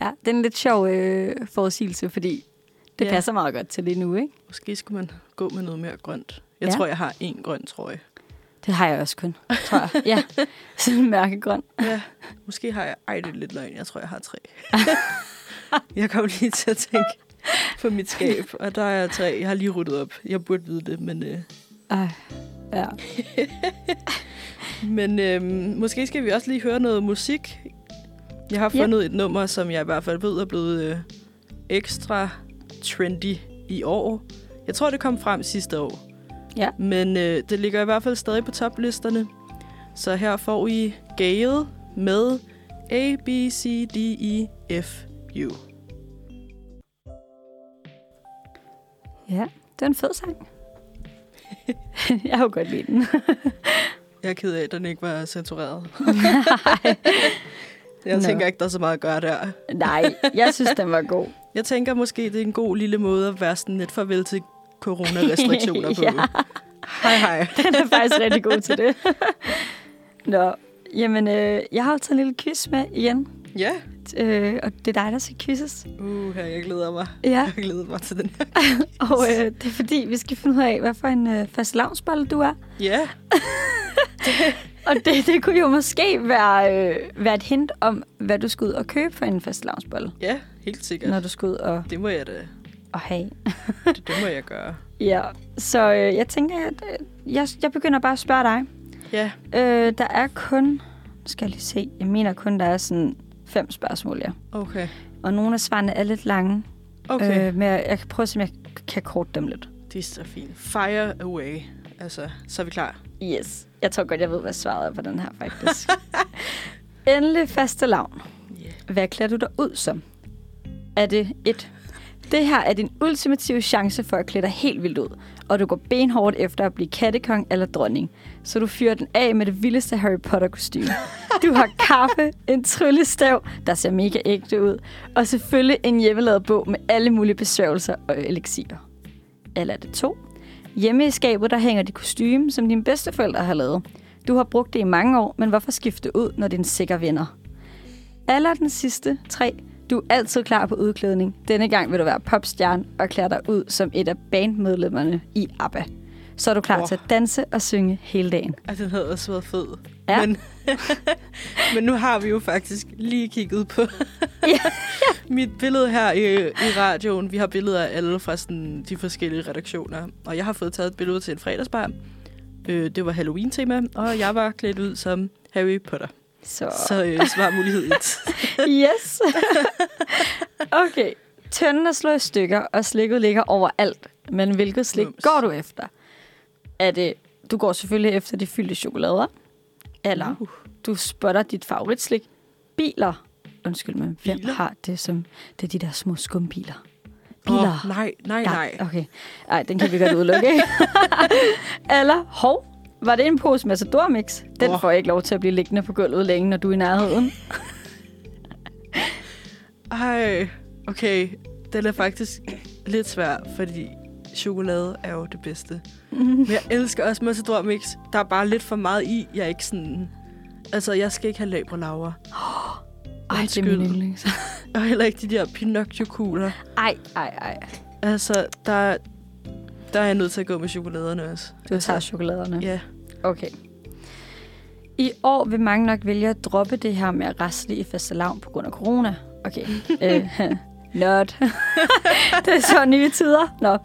S1: Ja, det er en lidt sjov øh, forudsigelse, fordi det
S2: Ja.
S1: ja. passer meget godt til lige nu, ikke?
S2: Måske skulle man gå med noget mere grønt. Jeg
S1: Ja.
S2: tror, jeg har en grøn trøje.
S1: Det har jeg også kun, tror jeg. Ja,
S2: *laughs*
S1: sådan en mørkegrøn.
S2: Ja, måske har jeg... Ej, det er lidt løgn. Jeg tror, jeg har tre. *laughs* jeg kom lige til at tænke på mit skab, og der er jeg tre. Jeg har lige ryddet op. Jeg burde vide det, men... Øh,
S1: Ej, ja.
S2: men øh, måske skal vi også lige høre noget musik. Jeg har
S1: Ja.
S2: fundet et nummer, som jeg i hvert fald ved er blevet øh, ekstra trendy i år. Jeg tror, det kom frem sidste år.
S1: Ja.
S2: Men øh, det ligger i hvert fald stadig på toplisterne. Så her får I Gale med A, B, C, D, E, F, U.
S1: Ja, det er en fed sang. *laughs* jeg har jo godt lide den. *laughs*
S2: Jeg er ked af, at den ikke var censureret. *laughs*
S1: Nej.
S2: Jeg
S1: Nå.
S2: tænker ikke, der er så meget at gøre der.
S1: Nej, jeg synes, den var god.
S2: Jeg tænker måske, det er en god lille måde at være sådan lidt farvel til
S1: *laughs*
S2: coronarestriktioner på.
S1: Ja.
S2: Hej hej.
S1: Den er faktisk rigtig god til det. *laughs* Nå, jamen, øh, jeg har jo taget en lille quiz med igen.
S2: Ja.
S1: Øh, og det er dig, der skal quizzes.
S2: Uh, jeg glæder mig.
S1: Ja.
S2: Jeg glæder mig til den her.
S1: Og øh, det er fordi, vi skal finde ud af, hvad for en øh, fast lavnsbolle du er.
S2: Ja.
S1: Og det, det kunne jo måske være, øh, være et hint om, hvad du skal ud og købe for en fast lavnsbolle,
S2: Ja, helt sikkert.
S1: ja. når du skal ud og,
S2: Det må jeg da.
S1: og have.
S2: Det, det må jeg gøre.
S1: Ja, så øh, jeg tænker, at øh, jeg, jeg begynder bare at spørge dig.
S2: Ja.
S1: Øh, der er kun, nu skal jeg lige se, jeg mener kun, der er sådan fem spørgsmål, ja.
S2: Okay.
S1: Og nogle af svarene er lidt lange,
S2: Okay.
S1: øh, men jeg, jeg kan prøve at se, om jeg kan korte dem lidt.
S2: Det er så fint. Fire away. Altså, så er vi klar.
S1: Yes, jeg tror godt, jeg ved, hvad svaret er på den her faktisk. *laughs* Endelig faste lavn.
S2: Yeah.
S1: Hvad klæder du dig ud som? Er det et? Det her er din ultimative chance for at klæde dig helt vildt ud, og du går benhårdt efter at blive kattekong eller dronning, så du fyrer den af med det vildeste Harry potter kostume. Du har kaffe, en tryllestav, der ser mega ægte ud, og selvfølgelig en hjemmelavet bog med alle mulige besværgelser og elixier. Eller er det to? Hjemme i skabet, der hænger dit kostume, som dine bedsteforældre har lavet. Du har brugt det i mange år, men hvorfor skifte ud, når det er en sikker vinder? Eller den sidste tre. Du er altid klar på udklædning. Denne gang vil du være popstjerne og klæde dig ud som et af bandmedlemmerne i ABBA. så er du klar
S2: Åh.
S1: oh. til at danse og synge hele dagen.
S2: Altså, den havde også været fed.
S1: Ja.
S2: Men, *laughs* men nu har vi jo faktisk lige kigget på
S1: Ja.
S2: *laughs* mit billede her i, i radioen. Vi har billeder af alle fra sådan, de forskellige redaktioner. Og jeg har fået taget et billede til en fredagsbar. Øh, det var Halloween-tema, og jeg var klædt ud som Harry Potter.
S1: Så,
S2: Så øh, svar mulighed
S1: *laughs*
S2: 1.
S1: yes. *laughs* okay. Tønden er slået i stykker, og slikket ligger overalt. Men hvilket slik
S2: Mums.
S1: går du efter? Er det, du går selvfølgelig efter de fyldte chokolader, eller
S2: Uh.
S1: du spotter dit favoritslik, biler. Undskyld, men hvem
S2: Biler?
S1: har det som... Det er de der små skumbiler. Biler.
S2: Åh, nej, nej,
S1: Ja,
S2: nej.
S1: Okay. Ej, den kan vi godt udelukke.
S2: *laughs*
S1: ikke? Eller, hov, var det en pose Matador-mix? Den
S2: Åh.
S1: får ikke lov til at blive liggende på gulvet længe, når du er i nærheden.
S2: Ej, okay. Den er faktisk lidt svær, fordi chokolade er jo det bedste. Men jeg elsker også Matador Mix. Der er bare lidt for meget i. Jeg er ikke sådan... Altså, jeg skal ikke have labre laver.
S1: Ej, det er
S2: Undskyld.
S1: min yndlings.
S2: Og heller ikke de der Pinocchio-kugler.
S1: Ej, ej, ej.
S2: Altså, der, der er jeg nødt til at gå med chokoladerne også.
S1: Du
S2: altså,
S1: tager chokoladerne.
S2: Ja.
S1: Okay. I år vil mange nok vælge at droppe det her med at rasle i fastelavn på grund af corona. *laughs* Okay. øh, nørd. *laughs* det er så nye tider. Nå.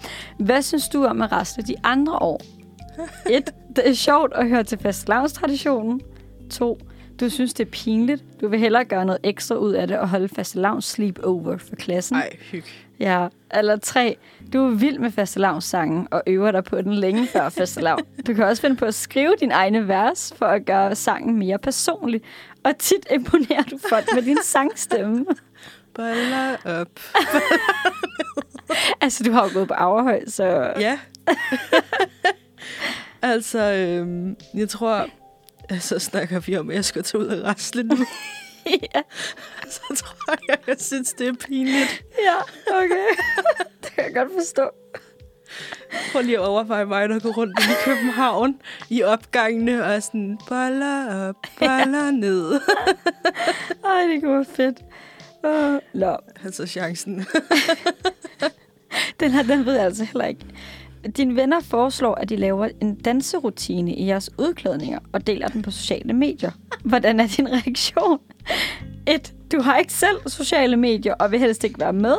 S1: Hvad synes du om at rasle de andre år? Et, det er sjovt at høre til fastelavnstraditionen. To, du synes det er pinligt. Du vil hellere gøre noget ekstra ud af det og holde fastelavns sleepover for klassen.
S2: Ej, hyg.
S1: Ja, eller tre. Du er vild med fastelavnssangen og øver dig på den længe før fastelavn. Du kan også finde på at skrive din egne vers for at gøre sangen mere personlig. Og tit imponerer du folk med din sangstemme.
S2: Boller *laughs* op.
S1: Altså, du har jo gået på Averhøj, så...
S2: Ja. altså, øhm, jeg tror... Så snakker vi om, at jeg skal tage ud og rasle nu.
S1: ja.
S2: *laughs* så tror jeg, jeg synes, det er pinligt.
S1: ja okay. *laughs* det kan jeg godt forstå.
S2: Prøv lige at overveje mig, der går rundt i København i opgangene og er sådan boller op, boller ned. *laughs*
S1: Ej, det kunne være fedt. Uh, nå,
S2: altså chancen. *laughs*
S1: den her, den ved jeg altså heller ikke. Dine venner foreslår, at de laver en danserutine i jeres udklædninger og deler den på sociale medier. Hvordan er din reaktion? 1. Du har ikke selv sociale medier og vil helst ikke være med.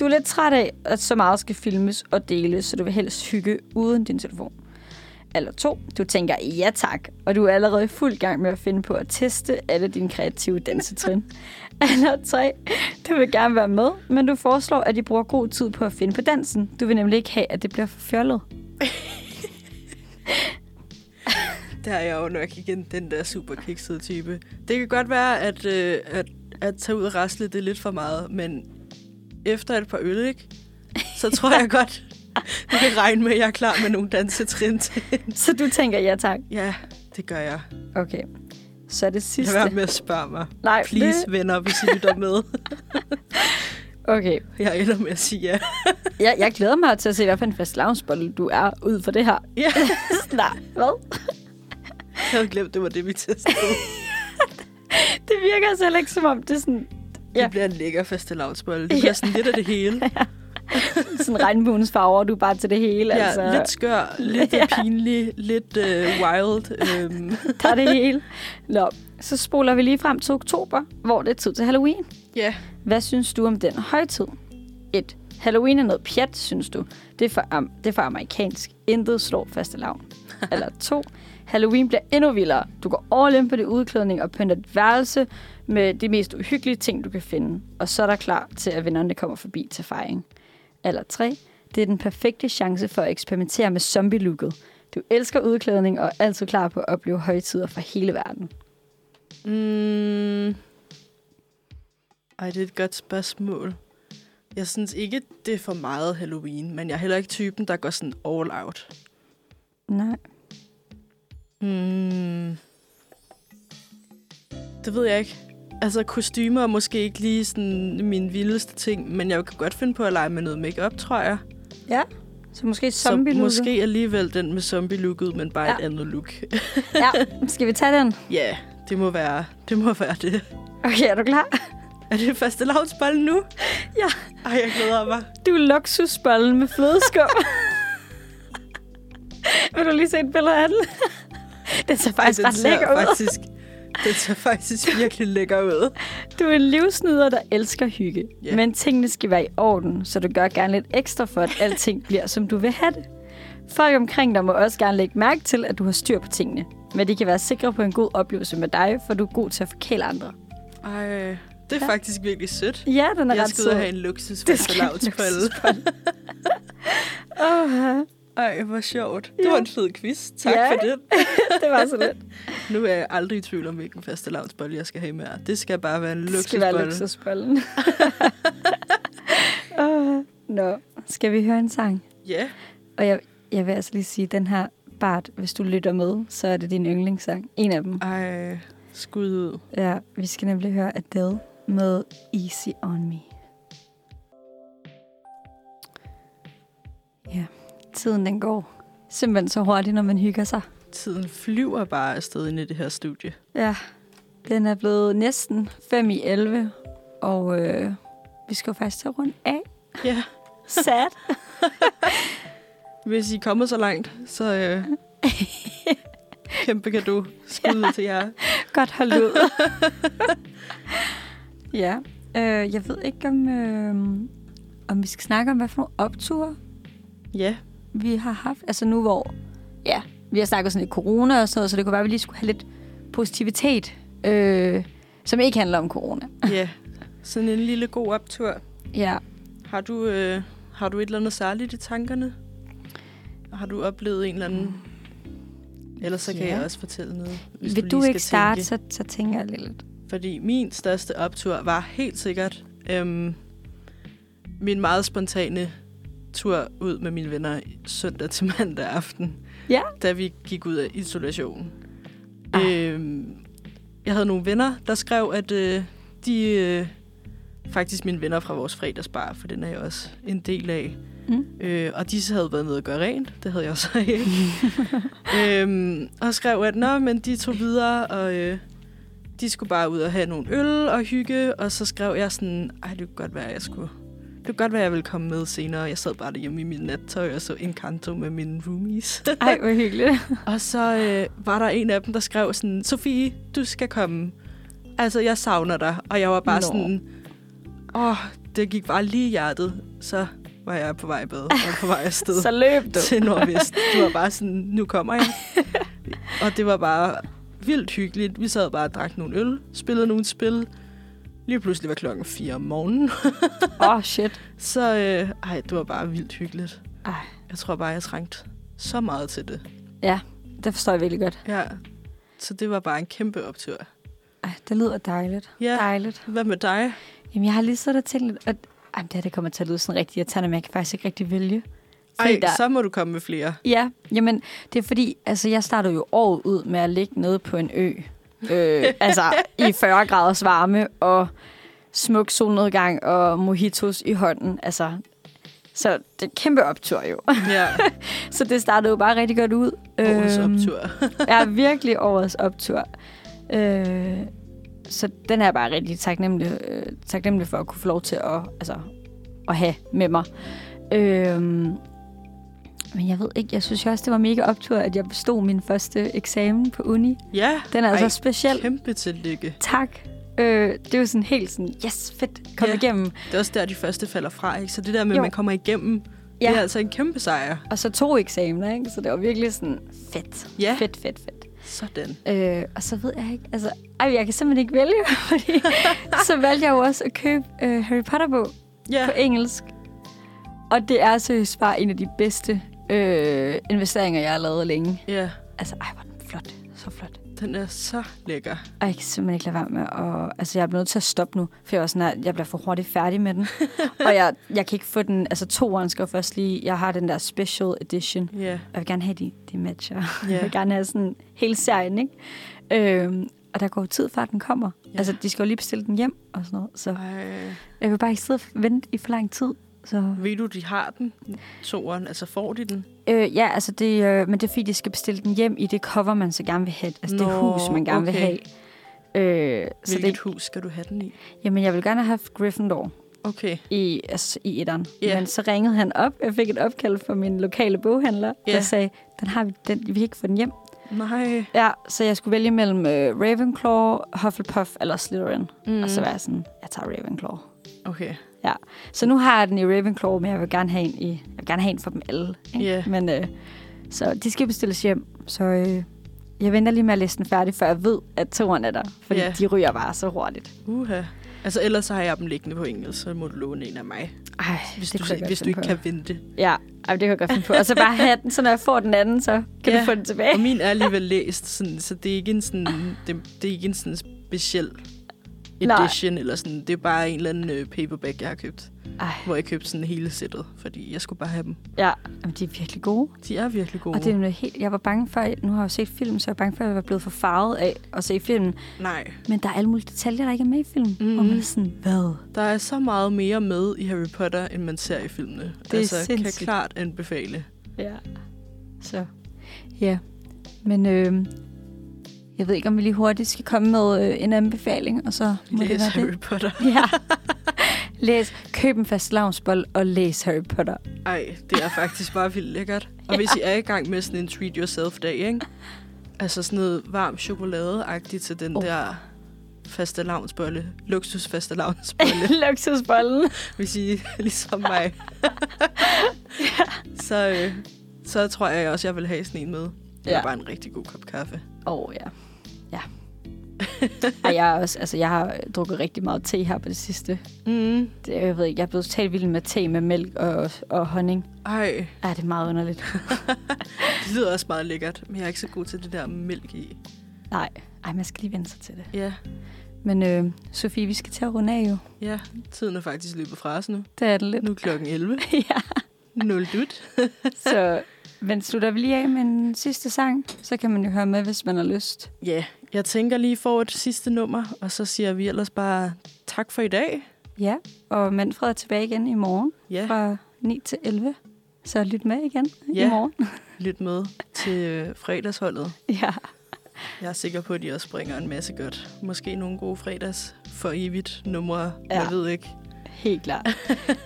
S1: Du er lidt træt af, at så meget skal filmes og deles, så du vil helst hygge uden din telefon. Eller to, du tænker ja tak, og du er allerede i fuld gang med at finde på at teste alle dine kreative dansetrin. *laughs* Eller tre, du vil gerne være med, men du foreslår, at de bruger god tid på at finde på dansen. Du vil nemlig ikke have, at det bliver for fjollet.
S2: Der er jeg jo nok igen den der super kiksede type. Det kan godt være, at, øh, at, at tage ud og rasle, det er lidt for meget, men efter et par øl, ikke? Så tror
S1: *laughs*
S2: jeg godt, du kan regne med, at jeg er klar med nogle dansetrin til. *laughs*
S1: Så du tænker ja tak.
S2: ja, det gør jeg.
S1: Okay, så er det
S2: Lad
S1: sidste.
S2: være med at spørge mig.
S1: Nej,
S2: Please,
S1: det-
S2: venner, hvis I lytter med.
S1: Okay,
S2: Jeg ender med at sige ja.
S1: jeg, jeg glæder mig til at se, hvad for en fast lavnsbolle du er ud for det her.
S2: *laughs*
S1: *laughs*
S2: ja.
S1: Nej, hvad?
S2: Jeg havde glemt, det var det, vi testede.
S1: Det virker altså heller ikke som om, det er sådan,
S2: Ja.
S1: Ja.
S2: Det bliver en lækker faste lavsbolle. Det
S1: Ja.
S2: bliver sådan lidt af det hele. *laughs*
S1: sådan regnbuens farver, og du er bare til det hele.
S2: Ja,
S1: altså.
S2: lidt skør, lidt ja. pinlig, lidt øh, wild. Øhm.
S1: Der er det hele. Nå, så spoler vi lige frem til oktober, hvor det er tid til Halloween.
S2: *laughs* Ja.
S1: Hvad synes du om den højtid? 1. Halloween er noget pjat, synes du. Det er for, am- det er for amerikansk. Intet slår faste lavn.
S2: *laughs*
S1: Eller 2. Halloween bliver endnu vildere. Du går all in på det udklædning og pynter et værelse med de mest uhyggelige ting, du kan finde. Og så er der klar til, at vennerne kommer forbi til fejring. Eller 3. Det er den perfekte chance for at eksperimentere med zombie-looket. Du elsker udklædning og er altid klar på at opleve højtider fra hele verden.
S2: Mm. Ej, det er et godt spørgsmål. Jeg synes ikke, det er for meget Halloween, men jeg er heller ikke typen, der går sådan all out.
S1: Nej.
S2: Hmm. Det ved jeg ikke. Altså, kostymer er måske ikke lige sådan min vildeste ting, men jeg kan godt finde på at lege med noget makeup, tror jeg.
S1: Ja. Så måske
S2: Så
S1: zombie-looket.
S2: måske alligevel den med zombie-looket, men bare ja. et
S1: Ja.
S2: andet look. *laughs*
S1: Ja, skal vi tage den?
S2: Ja, yeah, det må være det. Må være det.
S1: Okay, er du klar?
S2: Er det faste lavnsbolle nu?
S1: Ja.
S2: Ej, jeg glæder mig.
S1: Du er luksusbollen med flødeskum. Vil du lige se et billede af den? den ser faktisk Altså,
S2: den
S1: ret
S2: ser
S1: lækker ud.
S2: faktisk, Den ser
S1: *laughs*
S2: faktisk virkelig lækker ud.
S1: Du er en livsnyder, der elsker hygge.
S2: Ja.
S1: Yeah. Men tingene skal være i orden, så du gør gerne lidt ekstra for, at alting bliver, som du vil have det. Folk omkring dig må også gerne lægge mærke til, at du har styr på tingene. Men de kan være sikre på en god oplevelse med dig, for du er god til at forkæle andre.
S2: Ej, det er faktisk virkelig sødt.
S1: Ja, den er
S2: Jeg
S1: ret
S2: skal ud og
S1: sød.
S2: have en luksus
S1: Det skal
S2: fastelavns på alle.
S1: Åh,
S2: Ej, hvor sjovt. Det var en fed quiz. Tak
S1: Ja.
S2: for det.
S1: det var så lidt.
S2: Nu er jeg aldrig i tvivl om, hvilken fastelavnsbolle jeg skal have med. Det skal bare være en
S1: Det
S2: luksusbolle.
S1: skal være luksusbollen. *laughs* Åh, Nå, skal vi høre en sang?
S2: Ja,
S1: Og jeg, jeg vil altså lige sige, den her Bart, hvis du lytter med, så er det din yndlingssang. En af dem.
S2: ej, skud ud.
S1: Ja, vi skal nemlig høre Adele med Easy On Me. Ja, tiden den går simpelthen så hurtigt, når man hygger sig.
S2: Tiden flyver bare afsted ind i det her studie.
S1: Ja, den er blevet næsten 5 i 11, og øh, vi skal jo faktisk til at runde af.
S2: Ja,
S1: Sad.
S2: hvis I er kommet så langt, så
S1: *laughs*
S2: øh, kæmpe gave. Skud ud til jer.
S1: Godt holdt ud. *laughs* ja, øh, jeg ved ikke, om, øh, om vi skal snakke om, hvad for nogle opture
S2: Ja,
S1: vi har haft, altså nu hvor, ja, vi har snakket sådan lidt corona og sådan noget, så det kunne være, at vi lige skulle have lidt positivitet, øh, som ikke handler om corona.
S2: ja. Sådan en lille god optur.
S1: Ja,
S2: Har du, øh, har du et eller andet særligt i tankerne? Har du oplevet en eller anden... Ellers så kan
S1: Ja.
S2: jeg også fortælle noget.
S1: hvis
S2: hvis
S1: vil du,
S2: lige skal
S1: ikke starte,
S2: tænke.
S1: så, så tænker jeg lidt.
S2: Fordi min største optur var helt sikkert øhm, min meget spontane tur ud med mine venner søndag til mandag aften.
S1: Ja.
S2: Da vi gik ud af isolationen.
S1: Ah.
S2: Øhm, jeg havde nogle venner, der skrev, at øh, de... Øh, faktisk mine venner fra vores fredagsbar, for den er jeg også en del af.
S1: Mm.
S2: Øh, og de havde været nede og gøre rent. Det havde jeg så ikke. øhm, og skrev, at nå, men de tog videre, og øh, de skulle bare ud og have nogle øl og hygge. Og så skrev jeg sådan, ej, det kunne godt være, jeg skulle... Det kunne godt være, jeg ville komme med senere. Jeg sad bare derhjemme i mit nattøj og så Encanto med mine roomies.
S1: Ej, hvor
S2: *laughs*
S1: hyggeligt.
S2: Og så øh, var der en af dem, der skrev sådan, Sofie, du skal komme. Altså, jeg savner dig. Og jeg var bare
S1: Nå.
S2: Nå. sådan, åh, det gik bare lige i hjertet. Så var jeg på vej i bad og på vej afsted
S1: *laughs* så løb du.
S2: til Nordvest. Du var bare sådan, nu
S1: *laughs*
S2: kommer jeg. og det var bare vildt hyggeligt. Vi sad bare og drak nogle øl, spillede nogle spil. Lige pludselig var klokken 4 om morgenen. *laughs*
S1: Åh, oh, shit.
S2: Så øh, ej, det var bare vildt hyggeligt.
S1: Ej,
S2: Jeg tror bare, jeg trængte så meget til det.
S1: det forstår jeg virkelig godt.
S2: Ja, så det var bare en kæmpe optur.
S1: Ej, det lyder dejligt.
S2: Ja.
S1: Dejligt.
S2: Hvad med dig?
S1: Jamen, jeg har lige siddet og tænkt lidt, at ej, det her det kommer til at lyde sådan rigtig irriterende, men jeg kan faktisk ikke rigtig vælge.
S2: Ej,
S1: Fordi der-
S2: så må du komme med
S1: *laughs*
S2: flere.
S1: Ja, jamen, det er fordi, altså, jeg startede jo året ud med at ligge nede på en ø. Øh,
S2: *laughs*
S1: altså, i 40 graders varme og smuk solnedgang og mojitos i hånden. Altså, så det er en kæmpe optur jo. *laughs*
S2: Ja,
S1: Så det startede jo bare rigtig godt ud.
S2: årets
S1: Øhm,
S2: optur.
S1: *laughs* Ja, virkelig årets optur. Øh, så den er jeg bare rigtig taknemmelig, øh, taknemmelig for at kunne få lov til at, altså, at have med mig. Øh, men jeg ved ikke, jeg synes jo også, det var mega optur, at jeg bestod min første eksamen på uni.
S2: Ja,
S1: Den er altså
S2: Ej,
S1: speciel.
S2: kæmpe tillykke.
S1: Tak. Øh, det er jo sådan helt sådan, yes, fedt, kom
S2: Ja.
S1: igennem.
S2: Det er også der, de første falder fra, ikke? Så det der med, at
S1: Jo.
S2: man kommer igennem, ja.
S1: Ja.
S2: det er altså en kæmpe sejr.
S1: Og så to eksamener, ikke? Så det var virkelig sådan, fedt,
S2: Ja.
S1: fedt, fedt, fedt.
S2: Sådan.
S1: Øh, og så ved jeg ikke, altså, ej, jeg kan simpelthen ikke vælge, *laughs* fordi så valgte jeg jo også at købe øh, Harry Potter-bog
S2: Ja,
S1: på engelsk. Og det er seriøst bare en af de bedste øh, investeringer, jeg har lavet længe.
S2: ja.
S1: Altså, ej, hvor er den flot. Så flot.
S2: Den er så lækker.
S1: Og jeg kan simpelthen ikke lade være med at... Altså, jeg er blevet nødt til at stoppe nu, for jeg var sådan, at jeg bliver for hurtigt færdig med den. og jeg, jeg kan ikke få den... Altså, toeren skal jo først lige... Jeg har den der special edition.
S2: Ja,
S1: Og jeg vil gerne have de, de matcher. Yeah. *laughs*
S2: Ja.
S1: Jeg vil gerne have sådan hele serien, ikke? Øhm, og der går jo tid, før den kommer.
S2: Ja.
S1: Altså, de skal jo lige bestille den hjem og sådan noget. Så
S2: Ej.
S1: jeg vil bare ikke sidde og vente i for lang tid. Så,
S2: Ved du, de har den, toeren? Altså, får de den?
S1: øh, ja, altså det, øh, men det er fordi, de skal bestille den hjem i det cover, man så gerne vil have. Altså det
S2: Nå,
S1: hus, man gerne vil
S2: okay.
S1: have. Øh, så
S2: Hvilket
S1: det,
S2: hus skal du have den i?
S1: jamen, jeg vil gerne have haft Gryffindor.
S2: Okay.
S1: i, altså, i etteren.
S2: Ja.
S1: Men så ringede han op. Jeg fik et opkald fra min lokale boghandler,
S2: Ja.
S1: der sagde, den har vi, den, vi kan ikke få den hjem.
S2: Nej.
S1: Ja, så jeg skulle vælge mellem øh, Ravenclaw, Hufflepuff eller Slytherin. Mm. Og så var jeg sådan, jeg tager Ravenclaw.
S2: Okay.
S1: Så nu har jeg den i Ravenclaw, men jeg vil gerne have en, i, jeg vil gerne have en for dem alle. Ikke?
S2: Ja.
S1: Men, øh, så de skal bestilles hjem. Så øh, jeg venter lige med at læse den færdig, før jeg ved, at toren er der. Fordi
S2: Ja.
S1: de ryger bare så hurtigt.
S2: Uha. Altså, ellers så har jeg dem liggende på engelsk, så må du låne en af mig.
S1: Ej,
S2: Hvis,
S1: det
S2: du,
S1: kunne jeg godt
S2: hvis du
S1: finde
S2: ikke
S1: på.
S2: kan
S1: *laughs*
S2: vente.
S1: Ja, ej, det kan jeg godt finde på. Og så bare have den, så når jeg får den anden, så kan
S2: Ja.
S1: du få den tilbage.
S2: Og min er alligevel læst, sådan, så det er ikke en sådan, det, det er ikke en sådan speciel
S1: Nej.
S2: edition, Nej. eller sådan, det er bare en eller anden øh, paperback, jeg har købt.
S1: Ej.
S2: Hvor jeg købte sådan hele sættet, fordi jeg skulle bare have dem.
S1: Ja, jamen, de er virkelig gode.
S2: De er virkelig gode.
S1: Og det er noget helt, jeg var bange for, nu har jeg jo set film, så jeg var bange for, at jeg var blevet for farvet af at se filmen.
S2: Nej,
S1: Men der er alle mulige detaljer, der ikke er med i filmen. Mm. Og man er sådan, hvad?
S2: der er så meget mere med i Harry Potter, end man ser i filmene.
S1: er
S2: altså, kan jeg
S1: sindssygt.
S2: klart anbefale.
S1: Ja. Så, ja. Men øh, jeg ved ikke, om vi lige hurtigt skal komme med øh, en anbefaling, og så må
S2: Læs
S1: det være det.
S2: Harry Potter.
S1: Ja. *laughs* Læs, køb en fast lavnsbold og læs Harry Potter.
S2: Ej, det er faktisk bare vildt lækkert. Og ja. hvis I er i gang med sådan en treat yourself dag, ikke? Altså sådan noget varm chokoladeagtigt til den
S1: Oh.
S2: oh. der faste lavnsbolle. Luksus faste *laughs* lavnsbolle,
S1: Luksusbollen.
S2: hvis I er ligesom mig. så, øh, så tror jeg også, jeg vil have sådan en med. Det er
S1: Ja.
S2: ja. bare en rigtig god kop kaffe.
S1: Åh, oh, ja. Ja. Ej, jeg, er også, altså, jeg har drukket rigtig meget te her på det sidste.
S2: Mm.
S1: Det, Øh, jeg ved ikke, jeg er blevet totalt vild med te med mælk og, og honning.
S2: Ej,
S1: Ej, det er meget underligt. *laughs*
S2: det lyder også meget lækkert, men jeg er ikke så god til det der mælk i.
S1: Nej, Ej, man skal lige vende sig til det.
S2: Ja,
S1: Men øh, Sofie, vi skal til at runde af jo.
S2: ja, tiden er faktisk løbet fra os nu.
S1: Det er det
S2: *laughs*
S1: lidt.
S2: Nu er klokken 11.
S1: ja.
S2: Nul dut.
S1: Så, men slutter vi lige af med en sidste sang, så kan man jo høre med, hvis man har lyst.
S2: Ja, yeah. jeg tænker lige får et sidste nummer, og så siger vi ellers bare tak for i dag.
S1: Ja, og Manfred er tilbage igen i morgen
S2: Ja,
S1: fra 9 til 11. Så lyt med igen i
S2: Ja.
S1: morgen. *laughs*
S2: lyt med til øh, fredagsholdet.
S1: ja.
S2: Jeg er sikker på, at de også bringer en masse godt. Måske nogle gode fredags for evigt numre,
S1: Ja.
S2: ja. jeg ved ikke.
S1: Helt klart.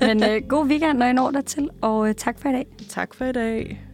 S1: Men øh, god weekend, når I når dertil, og øh, tak for i dag.
S2: Tak for i dag.